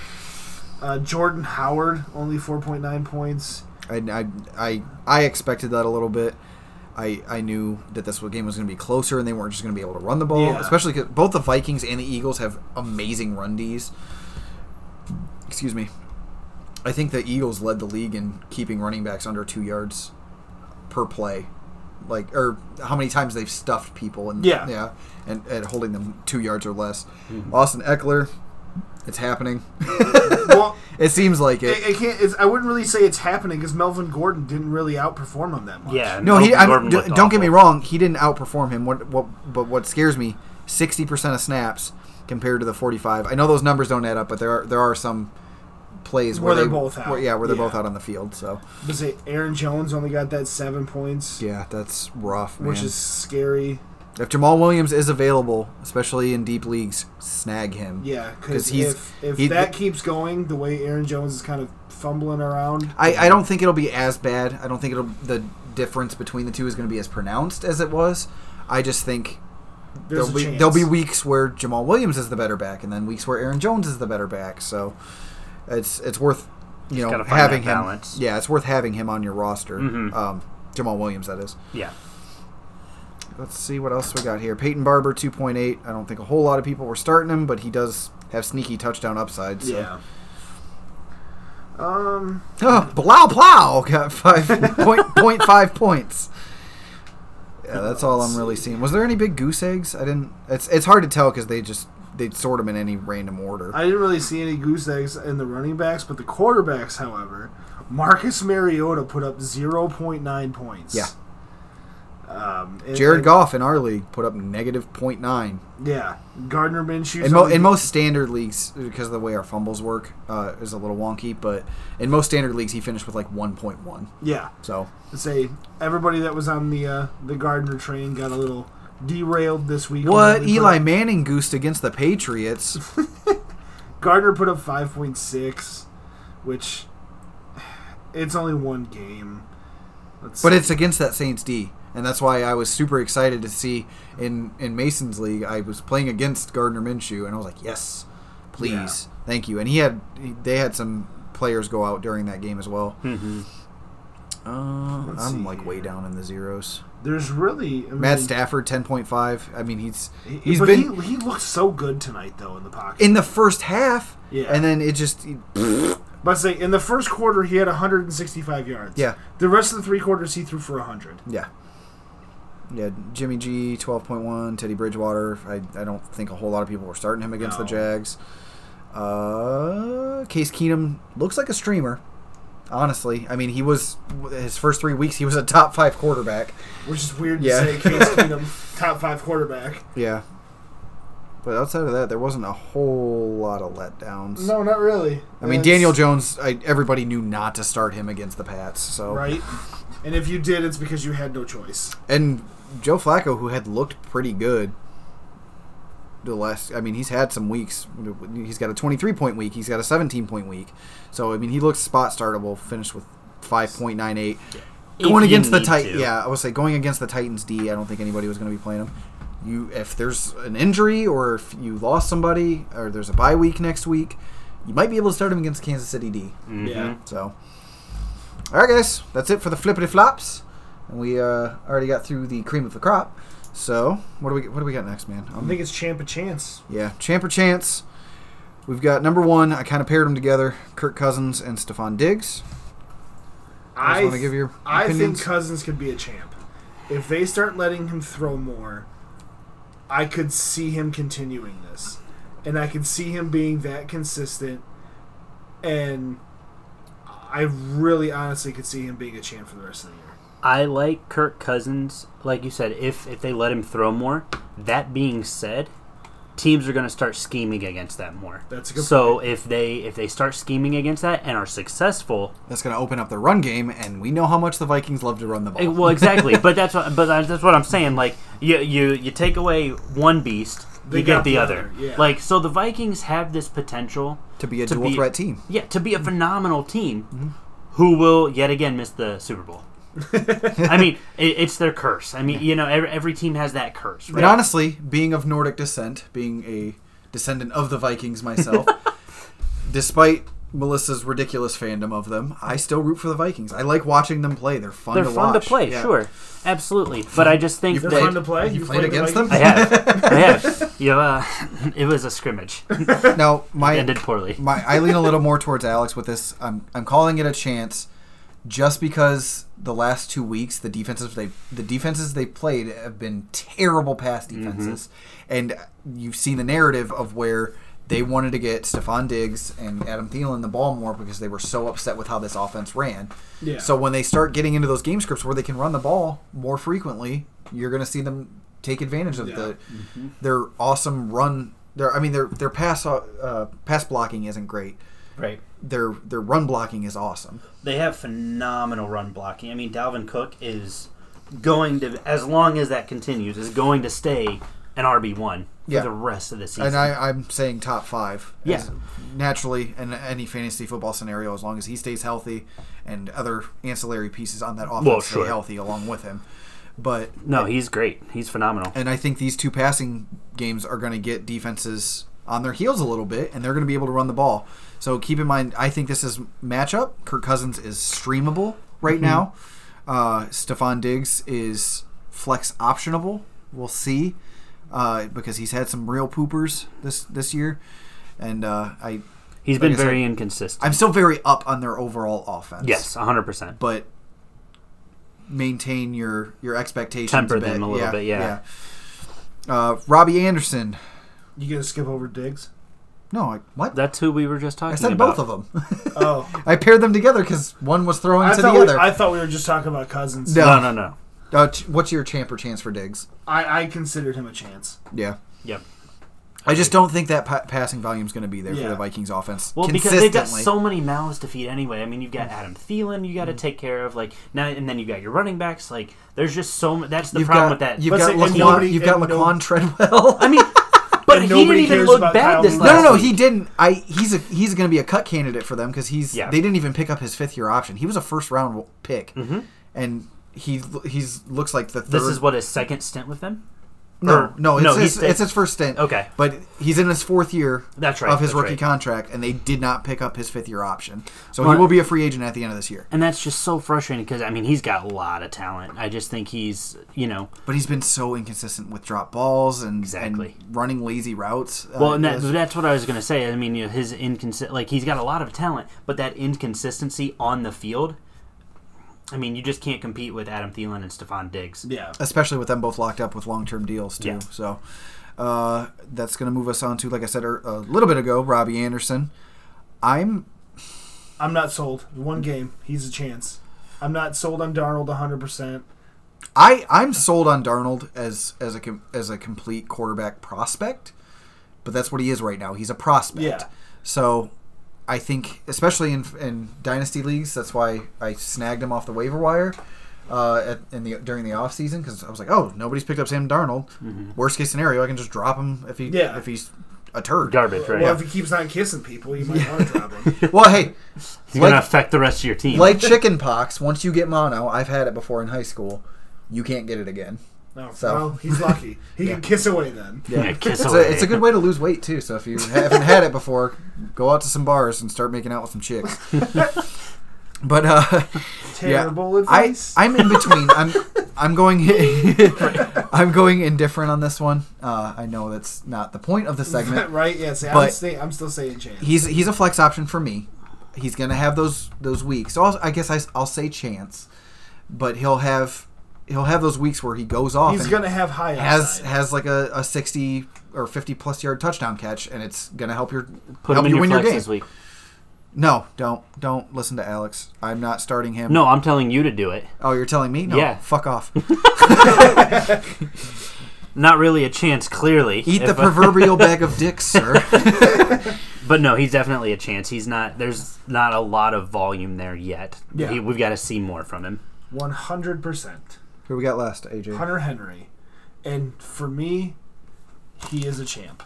S2: Uh, Jordan Howard only four point nine points.
S1: I, I, I, I expected that a little bit. I, I knew that this game was going to be closer and they weren't just going to be able to run the ball,
S2: Yeah.
S1: especially because both the Vikings and the Eagles have amazing run Ds. Excuse me. I think the Eagles led the league in keeping running backs under two yards per play, like or how many times they've stuffed people and
S2: Yeah.
S1: yeah, and, and holding them two yards or less. Austin Eckler, It's happening.
S2: well,
S1: It seems like it.
S2: it, it can't. It's, I wouldn't really say it's happening because Melvin Gordon didn't really outperform him that much.
S3: Yeah.
S1: No, he.
S3: Melvin
S1: I,
S3: Gordon
S1: d-
S3: looked
S1: don't get me
S3: awful.
S1: wrong. He didn't outperform him. What? What? But what scares me? Sixty percent of snaps compared to the forty-five. I know those numbers don't add up, but there are there are some plays where,
S2: Where they're
S1: they-
S2: both out.
S1: where- yeah, where they're
S2: Yeah.
S1: both out on the field. So
S2: Was it Aaron Jones only got that seven points,
S1: yeah, that's rough, man.
S2: which is scary.
S1: if Jamal Williams is available, especially in deep leagues, snag him.
S2: Yeah,
S1: 'Cause
S2: because
S1: he's-
S2: if, if
S1: he-
S2: that keeps going the way Aaron Jones is kind of fumbling around,
S1: I, I don't think it'll be as bad. I don't think it'll the difference between the two is going to be as pronounced as it was. I just think
S2: there's
S1: there'll
S2: a
S1: be
S2: chance.
S1: there'll be weeks where Jamal Williams is the better back, and then weeks where Aaron Jones is the better back. So it's it's worth you know
S3: gotta find
S1: having
S3: that
S1: him.
S3: balance.
S1: Yeah, it's worth having him on your roster.
S3: Mhm.
S1: Um, Jamal Williams, that is.
S3: Yeah.
S1: Let's see what else we got here. Peyton Barber, two point eight. I don't think a whole lot of people were starting him, but he does have sneaky touchdown upside. So.
S2: Yeah. Um.
S1: Oh, Blau Plow got five point point five points. Yeah, that's all I'm really seeing. Was there any big goose eggs? I didn't. It's it's hard to tell because they just they sort them in any random order.
S2: I didn't really see any goose eggs in the running backs, but the quarterbacks, however, Marcus Mariota put up 0.9 points.
S1: Yeah.
S2: Um, and-
S1: Jared
S2: and-
S1: Goff in our league put up negative point nine
S2: Yeah. Gardner Minshew.
S1: in, mo- in most standard leagues because of the way our fumbles work uh, is a little wonky. But in most standard leagues, he finished with like one point one.
S2: Yeah.
S1: So
S2: Say everybody that was on the uh, the Gardner train got a little derailed this week.
S1: what
S2: We put
S1: Eli
S2: up-
S1: Manning goosed against the Patriots?
S2: Gardner put up 5.6, which it's only one game. Let's
S1: But
S2: see.
S1: it's against that Saints D, and that's why I was super excited to see in in Mason's league. I was playing against Gardner Minshew, and I was like, "Yes, please, thank you." And he had he- they had some players go out during that game as well.
S3: hmm
S1: Uh,
S2: Let's
S1: I'm
S2: see
S1: like way
S2: here.
S1: down in the zeros.
S2: there's really I
S1: Matt
S2: mean,
S1: Stafford, ten point five. I mean, he's
S2: Mm. he-
S1: he's
S2: but
S1: been
S2: he, he looked so good tonight though in the pocket.
S1: in the first half,
S2: Yeah.
S1: and then it just
S2: But say in the first quarter he had 165 yards.
S1: yeah,
S2: The rest of the three quarters he threw for 100.
S1: yeah. Yeah, Jimmy G, 12.1, Teddy Bridgewater. I, I don't think a whole lot of people were starting him against the
S2: No.
S1: Jags. Uh, Case Keenum looks like a streamer, honestly. I mean, he was, his first three weeks, he was a top five quarterback.
S2: Which is weird
S1: Yeah.
S2: to say Case Keenum top 5 quarterback.
S1: Yeah. But outside of that, there wasn't a whole lot of letdowns.
S2: No, not really.
S1: I mean,
S2: That's-
S1: Daniel Jones, I, everybody knew not to start him against the Pats, so.
S2: right? And if you did it's because you had no choice.
S1: And Joe Flacco, who had looked pretty good the last, I mean, he's had some weeks. He's got a 23 point week, he's got a 17 point week. So, I mean, he looks spot startable, finished with 5.98. Going against the Titans, yeah, I would say going against the Titans D, I don't think anybody was going to be playing him. You, if there's an injury or if you lost somebody or there's a bye week next week, you might be able to start him against Kansas City D.
S2: Yeah.
S1: So, all right, guys, that's it for the flippity flops, and we uh, already got through the cream of the crop. So, what do we what do we got next, man?
S2: I
S1: Um,
S2: think it's champ a chance.
S1: yeah, champ or chance. We've got number one. I kind of paired them together: Kirk Cousins and Stephon Diggs. I just
S2: I
S1: want to give your
S2: I think
S1: opinions.
S2: Cousins could be a champ. If they start letting him throw more, I could see him continuing this. And I could see him being that consistent. And I really honestly could see him being a champ for the rest of the year.
S3: I like Kirk Cousins, like you said, if if they let him throw more. That being said, teams are going to start scheming against that more.
S2: That's a good
S3: so if they if they start scheming against that and are successful,
S1: that's going to open up the run game, and we know how much the Vikings love to run the ball.
S3: eh, well, exactly. but that's what but I- that's what I'm saying. Like you you you take away one beast,
S2: They
S3: you get
S2: got
S3: the,
S2: the
S3: other.
S2: other, yeah.
S3: Like so, the Vikings have this potential
S1: to be a
S3: to
S1: dual
S3: be-
S1: threat team.
S3: Yeah, to be a phenomenal team who will yet again miss the Super Bowl. I mean, it, it's their curse. I mean, you know, every, every team has that curse. Right?
S1: And honestly, being of Nordic descent, being a descendant of the Vikings myself, despite Melissa's ridiculous fandom of them, I still root for the Vikings. I like watching them play. They're fun
S3: They're
S1: to
S3: fun
S1: watch.
S3: to play,
S1: Yeah.
S3: sure, absolutely. But I just think
S1: You've
S2: They're
S1: played-
S2: fun to play.
S1: you
S2: You've
S1: played
S2: the
S1: against
S2: Vikings?
S1: them?
S3: I have, I have. You know, uh, it was a scrimmage. It
S1: Now, my
S3: ended poorly.
S1: my I lean a little more towards Alex with this. I'm I'm calling it a chance just because the last two weeks the defenses they the defenses they played have been terrible pass defenses and you've seen the narrative of where they wanted to get Stephon Diggs and Adam Thielen the ball more because they were so upset with how this offense ran.
S2: Yeah.
S1: So when they start getting into those game scripts where they can run the ball more frequently, you're going to see them take advantage of
S2: Yeah.
S1: the
S3: Mm-hmm.
S1: their awesome run. Their I mean their their pass uh, pass blocking isn't great.
S4: Right.
S1: Their their run blocking is awesome.
S4: They have phenomenal run blocking. I mean, Dalvin Cook is going to, as long as that continues, is going to stay an RB one for
S1: Yeah.
S4: the rest of the season.
S1: And I, I'm saying top five.
S4: Yeah.
S1: as- Naturally, in any fantasy football scenario, as long as he stays healthy and other ancillary pieces on that offense
S3: Well,
S1: stay
S3: sure.
S1: healthy along with him. But
S3: No, he's great. He's phenomenal.
S1: and I think these two passing games are going to get defenses on their heels a little bit, and they're going to be able to run the ball. So keep in mind, I think this is matchup. Kirk Cousins is streamable right now. Uh, Stephon Diggs is flex optionable. We'll see uh, because he's had some real poopers this this year, and uh, I
S3: He's
S1: Like
S3: been
S1: I said,
S3: very inconsistent.
S1: I'm still very up on their overall offense.
S3: yes, 100%.
S1: but maintain your your expectations.
S3: Temper
S1: a bit.
S3: them a little bit, yeah.
S1: yeah. Uh, Robbie Anderson.
S2: You gonna skip over Diggs?
S1: No, I, what?
S3: That's who we were just talking
S1: I
S3: about.
S1: said both of them.
S2: Oh,
S1: I paired them together because one was throwing
S2: I
S1: to the
S2: thought we,
S1: other.
S2: I thought we were just talking about Cousins.
S1: No.
S3: No, no, no.
S1: uh, ch- what's your champer chance for Diggs?
S2: I, I considered him a chance.
S1: Yeah.
S3: Yep.
S1: I just don't think that pa- passing volume is going to be there for
S2: Yeah.
S1: the Vikings offense
S3: Well, because
S1: consistently. Mm.
S3: they've got so many mouths to feed anyway. I mean, you've got Adam Thielen, you got to take care of like now, and then you got your running backs. Like, there's just so much. That's the
S1: you've got,
S3: problem with that.
S1: You've
S2: Let's
S1: got,
S2: say- and
S1: Laquan,
S2: nobody-
S1: you've got
S2: and no-
S1: Laquan Treadwell.
S3: I mean, but
S2: And
S3: he
S2: nobody
S3: didn't even
S2: cares
S3: look
S2: about
S3: bad
S2: Kyle
S3: this
S2: Pitts.
S3: last
S1: No, no, no.
S3: week.
S1: He didn't. I. He's a. He's going to be a cut candidate for them because he's.
S3: Yeah.
S1: They didn't even pick up his fifth year option. He was a first round pick, and he he's looks like the third.
S3: Mm-hmm. This is what his second stint with them.
S1: No,
S3: or-
S1: no. It's,
S3: no,
S1: his,
S3: he's the-
S1: it's his first stint.
S3: Okay.
S1: but he's in his fourth year
S3: That's right.
S1: of his
S3: that's
S1: rookie
S3: right.
S1: contract, and they did not pick up his fifth year option. So
S3: But-
S1: he will be a free agent at the end of this year.
S3: and that's just so frustrating because I mean he's got a lot of talent. I just think he's you know
S1: But he's been so inconsistent with drop balls and,
S3: Exactly.
S1: and running lazy routes. Uh,
S3: well, and that,
S1: it's-
S3: that's what I was gonna say. I mean, you know, his inconsistent like he's got a lot of talent, but that inconsistency on the field. I mean, you just can't compete with Adam Thielen and Stephon Diggs.
S2: Yeah.
S1: especially with them both locked up with long-term deals too.
S3: Yeah.
S1: So uh, that's going to move us on to, like I said er- a little bit ago, Robbie Anderson. I'm
S2: I'm not sold. One game, he's a chance. I'm not sold on Darnold 100. percent
S1: I I'm sold on Darnold as as a com- as a complete quarterback prospect, but that's what he is right now. He's a prospect.
S2: Yeah.
S1: So I think, especially in in dynasty leagues, that's why I snagged him off the waiver wire. Uh, at, in the during the off season because I was like, oh, nobody's picked up Sam Darnold. Worst case scenario, I can just drop him if he
S2: Mm-hmm. Yeah.
S1: if he's a turd.
S3: Garbage, right?
S2: Well, if he keeps on kissing people, you might want to drop him.
S1: Well, hey,
S3: It's
S1: like-
S3: gonna affect the rest of your team.
S1: like chicken pox, once you get mono, I've had it before in high school. You can't get it again.
S2: No,
S1: So.
S2: well, he's lucky. He can kiss away then.
S3: Yeah, kiss
S1: it's,
S3: away.
S1: A, it's a good way to lose weight too. So if you haven't had it before, go out to some bars and start making out with some chicks. but uh,
S2: Terrible
S1: I
S2: advice.
S1: I'm in between. I'm I'm going I'm going indifferent on this one. Uh, I know that's not the point of the segment.
S2: right? Yeah. See, I'm,
S1: But-
S2: stay, I'm still saying chance.
S1: He's he's a flex option for me. He's gonna have those those weeks. So I'll, I guess I, will say chance, but he'll have he'll have those weeks where he goes off.
S2: he's
S1: and-
S2: gonna have high
S1: has
S2: upside.
S1: has like a, a 60 or 50 plus yard touchdown catch and it's going to help your
S3: Put
S1: help
S3: him in
S1: you
S3: your
S1: win
S3: flex
S1: your game.
S3: this week.
S1: No, don't don't listen to Alex. I'm not starting him.
S3: No, I'm telling you to do it.
S1: Oh, you're telling me? No.
S3: Yeah.
S1: Fuck off.
S3: Not really a chance, clearly.
S1: Eat the
S3: If-
S1: proverbial bag of dicks, sir.
S3: But no, he's definitely a chance. He's not. There's not a lot of volume there yet.
S1: Yeah.
S3: He- we've got to see more from him.
S2: 100 percent.
S1: Who we got last, AJ?
S2: Hunter Henry, and for me, he is a champ.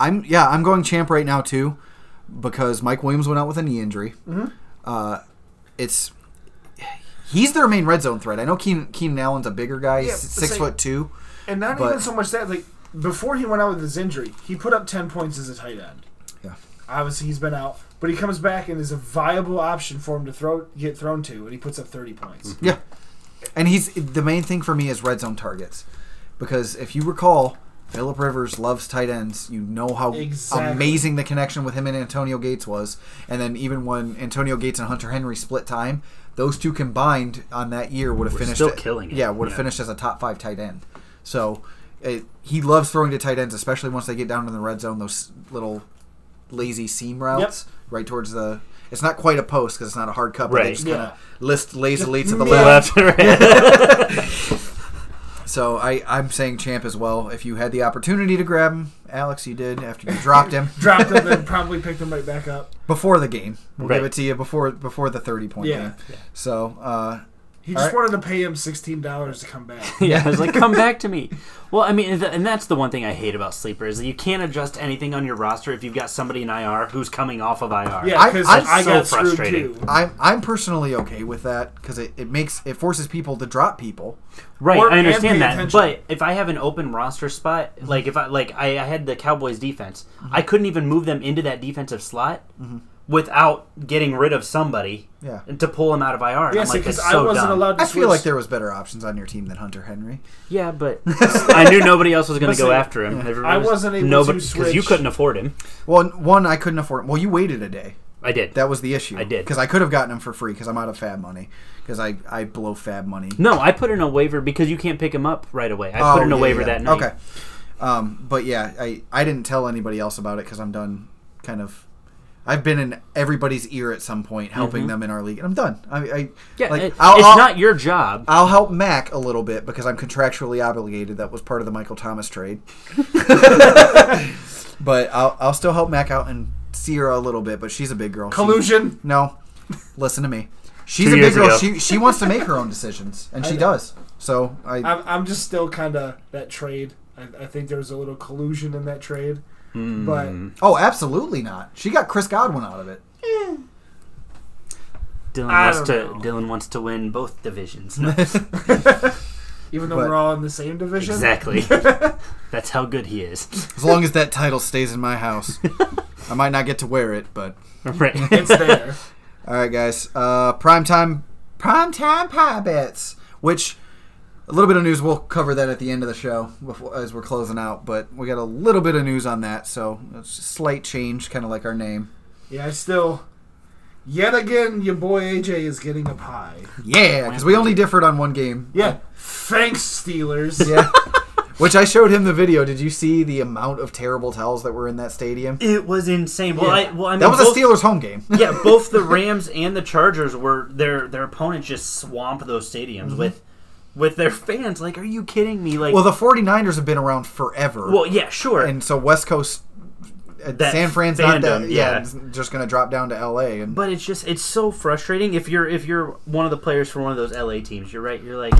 S1: I'm yeah, I'm going champ right now too because Mike Williams went out with a knee injury.
S2: Mm-hmm.
S1: Uh it's he's their main red zone threat. I know Keenan, Keenan Allen's a bigger guy.
S2: Yeah,
S1: He's
S2: but
S1: 6
S2: say-
S1: foot 2.
S2: And not
S1: But-
S2: even so much that, like, before he went out with his injury, he put up 10 points as a tight end.
S1: Yeah.
S2: Obviously, he's been out, but he comes back and is a viable option for him to throw get thrown to, and he puts up 30 points.
S1: Yeah. And he's the main thing for me is red zone targets. Because if you recall, Philip Rivers loves tight ends. You know how
S2: Exactly.
S1: amazing the connection with him and Antonio Gates was. And then even when Antonio Gates and Hunter Henry split time, those two combined on that year would have
S3: Were
S1: finished
S3: still killing it.
S1: Yeah, would have
S3: Yeah.
S1: finished as a top 5 tight end. So it, he loves throwing to tight ends, especially once they get down in the red zone. Those little lazy seam routes right towards the. It's not quite a post because it's not a hard cut, but they
S3: Right.
S1: just
S2: Yeah.
S1: kind of list lazily to the
S2: Yeah.
S1: left.
S3: Left and right.
S1: So I, I'm saying Champ as well. If you had the opportunity to grab him, Alex, you did after you dropped him
S2: Dropped him and probably picked him right back up.
S1: before the game. We'll give
S3: Right.
S1: it to you before before the 30 point
S2: Yeah.
S1: game. So uh,
S2: He
S1: All right.
S2: just wanted to pay him sixteen dollars to come back.
S3: yeah, I was like, come back to me. Well, I mean, and th- and that's the one thing I hate about sleeper is that you can't adjust anything on your roster if you've got somebody in IR who's coming off of IR.
S2: Yeah,
S1: I-
S2: because I,
S1: I'm
S3: so
S2: got screwed
S3: frustrated.
S2: too.
S1: I'm I'm personally okay with that because it, it makes it forces people to drop people.
S3: Right,
S2: Or-
S3: I
S2: and pay
S3: understand that.
S2: attention. Mm-hmm.
S3: But if I have an open roster spot, like if I like I, I had the Cowboys defense, I couldn't even move them into that defensive slot
S2: Mm-hmm.
S3: without getting rid of somebody
S1: Yeah.
S3: to pull them out of IR. And
S2: Yes,
S3: I'm like,
S2: because
S3: it's
S2: I
S3: so
S2: wasn't
S3: dumb.
S2: allowed to.
S1: I feel
S2: switch.
S1: like there was better options on your team than Hunter Henry.
S3: Yeah, but I knew nobody else was going to
S2: Listen,
S3: go after him. There
S2: I
S3: was
S2: wasn't able
S3: nobody,
S2: to
S3: you
S2: switch.
S3: couldn't afford him.
S1: Well, n- one I couldn't afford. Well, you waited a day.
S3: I did.
S1: That was the issue.
S3: I did.
S1: because I could have gotten him for free because I'm out of Fab money because I I blow Fab money.
S3: no, I put in a waiver because you can't pick him up right away. I
S1: Oh,
S3: put in a
S1: yeah,
S3: waiver
S1: yeah.
S3: that night.
S1: Okay. Um, but yeah, I, I didn't tell anybody else about it because I'm done. Kind of, I've been in everybody's ear at some point, helping them in our league, and I'm done. I, I
S3: Mm-hmm. Yeah,
S1: like,
S3: it-
S1: I'll,
S3: it's
S1: I'll-
S3: not your job.
S1: I'll help Mac a little bit because I'm contractually obligated. That was part of the Michael Thomas trade. but I'll, I'll still help Mac out and see her a little bit. But she's a big girl. She-
S2: collusion.
S1: no, listen to me. She's
S3: Two
S1: a big
S3: years
S1: girl.
S3: ago.
S1: She she wants to make her own decisions, and she does. So I
S2: I'm, I'm just still kind of that trade. I, I think there was a little collusion in that trade, but
S3: Hmm.
S1: Oh, absolutely not. She got Chris Godwin out of it.
S3: Dylan
S2: I
S3: wants to
S2: don't know.
S3: Dylan wants to win both divisions. No,
S2: even though
S1: But-
S2: we're all in the same division,
S3: exactly. That's how good he is.
S1: As long as that title stays in my house, I might not get to wear it. But
S3: Right.
S2: it's there.
S1: all right, guys. Uh, primetime, primetime pie bets. Which a little bit of news. We'll cover that at the end of the show before, as we're closing out. But we got a little bit of news on that. So it's a slight change, kind of like our name.
S2: Yeah, I still. Yet again, your boy AJ is getting a pie.
S1: Yeah, because we only differed on one game.
S2: Yeah, thanks Steelers.
S1: Yeah. Which I showed him the video. Did you see the amount of terrible towels that were in that stadium?
S4: It was insane. Well,
S2: Yeah.
S4: I, well, I mean,
S1: That was
S4: both,
S1: a Steelers home game.
S4: yeah, both the Rams and the Chargers were their their opponents just swamp those stadiums with with their fans. Like, are you kidding me? Like,
S1: Mm-hmm.
S4: well,
S1: Well, the 49ers have been around forever.
S4: yeah, sure.
S1: and so West Coast, uh,
S4: That
S1: San Fran's not that.
S4: fandom,
S1: Yeah,
S4: yeah.
S1: it's just gonna drop down to L.A. and
S4: but it's just it's so frustrating if you're if you're one of the players for one of those LA teams. You're right. You're like,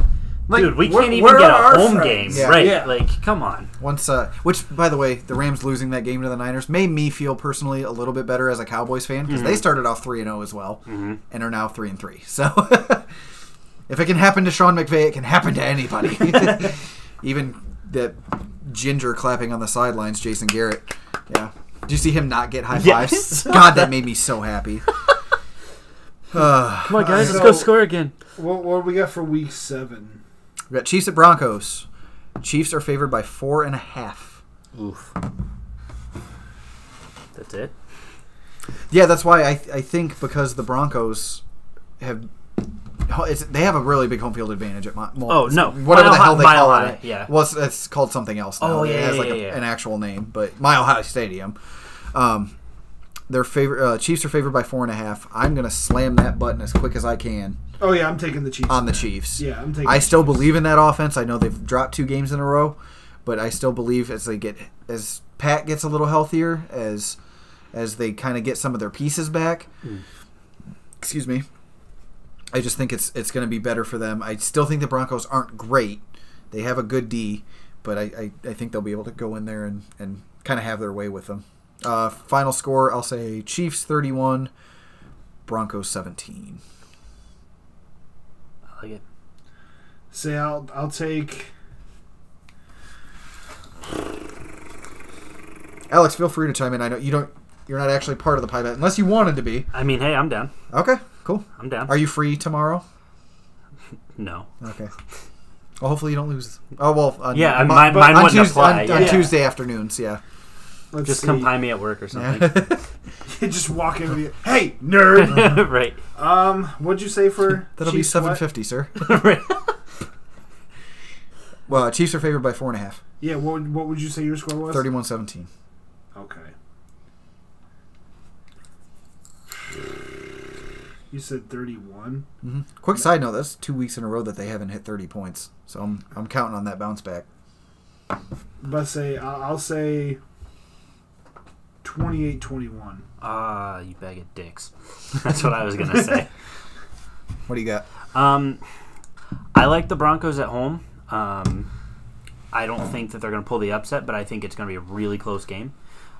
S2: Like,
S4: dude, we
S2: where-
S4: can't
S2: where
S4: even get a
S2: are our
S4: home game,
S2: friends?
S1: Yeah.
S4: right?
S2: Yeah.
S4: Like, come on.
S1: once, uh, which by the way, the Rams losing that game to the Niners made me feel personally a little bit better as a Cowboys fan because
S4: Mm-hmm.
S1: they started off three and zero as well and are now three and three. So if it can happen to Sean McVay, it can happen to anybody. Even that ginger clapping on the sidelines, Jason Garrett. Yeah. Did you see him not get high
S3: Yeah.
S1: fives? God, that made me so happy.
S3: Come on, guys, let's
S2: So-
S3: go score again.
S2: What what we got for week seven?
S1: We got Chiefs at Broncos. Chiefs are favored by four and a half.
S3: Oof. That's it.
S1: Yeah, that's why I I think because the Broncos have. It's, they have a really big home field advantage at Mon-
S3: Oh, no.
S1: whatever
S3: Mile
S1: the hell
S3: High-
S1: they
S3: Mile
S1: call
S3: High,
S1: it.
S3: yeah.
S1: well, it's, it's called something else. Now.
S3: Oh,
S1: it
S3: yeah,
S1: has
S3: yeah,
S1: like a,
S3: yeah, yeah.
S1: an actual name, but Mile High Stadium. Um, their favor uh, Chiefs are favored by four and a half. I'm gonna slam that button as quick as I can
S2: Oh yeah, I'm taking the Chiefs.
S1: on the Chiefs.
S2: yeah, I'm taking.
S1: I
S2: the
S1: still
S2: Chiefs.
S1: believe in that offense. I know they've dropped two games in a row, but I still believe as they get as Pat gets a little healthier, as as they kind of get some of their pieces back. Excuse me. I just think it's it's going to be better for them. I still think the Broncos aren't great. They have a good D, but I, I, I think they'll be able to go in there and, and kind of have their way with them. Uh, final score, I'll say Chiefs 31, Broncos 17.
S3: I like it.
S2: Say I'll I'll take.
S1: Alex, feel free to chime in. I know you don't. You're not actually part of the pie bet unless you wanted to be.
S3: I mean, hey, I'm down.
S1: Okay, cool.
S3: I'm down.
S1: Are you free tomorrow?
S3: no.
S1: Okay. Well, hopefully you don't lose. Oh well. On,
S3: Yeah,
S1: on,
S3: and mine- mine
S1: on
S3: wouldn't
S1: Tuesday,
S3: apply,
S1: on, on
S2: yeah.
S1: Tuesday afternoons. Yeah.
S2: Let's
S3: Just
S2: see.
S3: come find me at work or something.
S2: Just walk in. with you. Hey, nerd.
S3: right.
S2: um, what'd you say for?
S1: That'll be
S2: Chiefs
S1: seven
S2: what?
S1: fifty, sir.
S3: Right.
S1: Well, Chiefs are favored by four and a half.
S2: Yeah. What would, what would you say your score was?
S1: 31-17.
S2: Okay. You said 31.
S1: hmm Quick side note: that's two weeks in a row that they haven't hit 30 points. So I'm I'm counting on that bounce back.
S2: But say I'll I'll say 28 21.
S3: Ah, you bag of dicks. That's what I was gonna say.
S1: What do you got?
S3: Um, I like the Broncos at home. Um, I don't think that they're going to pull the upset, but I think it's going to be a really close game.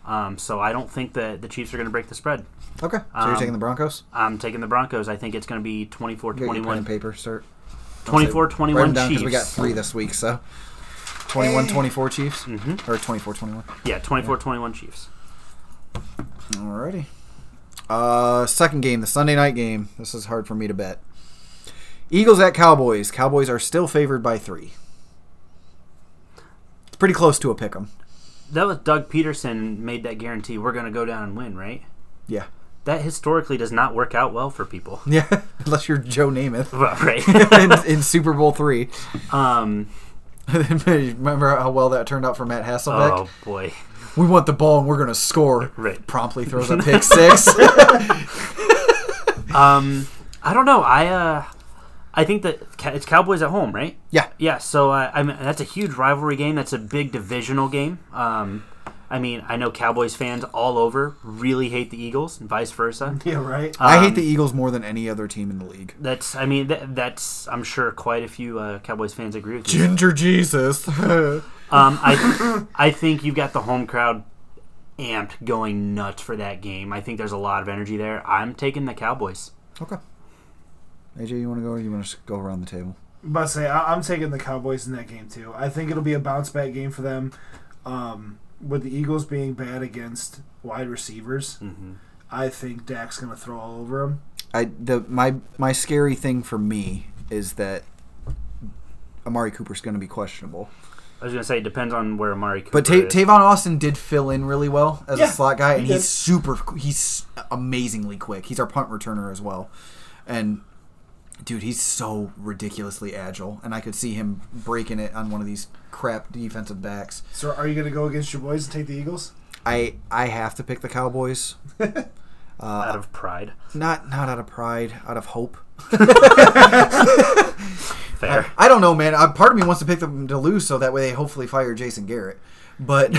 S3: Um, so I don't think that the Chiefs are going to break the spread.
S1: Okay, so you're
S3: Um,
S1: taking the Broncos.
S3: I'm taking the Broncos. I think it's going to be 24
S1: You got your pen and
S3: 21.
S1: paper, sir.
S3: 24
S1: Write 'em
S3: 21
S1: down
S3: Chiefs.
S1: because we got three this week. So 21, 24 Chiefs
S3: hmm
S1: or 24, 21.
S3: Yeah, 24 21 Chiefs.
S1: Alrighty. Uh, second game, the Sunday night game. This is hard for me to bet. Eagles at Cowboys. Cowboys are still favored by three. It's pretty close to a pick 'em.
S3: That was Doug Peterson made that guarantee we're going to go down and win, right?
S1: Yeah.
S3: That historically does not work out well for people.
S1: Yeah, unless you're Joe Namath
S3: right.
S1: in, in Super Bowl three.
S3: um,
S1: Remember how well that turned out for Matt Hasselbeck?
S3: oh, boy.
S1: We want the ball and we're gonna score.
S3: Right.
S1: Promptly throws a pick six.
S3: Um, I don't know. I uh, I think that Ca- it's Cowboys at home, right?
S1: yeah.
S3: Yeah. So uh, I mean, that's a huge rivalry game. That's a big divisional game. Um, I mean, I know Cowboys fans all over really hate the Eagles, and vice versa.
S2: Yeah, right?
S1: I hate
S3: Um,
S1: the Eagles more than any other team in the league.
S3: That's. I mean, that, that's. I'm sure quite a few uh, Cowboys fans agree with you.
S1: Ginger Jesus.
S3: Um, I I think you've got the home crowd amped, going nuts for that game. I think there's a lot of energy there. I'm taking the Cowboys.
S1: Okay. AJ, you want to go or you want to go around the table?
S2: But say I, I'm taking the Cowboys in that game too. I think it'll be a bounce back game for them. Um, with the Eagles being bad against wide receivers,
S3: Mm-hmm.
S2: I think Dak's going to throw all over him.
S1: I the my my scary thing for me is that Amari Cooper's going to be questionable.
S3: I was gonna say it depends on where Amari. Cooper
S1: But Ta-
S3: is.
S1: Tavon Austin did fill in really well as
S2: Yeah,
S1: a slot guy,
S2: he
S1: and
S2: did.
S1: he's super. qu- He's amazingly quick. He's our punt returner as well, and dude, he's so ridiculously agile. And I could see him breaking it on one of these crap defensive backs.
S2: So are you going to go against your boys and take the Eagles?
S1: I I have to pick the Cowboys.
S3: out of pride.
S1: Not not out of pride, out of hope.
S3: Fair.
S1: I don't know, man. Uh, part of me wants to pick them to lose so that way they hopefully fire Jason Garrett. But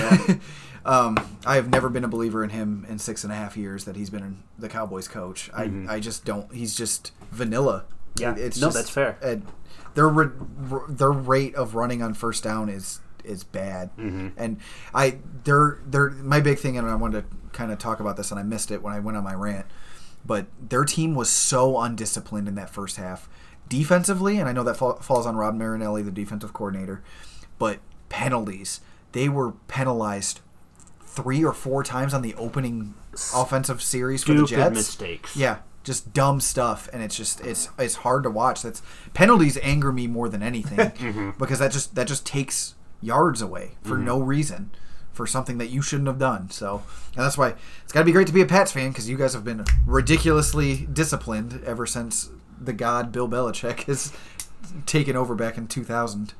S1: um, I have never been a believer in him in six and a half years that he's been the Cowboys coach. I, I just don't. He's just vanilla.
S3: Yeah.
S1: It-
S3: No, that's fair.
S1: and their re- r- their rate of running on first down is is bad.
S3: Mm-hmm.
S1: And I their their my big thing, and I wanted to kind of talk about this, and I missed it when I went on my rant. But their team was so undisciplined in that first half, defensively, and I know that fall, falls on Rob Marinelli, the defensive coordinator. But penalties, they were penalized three or four times on the opening offensive series for the
S3: Stupid
S1: Jets.
S3: mistakes.
S1: Yeah, just dumb stuff, and it's just it's it's hard to watch. That's penalties anger me more than anything because that just that just takes yards away for no reason for something that you shouldn't have done. So and that's why it's got to be great to be a Pats fan because you guys have been ridiculously disciplined ever since the god Bill Belichick has taken over back in 2000.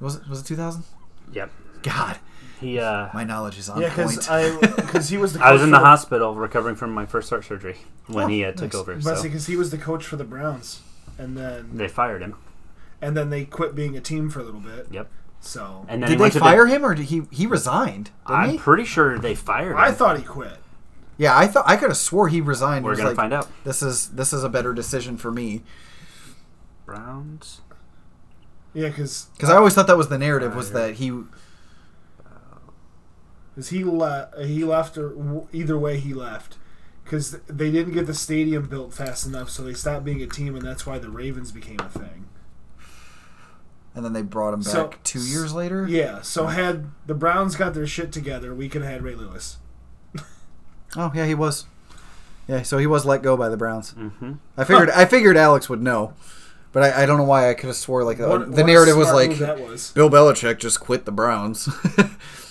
S1: Was it was it 2000?
S3: Yep.
S1: God,
S3: He. Uh,
S1: my knowledge is on
S2: yeah,
S1: point.
S2: because I because he was the
S3: I was in the
S2: coach
S3: hospital recovering from my first heart surgery when he uh,
S1: Oh,
S3: took
S1: nice.
S3: over.
S2: for the- But
S3: So
S2: because he was the coach for the Browns, and then
S3: they fired him.
S2: and then they quit being a team for a little bit.
S3: Yep.
S2: So
S3: And then he
S1: did they
S3: went to
S1: fire
S3: The,
S1: him or did he he resigned? Didn't
S3: I'm
S1: he?
S3: pretty sure they fired him.
S2: I thought he quit.
S1: Yeah, I thought I could have swore he resigned.
S3: We're
S1: It was
S3: gonna
S1: like,
S3: find out.
S1: This is this is a better decision for me
S3: Browns.
S2: Yeah, because
S1: because I always thought that was the narrative was that he
S3: uh,
S2: he left. He left or w- either way he left. Because they didn't get the stadium built fast enough, so they stopped being a team, and that's why the Ravens became a thing.
S1: and then they brought him back
S2: So-
S1: two years later.
S2: Yeah, so had the Browns got their shit together, we could have had Ray Lewis.
S1: Oh yeah, he was. Yeah, so he was let go by the Browns.
S3: Mm-hmm.
S1: I figured I figured Alex would know, but I, I don't know why I could have swore like uh,
S2: What-
S1: the
S2: what a
S1: narrative was
S2: smart
S1: like
S2: move that was
S1: Bill Belichick just quit the Browns.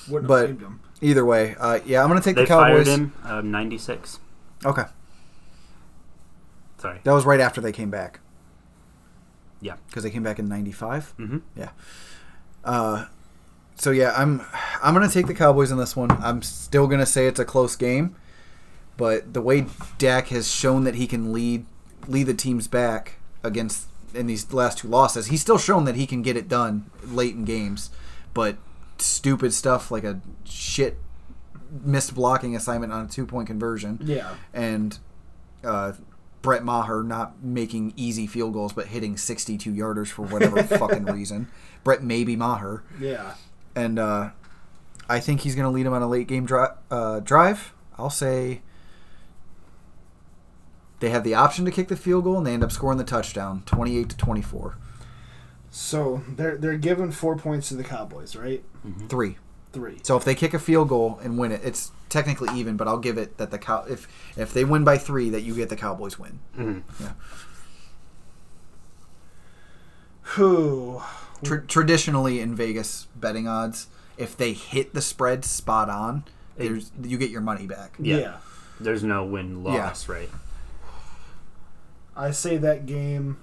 S2: wouldn't
S1: but-
S2: have blamed him.
S1: Either way, uh, yeah, I'm gonna take
S3: They
S1: the Cowboys.
S3: fired him. Um, 96.
S1: Okay,
S3: Sorry.
S1: that was right after they came back.
S3: Yeah.
S1: because they came back in '95.
S3: Mm-hmm.
S1: Uh, so yeah, I'm I'm gonna take the Cowboys in this one. I'm still gonna say it's a close game, but the way Dak has shown that he can lead lead the teams back against in these last two losses, he's still shown that he can get it done late in games. But stupid stuff like a shit missed blocking assignment on a two point conversion
S2: Yeah.
S1: and uh, Brett Maher not making easy field goals but hitting 62 yarders for whatever fucking reason. Brett maybe Maher,
S2: Yeah.
S1: and uh, I think he's going to lead him on a late game dri- uh, drive. I'll say they have the option to kick the field goal and they end up scoring the touchdown, 28 to 24,
S2: So they're they're given four points to the Cowboys, right?
S1: three.
S2: Three.
S1: So if they kick a field goal and win it, it's technically even. But I'll give it that the cow if if they win by three, that you get the Cowboys win.
S2: Who?
S1: Tra-
S3: Mm.
S1: traditionally in Vegas betting odds, if they hit the spread spot on, there's, you get your money back.
S3: Yeah.
S2: yeah.
S3: There's no win loss, right?
S2: I say that game.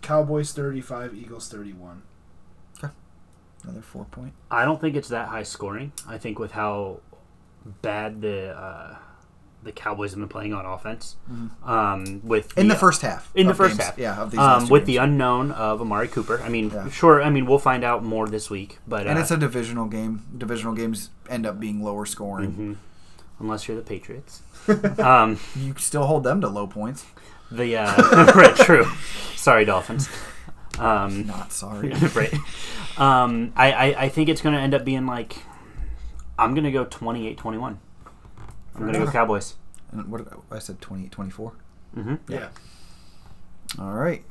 S2: Cowboys thirty-five, Eagles thirty-one.
S1: Another four point.
S3: I don't think it's that high scoring. I think with how bad the uh, the Cowboys have been playing on offense, um, with
S1: Mm-hmm. In the
S3: uh,
S1: first half.
S3: in the
S1: of
S3: first
S1: games.
S3: half,
S1: Yeah, of these last
S3: um,
S1: two
S3: with the
S1: games.
S3: unknown of Amari Cooper. I mean,
S1: Yeah.
S3: sure. I mean, we'll find out more this week, but
S1: and
S3: uh,
S1: it's a divisional game. Divisional games end up being lower scoring.
S3: mhm. unless you're the Patriots, um,
S1: You still hold them to low points.
S3: the uh, right, true. Sorry, Dolphins. Um,
S1: Not sorry.
S3: right. Um, I, I, I think it's going to end up being like, I'm going to go 28 21. I'm going to go
S1: enough.
S3: Cowboys.
S1: and what did I, I said 28 24.
S3: Mm-hmm.
S2: Yeah.
S1: All right.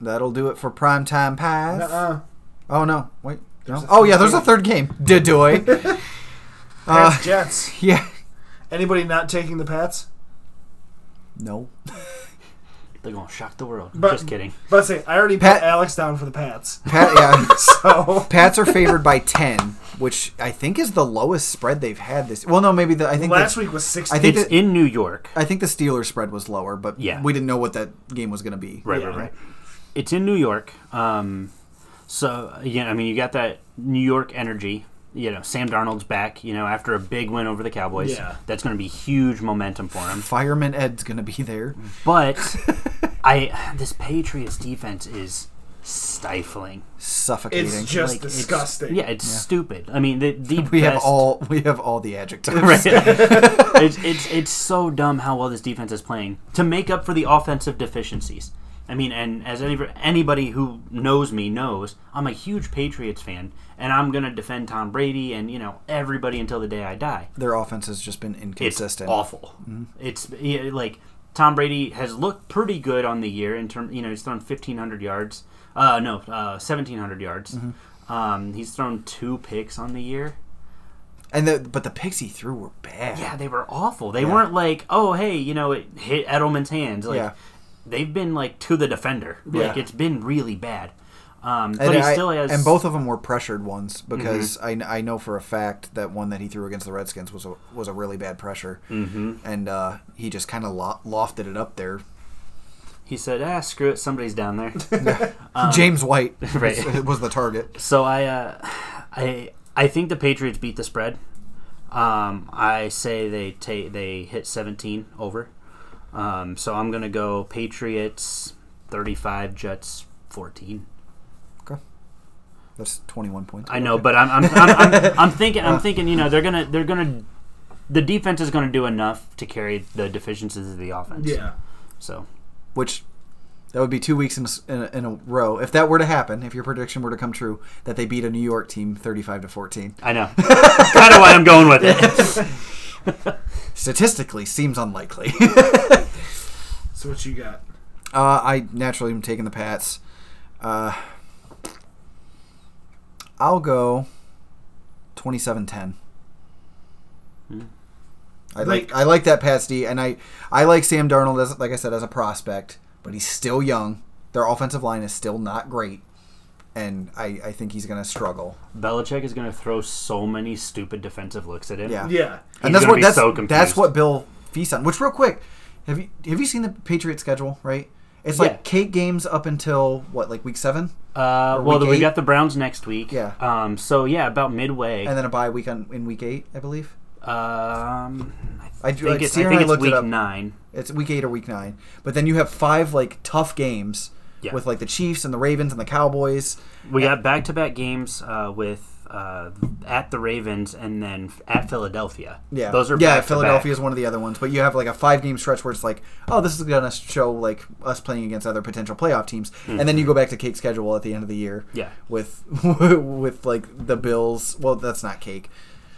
S1: That'll do it for prime time pass.
S2: Uh-uh.
S1: Oh no. Wait. No.
S2: a
S1: Oh
S2: third
S1: yeah, there's a
S2: game.
S1: third game. Dedoy. uh,
S2: Pats, Jets.
S1: yeah.
S2: Anybody not taking the Pats?
S1: No.
S3: They're going to shock the world.
S2: But-
S3: Just kidding.
S2: But say I already put
S1: Pat-
S2: Alex down for the Pats.
S1: Pat, yeah.
S2: So
S1: Pats are favored by ten, which I think is the lowest spread they've had this. Well, no, maybe the I think
S2: last
S1: the,
S2: week was sixteen.
S1: I think
S3: it's
S1: that-
S3: in New York.
S1: I think the Steelers spread was lower, but
S3: Yeah.
S1: we didn't know what that game was going to be.
S3: Right,
S2: Yeah.
S3: right, right. It's in New York. Um, so, yeah, I mean, you got that New York energy. You know, Sam Darnold's back, you know, after a big win over the Cowboys.
S2: Yeah.
S3: That's going to be huge momentum for him.
S1: Fireman Ed's going to be there.
S3: But I this Patriots defense is stifling.
S1: Suffocating.
S2: it's just
S3: Like, it's-
S2: disgusting.
S3: yeah, it's stupid. I mean, the, the
S1: we have
S3: best-
S1: all we have all the adjectives.
S3: Right. it's, it's it's so dumb how well this defense is playing to make up for the offensive deficiencies. I mean, and as any, anybody who knows me knows, I'm a huge Patriots fan, and I'm gonna defend Tom Brady and you know everybody until the day I die.
S1: Their offense has just been
S3: It's
S1: inconsistent.
S3: awful. It's yeah, like Tom Brady has looked pretty good on the year in term. You know, he's thrown 1,500 yards. Uh, no, uh, 1,700 yards. Um, he's thrown two picks on the year.
S1: And the, but the picks he threw were bad.
S3: Yeah, they were awful. They weren't like, oh, hey, you know, it hit Edelman's hands. Like,
S1: Yeah.
S3: they've been like to the defender. Like,
S2: Yeah.
S3: it's been really bad. Um, but
S1: And,
S3: he
S1: I-
S3: still has. Mm-hmm.
S1: and both of them were pressured ones because I kn- I, know for a fact that one that he threw against the Redskins was a, was a really bad pressure, mm-hmm. and uh, he just kind of lo- lofted it up there.
S3: He said, ah, screw it, somebody's down there.
S1: James White
S3: Um, Right.
S1: was, was the target.
S3: so I, uh, I, I think the Patriots beat the spread. Um, I say they ta- they hit 17 over. Um, so I'm gonna go Patriots 35, Jets 14.
S1: That's 21 points.
S3: I know, but I'm I'm, I'm, I'm, I'm thinking I'm thinking you know they're gonna they're gonna the defense is gonna do enough to carry the deficiencies of the offense.
S2: Yeah.
S3: So
S1: Which that would be two weeks in a, s- in, a, in a row if that were to happen. If your prediction were to come true, that they beat a New York team 35 to 14.
S3: I know kind of why I'm going with it.
S1: Statistically, seems unlikely.
S2: So what you got?
S1: Uh, I naturally am taking the Pats. Uh, I'll go 27-10.
S3: Hmm.
S1: I like,
S2: Like-
S1: I like that Pats D, and I I like Sam Darnold as like I said as a prospect, but he's still young. Their offensive line is still not great, and I, I think he's gonna struggle.
S3: Belichick is gonna throw so many stupid defensive looks at him.
S1: Yeah,
S2: Yeah.
S1: and
S3: He's
S1: that's
S3: gonna
S1: what
S3: be
S1: that's
S3: so
S1: that's
S3: confused.
S1: what Bill feasts on. Which real quick, have you have you seen the Patriot schedule? Right, it's
S3: Yeah.
S1: like cake games up until what like week seven.
S3: Uh,
S1: Or
S3: well,
S1: week
S3: we
S1: eight?
S3: got the Browns next week.
S1: Yeah.
S3: Um. So yeah, about midway.
S1: and then a bye week on in week eight, I believe.
S3: Um,
S1: I,
S3: I
S1: do.
S3: think
S1: Like,
S3: it's, I
S1: Sierra and I
S3: think it's
S1: looked
S3: week
S1: it up.
S3: nine.
S1: It's week eight or week nine. But then you have five like tough games
S3: Yeah.
S1: with like the Chiefs and the Ravens and the Cowboys.
S3: We got back to back games uh, with uh, at the Ravens and then f- at Philadelphia.
S1: Yeah,
S3: those are
S1: yeah.
S3: back-to-back.
S1: Philadelphia is one of the other ones, but you have like a five game stretch where it's like, oh, this is gonna show like us playing against other potential playoff teams, and then you go back to cake schedule at the end of the year.
S3: Mm-hmm. Yeah.
S1: with with like the Bills. Well, that's not cake.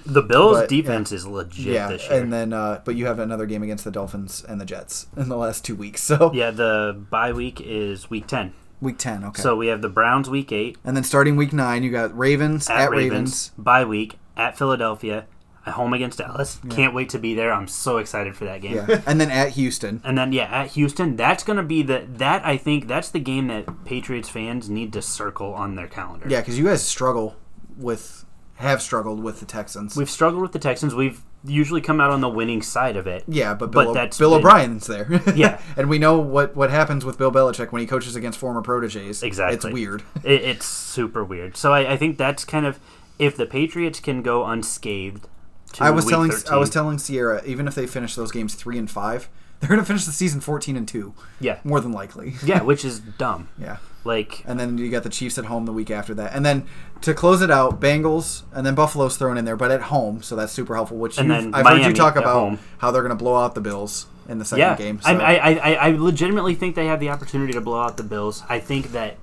S3: The Bills
S1: But, yeah.
S3: defense is legit
S1: Yeah,
S3: this year.
S1: and then uh, but you have another game against the Dolphins and the Jets in the last two weeks. So
S3: yeah, the bye week is week ten.
S1: week ten, okay.
S3: So we have the Browns week eight
S1: and then starting week nine, you got Ravens
S3: at,
S1: at,
S3: Ravens, bye week at Philadelphia, at home against Dallas. Can't wait to be there. I'm so excited for that game.
S1: Ravens. yeah, and then at Houston.
S3: And then yeah, at Houston, that's going to be the that I think that's the game that Patriots fans need to circle on their calendar.
S1: Yeah, because you guys struggle with have struggled with the Texans.
S3: We've struggled with the Texans. We've usually come out on the winning side of it.
S1: Yeah, but
S3: But
S1: Bill,
S3: that's
S1: Bill
S3: been-
S1: O'Brien's there.
S3: Yeah.
S1: and we know what, what happens with Bill Belichick when he coaches against former proteges. It's
S3: Exactly.
S1: weird.
S3: It, it's super weird. So I, I think that's kind of if the Patriots can go unscathed. To
S1: I was
S3: week
S1: telling
S3: 13,
S1: I was telling Sierra even if they finish those games three and five, they're going to finish the season fourteen and two,
S3: yeah,
S1: more than likely.
S3: yeah, which is dumb.
S1: Yeah,
S3: Like
S1: and then you got the Chiefs at home the week after that, and then to close it out, Bengals, and then Buffalo's thrown in there, but at home, so that's super helpful. Which
S3: And
S1: you've-
S3: then
S1: I've heard you
S3: Miami
S1: talk
S3: at
S1: about
S3: home.
S1: how they're going to blow out the Bills in the second
S3: yeah,
S1: game. So.
S3: I, I, I, I legitimately think they have the opportunity to blow out the Bills. I think that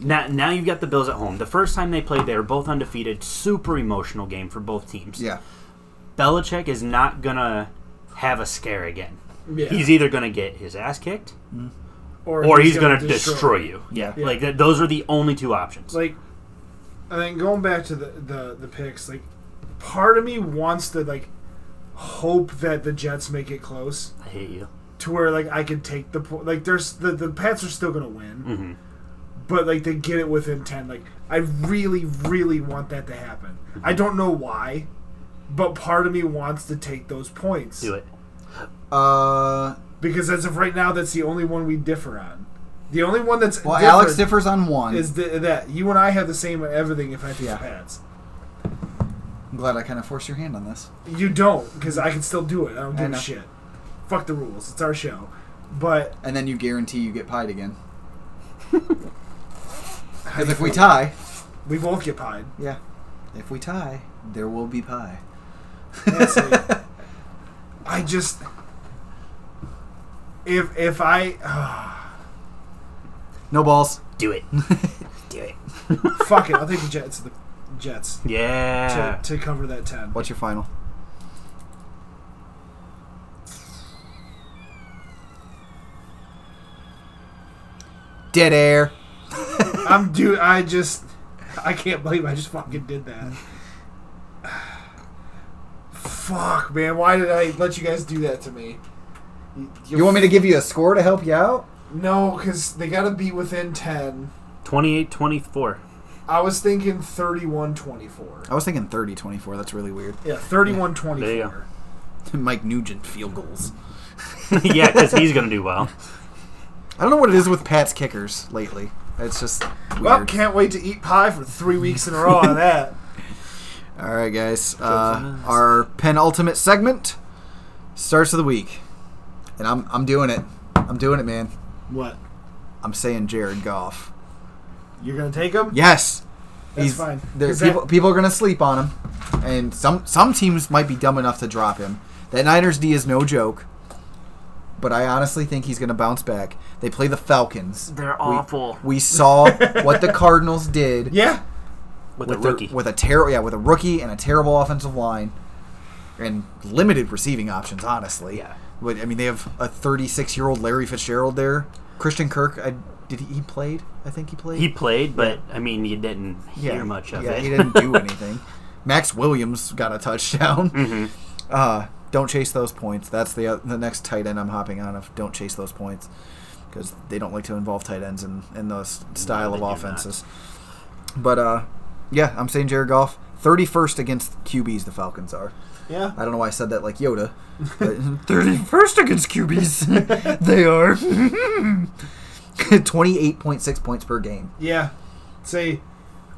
S3: now now you've got the Bills at home. The first time they played, they were both undefeated. Super emotional game for both teams.
S1: yeah,
S3: Belichick is not gonna have a scare again.
S2: Yeah.
S3: He's either gonna get his ass kicked
S2: or
S3: or he's, gonna, destroy, you.
S1: Yeah.
S2: Yeah.
S3: like th- those are the only two options.
S2: like I think going back to the, the the picks, like part of me wants to like hope that the Jets make it close
S3: I hate you.
S2: to where like I can take the po- like there's the the Pats are still gonna win,
S3: Mm-hmm.
S2: but like they get it within ten. Like I really really want that to happen.
S3: Mm-hmm.
S2: I don't know why, but part of me wants to take those points
S3: Do it.
S1: uh,
S2: because as of right now, that's the only one we differ on. The only one that's
S1: well,
S2: different
S1: Alex differs on one.
S2: is th- that you and I have the same everything. If I take
S1: Yeah.
S2: the Pats.
S1: I'm glad I kind of forced your hand on this.
S2: You don't, because I can still do it. I don't
S1: I
S2: give
S1: know.
S2: a shit. Fuck the rules. It's our show. But
S1: and then you guarantee you get pied again. Because if we tie,
S2: we both get pied.
S1: yeah, if we tie, there will be pie.
S2: Honestly, I just if if I
S1: No balls.
S3: Do it. Do it.
S2: fuck it, I'll take the Jets. The Jets
S3: Yeah.
S2: to, to cover that ten.
S1: What's your final? Dead air.
S2: I'm dude. I just I can't believe I just fucking did that. Fuck, man. Why did I let you guys do that to me?
S1: You want me to give you a score to help you out?
S2: No, because they gotta be within ten.
S3: 28 24.
S2: I was thinking 31 24.
S1: I was thinking 30 24. That's really weird.
S2: Yeah, 31 24.
S3: There you go.
S1: Mike Nugent field goals.
S3: yeah, because he's going to do well.
S1: I don't know what it is with Pat's kickers lately. It's just weird.
S2: Well, can't wait to eat pie for three weeks in a row on that.
S1: All right, guys. Uh, our penultimate segment starts of the week, and I'm I'm doing it. I'm doing it, man.
S2: What?
S1: I'm saying Jared Goff.
S2: You're going to take them?
S1: Yes,
S2: That's fine.
S1: there-
S2: 'Cause that-
S1: people people are gonna sleep on him, and some some teams might be dumb enough to drop him. That Niners D is no joke, but I honestly think he's gonna bounce back. They play the Falcons.
S3: They're awful.
S1: We saw what the Cardinals did
S2: Yeah.
S3: With,
S1: with
S3: a
S1: their-
S3: rookie.
S1: with a terrible yeah with a rookie and a terrible offensive line and limited receiving options honestly
S3: Yeah.
S1: but, I mean they have a 36 year old Larry Fitzgerald there Christian Kirk I did he, he played I think he played
S3: he played, but, I mean, you didn't
S1: yeah.
S3: hear much of
S1: yeah,
S3: it.
S1: he didn't do anything Max Williams got a touchdown
S3: Mm-hmm.
S1: uh, don't chase those points that's the uh, the next tight end I'm hopping on of don't chase those points because they don't like to involve tight ends in, in those style
S3: they
S1: of
S3: do not.
S1: offenses but uh, yeah, I'm saying Jared Goff. 31st against QBs, the Falcons are.
S2: Yeah.
S1: I don't know why I said that like Yoda. But 31st against QBs, they are. 28.6 points per game.
S2: Yeah. Say,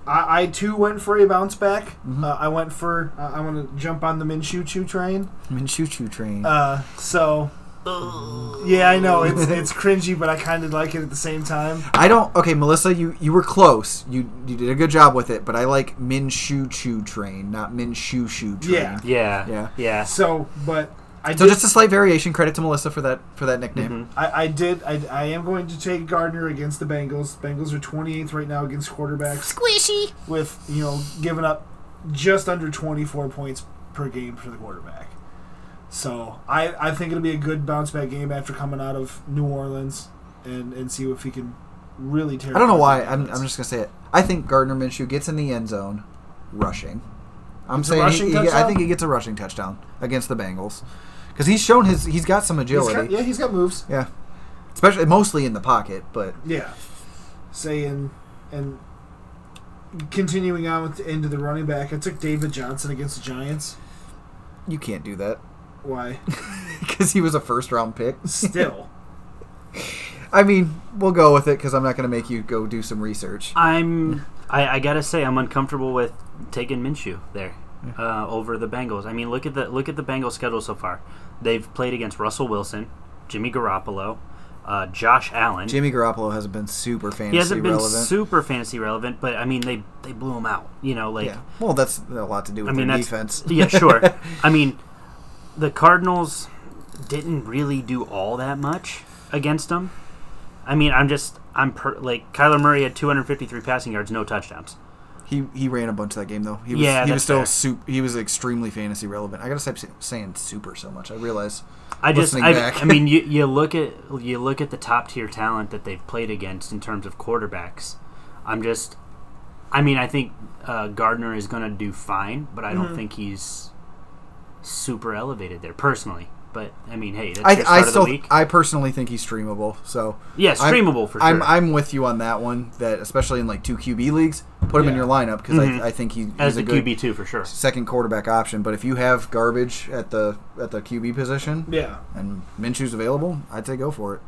S2: I, I too went for a bounce back. Uh, I went for uh, I want to jump on the Minshew Chew train.
S1: Minshew Choo train.
S2: Uh, so yeah, I know it's it's cringy, but I kind of like it at the same time.
S1: I don't. Okay, Melissa, you you were close. You you did a good job with it, but I like Minshew Choo train, not Minshew Choo train.
S2: Yeah.
S3: Yeah.
S1: Yeah.
S3: Yeah.
S2: So, but I
S1: So
S2: did,
S1: just a slight variation. Credit to Melissa for that for that nickname.
S2: I, I did I, I am going to take Gardner against the Bengals. Bengals are 28th right now against quarterbacks
S5: Squishy.
S2: with you know giving up just under 24 points per game for the quarterback. So I, I think it'll be a good bounce back game after coming out of New Orleans and, and see if he can really tear.
S1: I don't know why.
S2: apart the
S1: I'm, I'm
S2: defense.
S1: just gonna say it. I think Gardner Minshew gets in the end zone, rushing. I'm
S2: Gets a
S1: saying
S2: rushing
S1: he, he- I
S2: touchdown?
S1: think he gets a rushing touchdown against the Bengals because he's shown his he's got some
S2: He's
S1: agility.
S2: got, yeah, he's got moves.
S1: yeah. especially mostly in the pocket, but
S2: Yeah. Say and and continuing on with the end of the running back, I took David Johnson against the Giants.
S1: you can't do that
S2: Why?
S1: because he was a first round pick.
S2: Still.
S1: I mean, we'll go with it because I'm not gonna make you go do some research.
S3: I'm. I, I gotta say, I'm uncomfortable with taking Minshew there uh, over the Bengals. I mean, look at the look at the Bengals schedule so far. They've played against Russell Wilson, Jimmy Garoppolo, uh, Josh Allen.
S1: Jimmy Garoppolo hasn't been super fantasy
S3: he hasn't been
S1: relevant.
S3: super fantasy relevant, but I mean, they they blew him out. You know, like
S1: yeah. Well, that's a lot to do with
S3: I mean,
S1: their
S3: that's
S1: defense.
S3: yeah, sure. I mean, the Cardinals didn't really do all that much against them. I mean, I'm just I'm per, like Kyler Murray had 253 passing yards, no touchdowns.
S1: He he ran a bunch that game though. He was,
S3: Yeah,
S1: he was
S3: that's
S1: still
S3: fair.
S1: sup- he was extremely fantasy relevant. I gotta stop sa- saying super so much. I realize
S3: I just,
S1: listening
S3: I,
S1: back.
S3: I mean, you, you look at you look at the top tier talent that they've played against in terms of quarterbacks. I'm just, I mean, I think uh, Gardner is going to do fine, but I
S1: Mm-hmm.
S3: don't think he's super elevated there personally. But I mean, hey, that's the
S1: I,
S3: start
S1: I
S3: of the
S1: still
S3: week.
S1: I personally think he's streamable. So
S3: yeah,
S1: I'm-
S3: streamable for sure.
S1: I'm I'm with you on that one. That especially in like two QB leagues, put him in
S2: Yeah.
S1: your lineup because
S3: Mhm.
S1: I, I think he, he's
S3: as
S1: a
S3: the
S1: good
S3: QB two for sure.
S1: second quarterback option. But if you have garbage at the at the QB position
S2: yeah.
S1: and Minshew's available, I'd say go for it.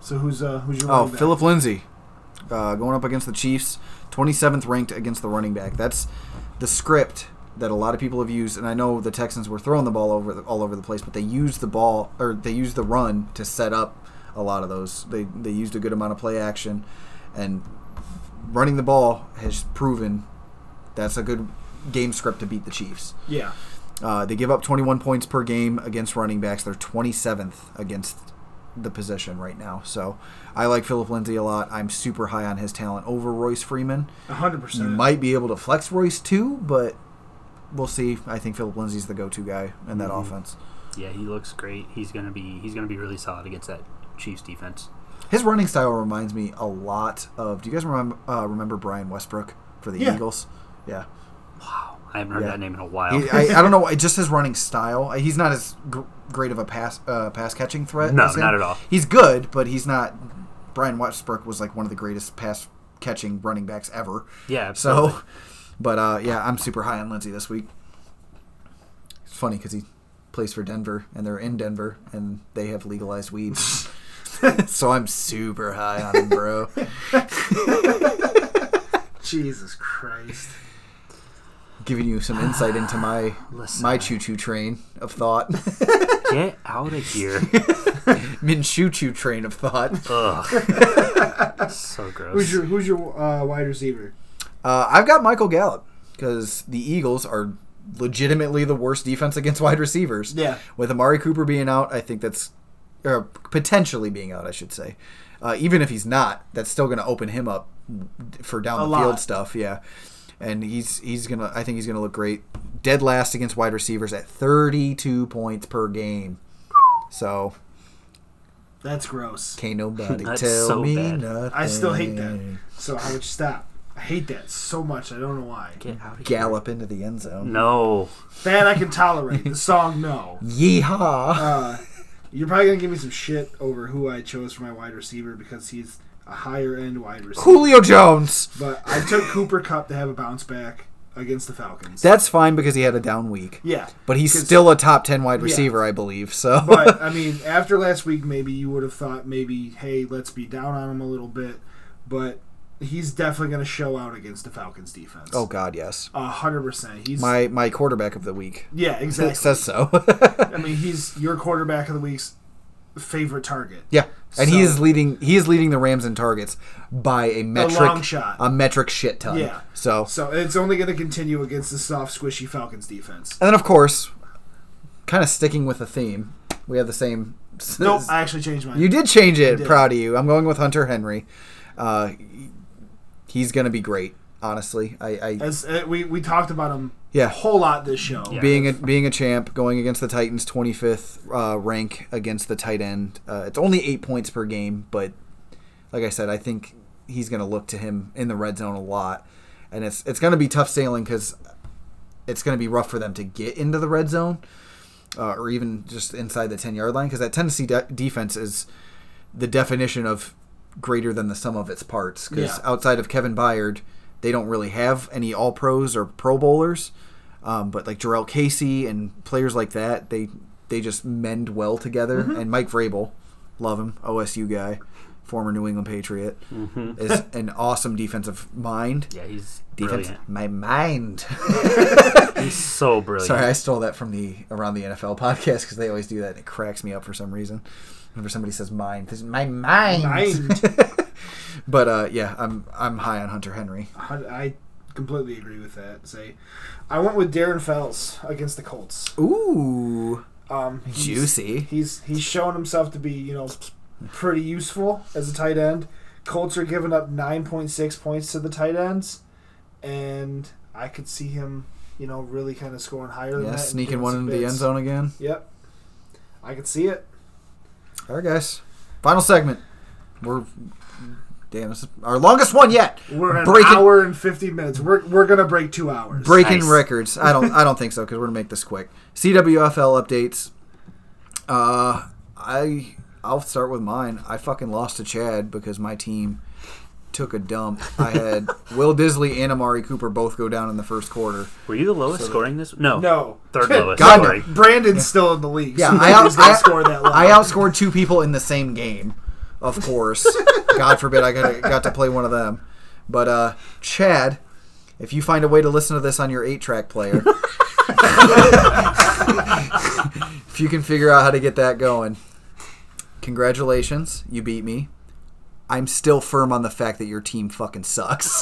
S2: So who's uh who's your
S1: Oh,
S2: running back?
S1: Philip Lindsay, uh, going up against the Chiefs, 27th ranked against the running back. That's the script that a lot of people have used, and I know the Texans were throwing the ball over the, all over the place, but they used the ball or they used the run to set up a lot of those. They they used a good amount of play action, and running the ball has proven that's a good game script to beat the Chiefs.
S2: Yeah.
S1: Uh, they give up 21 points per game against running backs. They're 27th against the position right now. So I like Philip Lindsay a lot. I'm super high on his talent over Royce Freeman.
S2: a 100%.
S1: You might be able to flex Royce too, but we'll see. I think Philip Lindsay's the go-to guy in that
S3: Mhm.
S1: offense.
S3: Yeah, he looks great. He's gonna be he's gonna be really solid against that Chiefs defense.
S1: His running style reminds me a lot of. Do you guys remember uh, remember Brian Westbrook for the
S2: Yeah.
S1: Eagles? Yeah.
S3: I haven't heard
S1: Yeah.
S3: that name in a while.
S1: He, uh, I, I don't know. why- Just his running style. Uh, He's not as gr- great of a pass uh, pass catching threat.
S3: no,
S1: as him.
S3: not at all.
S1: he's good, but he's not. Brian Westbrook was like one of the greatest pass catching running backs ever.
S3: Yeah, absolutely.
S1: So, but uh, yeah, I'm super high on Lindsey this week. It's funny because he plays for Denver, and they're in Denver, and they have legalized weed. so I'm super high on him, bro.
S2: Jesus Christ.
S1: Giving you some insight into my
S3: Listen,
S1: my choo choo train of thought,
S3: get out of here.
S1: min choo choo train of thought.
S3: Ugh. so gross.
S2: Who's your who's your uh, wide receiver?
S1: Uh, I've got Michael Gallup because the Eagles are legitimately the worst defense against wide receivers.
S2: Yeah.
S1: With Amari Cooper being out, I think that's or potentially being out, I should say. Uh, even if he's not, that's still going to open him up for down
S2: A
S1: the field
S2: lot.
S1: stuff. Yeah. And he's he's gonna. I think he's gonna look great. Dead last against wide receivers at 32 points per game. So
S2: That's gross.
S1: can't nobody
S3: That's
S1: tell
S3: so
S1: me
S3: bad.
S1: nothing.
S2: I still hate that. So I would stop. I hate that so much. I don't know why.
S3: Get out of here.
S1: Gallop into the end zone.
S3: No.
S2: That I can tolerate. The song, no.
S1: Yeehaw!
S2: Uh, you're probably gonna give me some shit over who I chose for my wide receiver because he's a higher end wide receiver.
S1: Julio Jones.
S2: But I took Cooper Cup to have a bounce back against the Falcons.
S1: That's fine because he had a down week.
S2: yeah,
S1: But he's
S2: 'Cause-
S1: still a top 10 wide receiver, I believe. So
S2: but I mean, after last week, maybe you would have thought maybe, hey, let's be down on him a little bit. But he's definitely going to show out against the Falcons defense.
S1: Oh God, yes.
S2: A hundred percent. He's
S1: My my quarterback of the week
S2: yeah, exactly.
S1: says so.
S2: I mean, he's your quarterback of the week's favorite target.
S1: yeah, and he
S2: So-
S1: is leading. He is leading the Rams in targets by a metric
S2: long shot.
S1: a metric shit ton.
S2: Yeah.
S1: So
S2: So it's only going to continue against the soft, squishy Falcons defense.
S1: and then of course, kind of sticking with the theme, we have the same.
S2: Nope, I actually changed mine.
S1: You did change it.
S2: did.
S1: Proud of you. I'm going with Hunter Henry. Uh, he's gonna be great. Honestly, I, I
S2: As uh, we we talked about him a
S1: yeah.
S2: whole lot this show.
S3: Yeah.
S1: Being a being a champ, going against the Titans, 25th uh, rank against the tight end. Uh, it's only eight points per game, but like I said, I think he's gonna look to him in the red zone a lot, and it's it's gonna be tough sailing because it's gonna be rough for them to get into the red zone. Uh, or even just inside the 10 yard line because that Tennessee de- defense is the definition of greater than the sum of its parts. Because
S2: Yeah.
S1: outside of Kevin Byard, they don't really have any All Pros or Pro Bowlers. Um, but like Jarrell Casey and players like that, they they just mend well together. And Mike Vrabel, love him, OSU guy, former New England Patriot, is an awesome defensive mind.
S3: Yeah, he's
S1: Defense,
S3: brilliant.
S1: my mind.
S3: He's so brilliant.
S1: Sorry, I stole that from the Around the NFL podcast because they always do that and it cracks me up for some reason. Whenever somebody says mine, this is my mind.
S2: Mind.
S1: but uh, yeah, I'm I'm high on Hunter Henry.
S2: I, I completely agree with that. Say, I went with Darren Fells against the Colts.
S1: Ooh,
S2: Um, he's-
S1: juicy.
S2: He's he's shown himself to be you know pretty useful as a tight end. Colts are giving up nine point six points to the tight ends, and I could see him you know really kind of scoring higher than
S1: Yeah,
S2: that. and
S1: sneaking
S2: getting
S1: one
S2: some
S1: into the
S2: bits.
S1: end zone again.
S2: Yep, I could see it.
S1: All right, guys. Final segment. We're damn, this is our longest one yet.
S2: We're an
S1: Breaking-
S2: hour and fifteen minutes. We're, we're gonna break two hours.
S1: Breaking
S3: Nice.
S1: records. I don't. I don't think so because we're gonna make this quick. CWFL updates. Uh, I I'll start with mine. I fucking lost to Chad because my team took a dump. I had Will Disley and Amari Cooper both go down in the first quarter.
S3: Were you the lowest scoring this? No.
S2: No,
S3: Third lowest.
S1: God,
S3: sorry.
S2: Brandon's still in the league.
S1: Yeah,
S2: so
S1: I, out,
S2: he's gonna
S1: I,
S2: score that low.
S1: I outscored two people in the same game. Of course, God forbid I got, got to play one of them. But uh, Chad, if you find a way to listen to this on your eight-track player, if you can figure out how to get that going, congratulations, you beat me. I'm still firm on the fact that your team fucking sucks.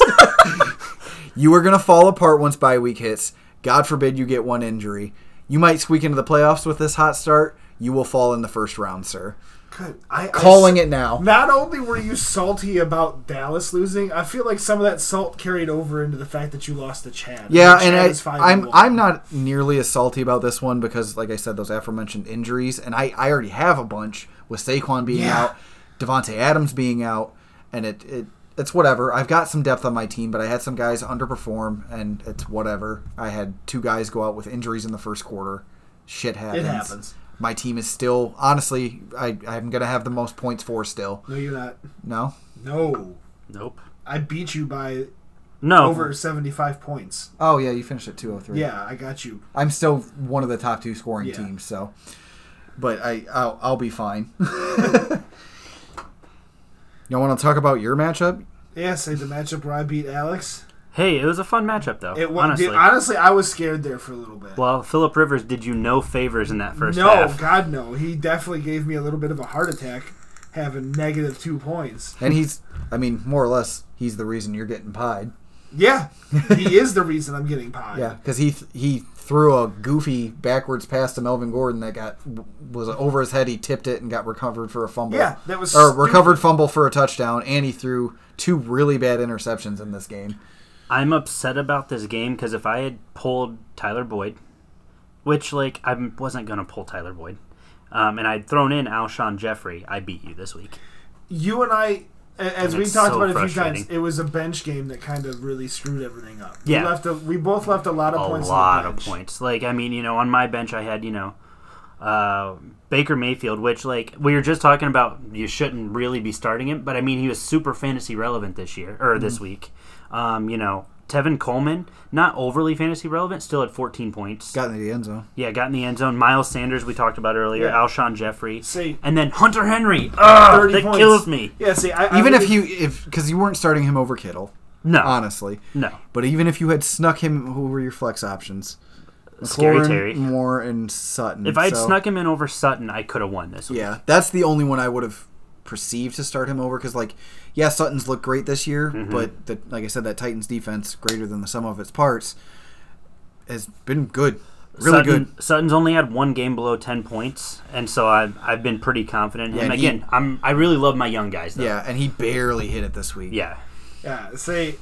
S1: you are gonna fall apart once bye week hits. God forbid you get one injury. You might squeak into the playoffs with this hot start. You will fall in the first round, sir.
S2: Good. I- I
S1: Calling it now.
S2: Not only were you salty about Dallas losing, I feel like some of that salt carried over into the fact that you lost to Chad.
S1: Yeah,
S2: Chad
S1: and
S2: is
S1: I,
S2: five
S1: I'm
S2: one.
S1: I'm not nearly as salty about this one because, like I said, those aforementioned injuries, and I, I already have a bunch with Saquon being
S2: Yeah.
S1: out, Devonte Adams being out, and it, it it's whatever. I've got some depth on my team, but I had some guys underperform, and it's whatever. I had two guys go out with injuries in the first quarter. Shit happens.
S2: happens.
S1: My team is still honestly, I I'm gonna have the most points for still.
S2: No, you're not.
S1: No,
S2: No,
S3: Nope.
S2: I beat you by
S3: No.
S2: over 75 points.
S1: oh yeah, you finished at two oh three.
S2: Yeah, I got you.
S1: I'm still one of the top two scoring
S2: Yeah.
S1: teams, so. But I, I'll, I'll be fine. Y'all want to talk about your matchup?
S2: Yeah, say the matchup where I beat Alex.
S3: Hey, it was a fun matchup though.
S2: It was, honestly.
S3: honestly.
S2: honestly, I was scared there for a little bit.
S3: well, Philip Rivers did you no favors in that first
S2: no,
S3: half.
S2: God, no. He definitely gave me a little bit of a heart attack having negative two points.
S1: And he's, I mean, more or less, he's the reason you're getting pied.
S2: Yeah, he is the reason I'm getting pie.
S1: Yeah, because he th- he threw a goofy backwards pass to Melvin Gordon that got was over his head. He tipped it and got recovered for a fumble.
S2: Yeah, that was
S1: or
S2: stupid.
S1: recovered fumble for a touchdown. And he threw two really bad interceptions in this game.
S3: I'm upset about this game because if I had pulled Tyler Boyd, which like I wasn't gonna pull Tyler Boyd, um, and I'd thrown in Alshon Jeffrey, I beat you this week.
S2: you and I, a- as
S3: And
S2: we
S3: it's
S2: talked
S3: so
S2: about it a few times,
S3: frustrating.
S2: it was a bench game that kind of really screwed everything up.
S3: Yeah.
S2: we, left a, we both left a lot of
S3: a
S2: points.
S3: lot
S2: on the
S3: of
S2: bench.
S3: points. Like I mean, you know, on my bench I had you know uh, Baker Mayfield, which like we were just talking about, you shouldn't
S2: Mm.
S3: really be starting him, but I mean he was super fantasy relevant this year or this week. Um, you know, Tevin Coleman, not overly fantasy relevant, still had 14 points.
S1: Got into the end zone.
S3: yeah, got in the end zone. Miles Sanders, we talked about earlier.
S2: Yeah.
S3: Alshon Jeffrey.
S2: See,
S3: And then Hunter Henry. Ugh,
S2: 30
S3: that
S2: points.
S3: kills me.
S2: yeah, see, I, I
S1: Even if
S2: really-
S1: you if because you weren't starting him over Kittle,
S3: No.
S1: honestly.
S3: no.
S1: But even if you had snuck him, who were your flex options?
S3: Scary
S1: McLaurin,
S3: Terry.
S1: Moore, and Sutton.
S3: If I had
S1: so-
S3: snuck him in over Sutton, I could have won this week.
S1: Yeah, that's the only one I would have perceived to start him over because, like, yeah, Sutton's looked great this year,
S3: Mm-hmm.
S1: but the, like I said, that Titans defense, greater than the sum of its parts, has been good, really
S3: Sutton,
S1: good.
S3: Sutton's only had one game below ten points, and so I've I've been pretty confident. in
S1: Yeah,
S3: him.
S1: and he-
S3: again, I'm I really love my young guys. Though.
S1: Yeah, and he barely hit it this week.
S3: yeah.
S2: Yeah, say,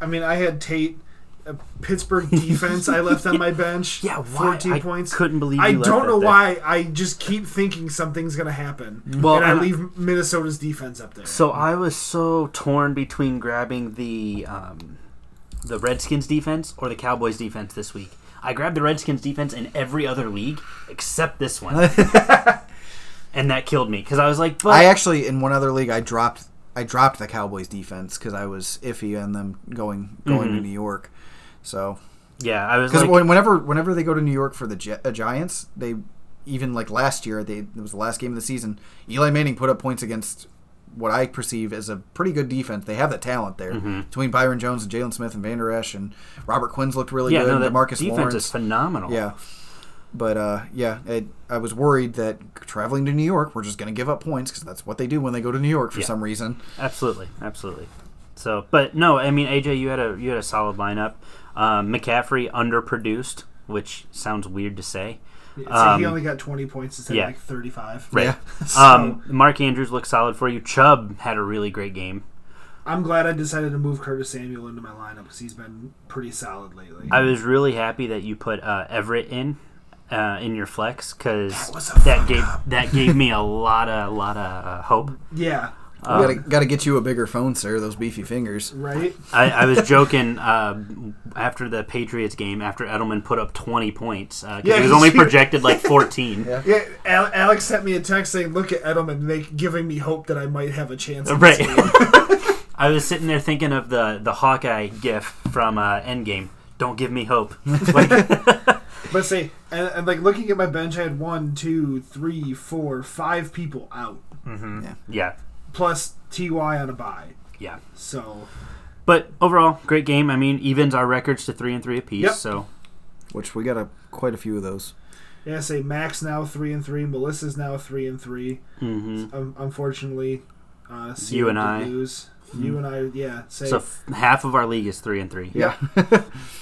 S2: I mean, I had Tate, a Pittsburgh defense. I left on my bench.
S3: Yeah, why?
S2: fourteen
S3: I
S2: points.
S3: couldn't believe
S2: I
S3: you left
S2: don't
S3: that
S2: know
S3: there.
S2: why. I just keep thinking something's gonna happen,
S3: Well,
S2: and I
S3: and I-
S2: leave Minnesota's defense up there.
S3: So I was so torn between grabbing the um, the Redskins defense or the Cowboys defense this week. I grabbed the Redskins defense in every other league except this one, and that killed me because I was like, but
S1: I actually in one other league I dropped I dropped the Cowboys defense because I was iffy on them going going
S3: Mm-hmm.
S1: to New York. So
S3: yeah, I was
S1: because
S3: like,
S1: whenever whenever they go to New York for the Gi- uh, Giants, they even like last year they it was the last game of the season. Eli Manning put up points against what I perceive as a pretty good defense. They have the talent there
S3: Mm-hmm.
S1: between Byron Jones and Jalen Smith and Van Der Esch and Robert Quinn's looked really
S3: yeah,
S1: good.
S3: no,
S1: and
S3: that
S1: Marcus
S3: defense
S1: Lawrence,
S3: is phenomenal.
S1: yeah. But uh, yeah, it, I was worried that traveling to New York, we're just going to give up points because that's what they do when they go to New York for
S3: Yeah.
S1: some reason.
S3: Absolutely, absolutely. So, but no, I mean AJ, you had a you had a solid lineup. Um, McCaffrey underproduced, which sounds weird to say.
S2: So he
S3: um,
S2: only got twenty points instead
S3: yeah.
S2: of like thirty-five.
S3: Right.
S1: Yeah.
S3: Um, Mark Andrews looked solid for you. Chubb had a really great game.
S2: I'm glad I decided to move Curtis Samuel into my lineup because he's been pretty solid lately.
S3: I was really happy that you put uh, Everett in uh, in your flex because
S2: That was a
S3: that,
S2: fuck
S3: gave that gave me a lot of lot of uh, hope.
S2: yeah,
S3: Uh,
S1: we got to get you a bigger phone, sir. Those beefy fingers.
S2: right.
S3: I, I was joking uh, after the Patriots game after Edelman put up twenty points because
S2: Yeah,
S3: he was only
S2: he-
S3: projected like fourteen.
S1: Yeah.
S2: Yeah, Al- Alex sent me a text saying, "Look at Edelman, they giving me hope that I might have a chance." in this
S3: Right.
S2: game."
S3: I was sitting there thinking of the the Hawkeye gif from uh, Endgame. Don't give me hope. Like,
S2: But say, and, and like looking at my bench, I had one, two, three, four, five people out,
S3: mm-hmm. yeah,
S2: plus Ty on a bye.
S3: yeah.
S2: So
S3: But overall, great game. I mean, evens our records to three and three apiece.
S2: Yep.
S3: So
S1: Which we got a quite a few of those.
S2: yeah, say Max now three and three, Melissa's now three and 3
S3: mm-hmm.
S2: Um, unfortunately, uh, Sierra
S3: You and
S2: did
S3: I. Mm.
S2: lose. You and I, yeah. Say
S3: so f- half of our league is three and three.
S1: Yeah.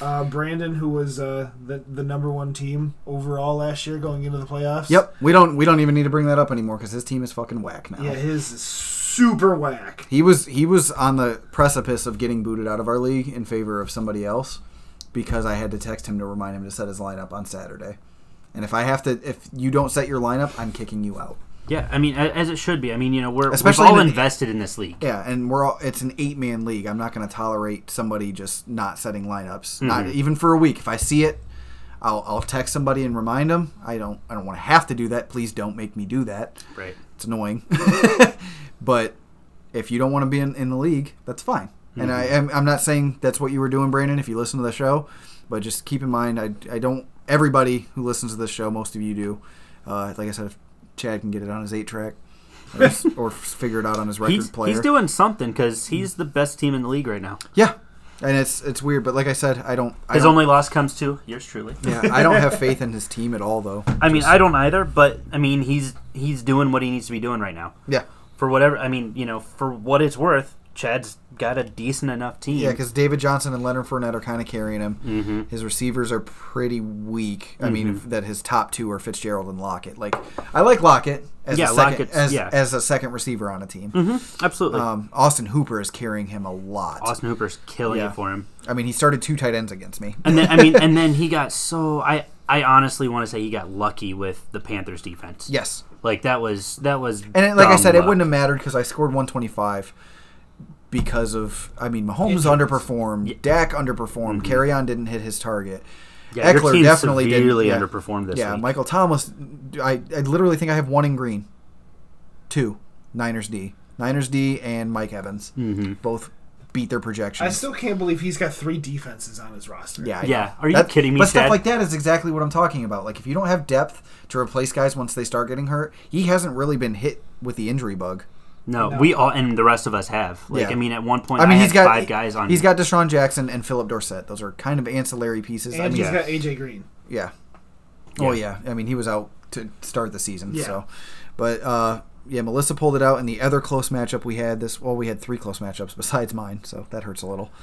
S2: uh, Brandon, who was uh, the the number one team overall last year going into the playoffs.
S1: Yep, we don't we don't even need to bring that up anymore because his team is fucking whack now.
S2: Yeah, his is super whack.
S1: He was he was on the precipice of getting booted out of our league in favor of somebody else because I had to text him to remind him to set his lineup on Saturday. And if I have to, if you don't set your lineup, I'm kicking you out.
S3: Yeah, I mean, a- as it should be. I mean, you know, we're
S1: Especially
S3: we've all
S1: in an-
S3: invested in this league.
S1: Yeah, and we're all it's an eight man league. I'm not going to tolerate somebody just not setting lineups, not
S2: Mm-hmm.
S1: even for a week. If I see it, I'll, I'll text somebody and remind them. I don't I don't want to have to do that. Please don't make me do that.
S3: Right.
S1: It's annoying. but if you don't want to be in, in the league, that's fine. And
S3: Mm-hmm.
S1: I, I'm, I'm not saying that's what you were doing, Brandon, if you listen to the show, but just keep in mind, I, I don't, everybody who listens to this show, most of you do. Uh, like I said, if Chad can get it on his eight track or, s- or figure it out on his record
S3: He's,
S1: player.
S3: he's doing something because he's the best team in the league right now.
S1: yeah. And it's it's weird, but like I said, I don't. I
S3: His
S1: don't
S3: only loss comes to yours truly.
S1: yeah, I don't have faith in his team at all, though.
S3: I mean, I don't either, but I mean, he's he's doing what he needs to be doing right now.
S1: Yeah,
S3: for whatever I mean, you know, for what it's worth, Chad's got a decent enough team.
S1: yeah, because David Johnson and Leonard Fournette are kind of carrying him.
S3: Mm-hmm.
S1: His receivers are pretty weak. I mean, if- that his top two are Fitzgerald and Lockett. Like, I like Lockett as
S3: Yeah,
S1: a second
S3: Lockett's-
S1: as,
S3: yeah. Mm-hmm.
S1: as a second receiver on a team.
S3: absolutely.
S1: Um, Austin Hooper is carrying him a lot.
S3: Austin Hooper's killing
S1: yeah.
S3: it for him.
S1: I mean, he started two tight ends against me.
S3: And then I mean, and then he got so I I honestly want to say he got lucky with the Panthers defense.
S1: Yes,
S3: Like that was that was
S1: and it, like I
S3: dumb
S1: said,
S3: luck.
S1: it wouldn't have mattered because I scored 125 because of I mean, Mahomes underperformed, Dak underperformed, Carrion didn't hit his target.
S3: Mm-hmm. yeah, your
S1: Eckler
S3: team
S1: definitely didn't-
S3: severely
S1: yeah.
S3: underperformed this
S1: yeah,
S3: week.
S1: Michael Thomas. I, I literally think I have one in green,
S3: Mm-hmm.
S1: two, Niners D, Niners D, and Mike Evans. Both beat their projections.
S2: I still can't believe he's got three defenses on his roster.
S1: yeah, I know.
S3: Yeah. Are you
S1: That-
S3: kidding me,
S1: But stuff
S3: Chad?
S1: like that is exactly what I'm talking about. Like if you don't have depth to replace guys once they start getting hurt, he hasn't really been hit with the injury bug.
S3: No,
S2: No.
S3: we all and the rest of us have. Like
S1: Yeah.
S3: I mean, at one point,
S1: I mean,
S3: had
S1: he's got
S3: five guys on.
S1: He's got Deshaun Jackson and Philip Dorsett. Those are kind of ancillary pieces.
S2: And
S1: I mean,
S2: he's
S3: yeah.
S2: got AJ Green.
S1: yeah. Oh yeah. I mean, he was out to start the season.
S2: Yeah.
S1: So, but uh, yeah, Melissa pulled it out in the other close matchup we had. This well, we had three close matchups besides mine, so that hurts a little.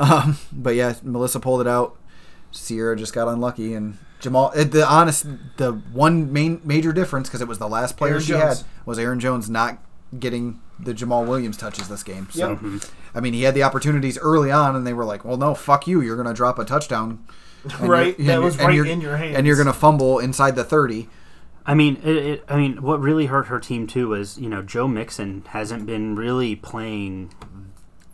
S1: Um, but yeah, Melissa pulled it out. Sierra just got unlucky, and Jamal. It, the honest, the one main major difference because it was the last player
S2: Aaron
S1: she
S2: Jones.
S1: had was Aaron Jones not getting the Jamal Williams touches this game. So.
S2: Yep.
S1: I mean, he had the opportunities early on, and they were like, "Well, no, fuck you. You're going to drop a touchdown." And
S2: Right,
S1: you're-
S2: that
S1: and-
S2: was
S1: and
S2: right
S1: you're-
S2: in your hands.
S1: and you're going to fumble inside the thirty.
S3: I mean, it, it, I mean, what really hurt her team too was you know Joe Mixon hasn't been really playing.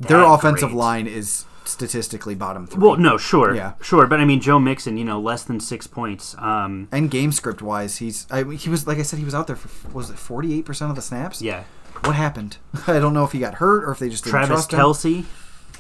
S1: Their
S3: that
S1: offensive
S3: great.
S1: line is statistically bottom three.
S3: Well, no, sure,
S1: Yeah.
S3: sure, but I mean Joe Mixon, you know, less than six points. Um,
S1: and game script wise, he's I, he was like I said, he was out there for was it forty eight percent of the snaps.
S3: yeah,
S1: What happened? I don't know if he got hurt or if they just didn't
S3: Travis
S1: trust him.
S3: Kelsey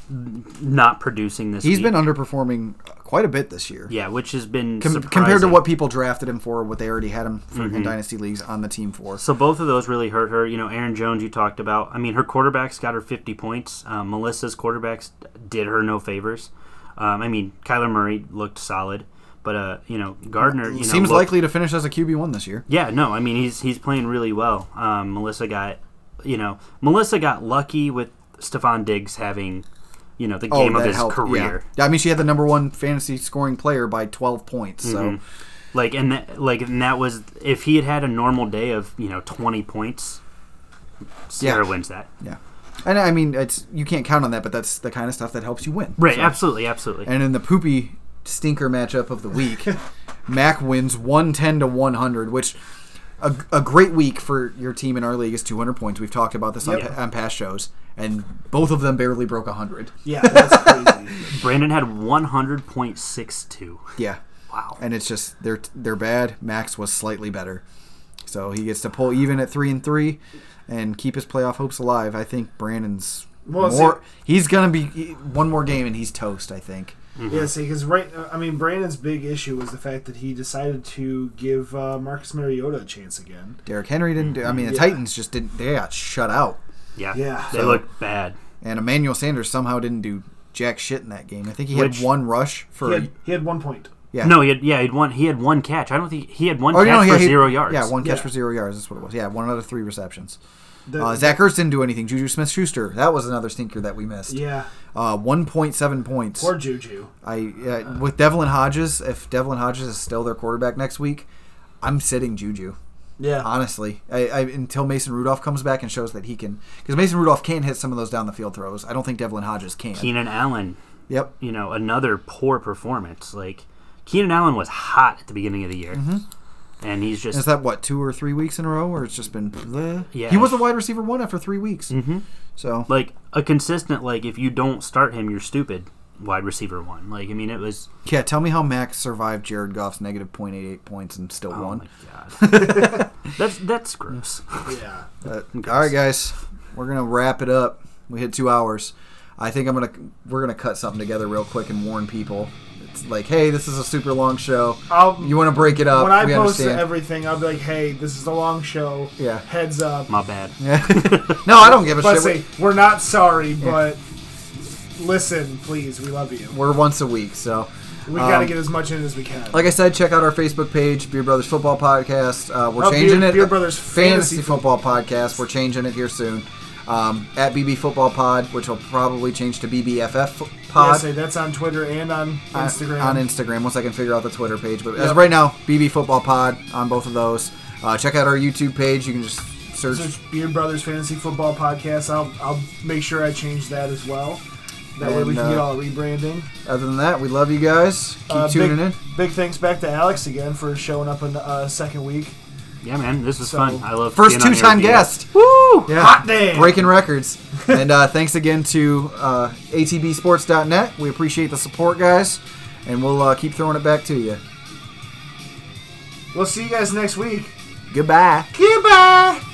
S3: not producing this.
S1: He's
S3: He's
S1: been underperforming quite a bit this year.
S3: yeah, which has been
S1: Com- compared
S3: surprising. Mm-hmm.
S1: to what people drafted him for, what they already had him for in dynasty leagues on the team for.
S3: So both of those really hurt her. You know, Aaron Jones, you talked about. I mean, her quarterbacks got her 50 points. Um, Melissa's quarterbacks did her no favors. Um, I mean, Kyler Murray looked solid, but uh, you know, Gardner. You know,
S1: Seems
S3: looked-
S1: likely to finish as a QB one this year.
S3: Yeah, no, I mean he's he's playing really well. Um, Melissa got, you know, Melissa got lucky with Stephon Diggs having, you know, the game of
S1: Oh, that
S3: his
S1: helped,
S3: career.
S1: Yeah. I mean, she had the number one fantasy scoring player by 12 points. So
S3: Mm-hmm. Like and that, like and that was if he had had a normal day of you know 20 points, Sarah
S1: Yeah.
S3: wins that.
S1: yeah, and I mean, it's you can't count on that, but that's the kind of stuff that helps you win.
S3: Right,
S1: So-
S3: absolutely, absolutely.
S1: And in the poopy stinker matchup of the week, Mac wins 110 to 100, which. A, a great week for your team in our league is 200 points. We've talked about this on,
S2: Yep.
S1: pa- on past shows, and both of them barely broke 100.
S2: Yeah, that's crazy.
S3: Brandon had 100.62.
S1: Yeah,
S3: Wow.
S1: and it's just they're they're bad. Max was slightly better, so he gets to pull even at three and three, and keep his playoff hopes alive. I think Brandon's
S2: Well, see-
S1: more. he's gonna be he- one more game and he's toast. I think.
S2: yeah, see, because right, I mean, Brandon's big issue was the fact that he decided to give uh, Marcus Mariota a chance again.
S1: Derrick Henry didn't. do I mean, the
S2: Yeah.
S1: Titans just didn't. They got shut out,
S3: Yeah.
S2: Yeah.
S3: They
S1: So-
S3: look bad.
S1: and Emmanuel Sanders somehow didn't do jack shit in that game. I think he
S3: Which-
S1: had one rush
S2: He
S1: for.
S2: had, he had one point.
S1: Yeah.
S3: No, he had yeah, he'd one he had one catch. I don't think he had one
S1: Oh,
S3: catch
S1: no, he-
S3: for
S1: he-
S3: 0 yards.
S1: Yeah, one catch
S2: Yeah.
S1: for zero yards. That's what it was. Yeah, one out of three receptions.
S2: The-
S1: Uh, Zach Ertz didn't do anything. Juju Smith-Schuster. That was another stinker that we missed.
S2: Yeah,
S1: Uh, 1.7 points.
S2: poor Juju.
S1: I uh, with Devlin Hodges. If Devlin Hodges is still their quarterback next week, I'm sitting Juju.
S2: Yeah,
S1: Honestly, I, I, until Mason Rudolph comes back and shows that he can, because Mason Rudolph can hit some of those down the field throws. I don't think Devlin Hodges can.
S3: Keenan Allen,
S1: Yep.
S3: you know, another poor performance. Like Keenan Allen was hot at the beginning of the year. And he's just
S1: Mm-hmm. Is that what two or three weeks in a row, or it's just been? bleh?
S3: Yeah.
S1: He was the wide receiver one after three weeks. Mm-hmm. So
S3: like a consistent like if you don't start him, you're stupid. Wide receiver one. Like I mean it was
S1: yeah, tell me how Max survived Jared Goff's negative point eight eight points and still
S3: Oh
S1: won.
S3: my god. that's that's gross.
S2: yeah.
S1: But, all right, guys, we're gonna wrap it up. We hit two hours. I think I'm gonna we're gonna cut something together real quick and warn people. It's like, hey, this is a super long show.
S2: I'll,
S1: You want to break it up?
S2: when I
S1: we
S2: post
S1: understand.
S2: everything, I'll be like, "Hey, this is a long show.
S1: Yeah.
S2: heads up."
S3: My bad.
S1: no, I don't give a shit.
S2: But say, we're not sorry, but listen, please, we love you.
S1: We're once a week, so.
S2: We got to
S1: Um,
S2: get as much in as we can.
S1: Like I said, check out our Facebook page, Beer Brothers Football Podcast. Uh, we're
S2: Oh,
S1: changing
S2: Beer-
S1: it.
S2: Beer Brothers
S1: Fantasy
S2: Fantasy
S1: Football Podcast. We're changing it here soon. Um, at BB Football Pod, which will probably change to BBFF Pod.
S2: Yeah, say that's on Twitter and on
S1: uh, on-
S2: Instagram.
S1: On Instagram, once I can figure out the Twitter page. But as
S2: Yep.
S1: of right now, BB Football Pod on both of those. Uh, check out our YouTube page. You can just search.
S2: Search Beard Brothers Fantasy Football Podcast. I'll, I'll make sure I change that as well. That way we
S1: And,
S2: can get
S1: uh,
S2: all rebranding.
S1: Other than that, we love you guys. Keep
S2: Uh,
S1: tuning
S2: big,
S1: in.
S2: Big thanks back to Alex again for showing up in the uh, second week.
S3: Yeah, man, this is
S2: So-
S3: fun. I love
S1: First
S3: being on
S1: two
S3: here
S1: time
S3: with you.
S1: guest.
S2: Woo!
S1: Yeah.
S2: Hot damn!
S1: Breaking records. and uh, thanks again to uh, atbsports.net. We appreciate the support, guys. And we'll uh, keep throwing it back to you.
S2: We'll see you guys next week.
S1: Goodbye.
S2: Goodbye!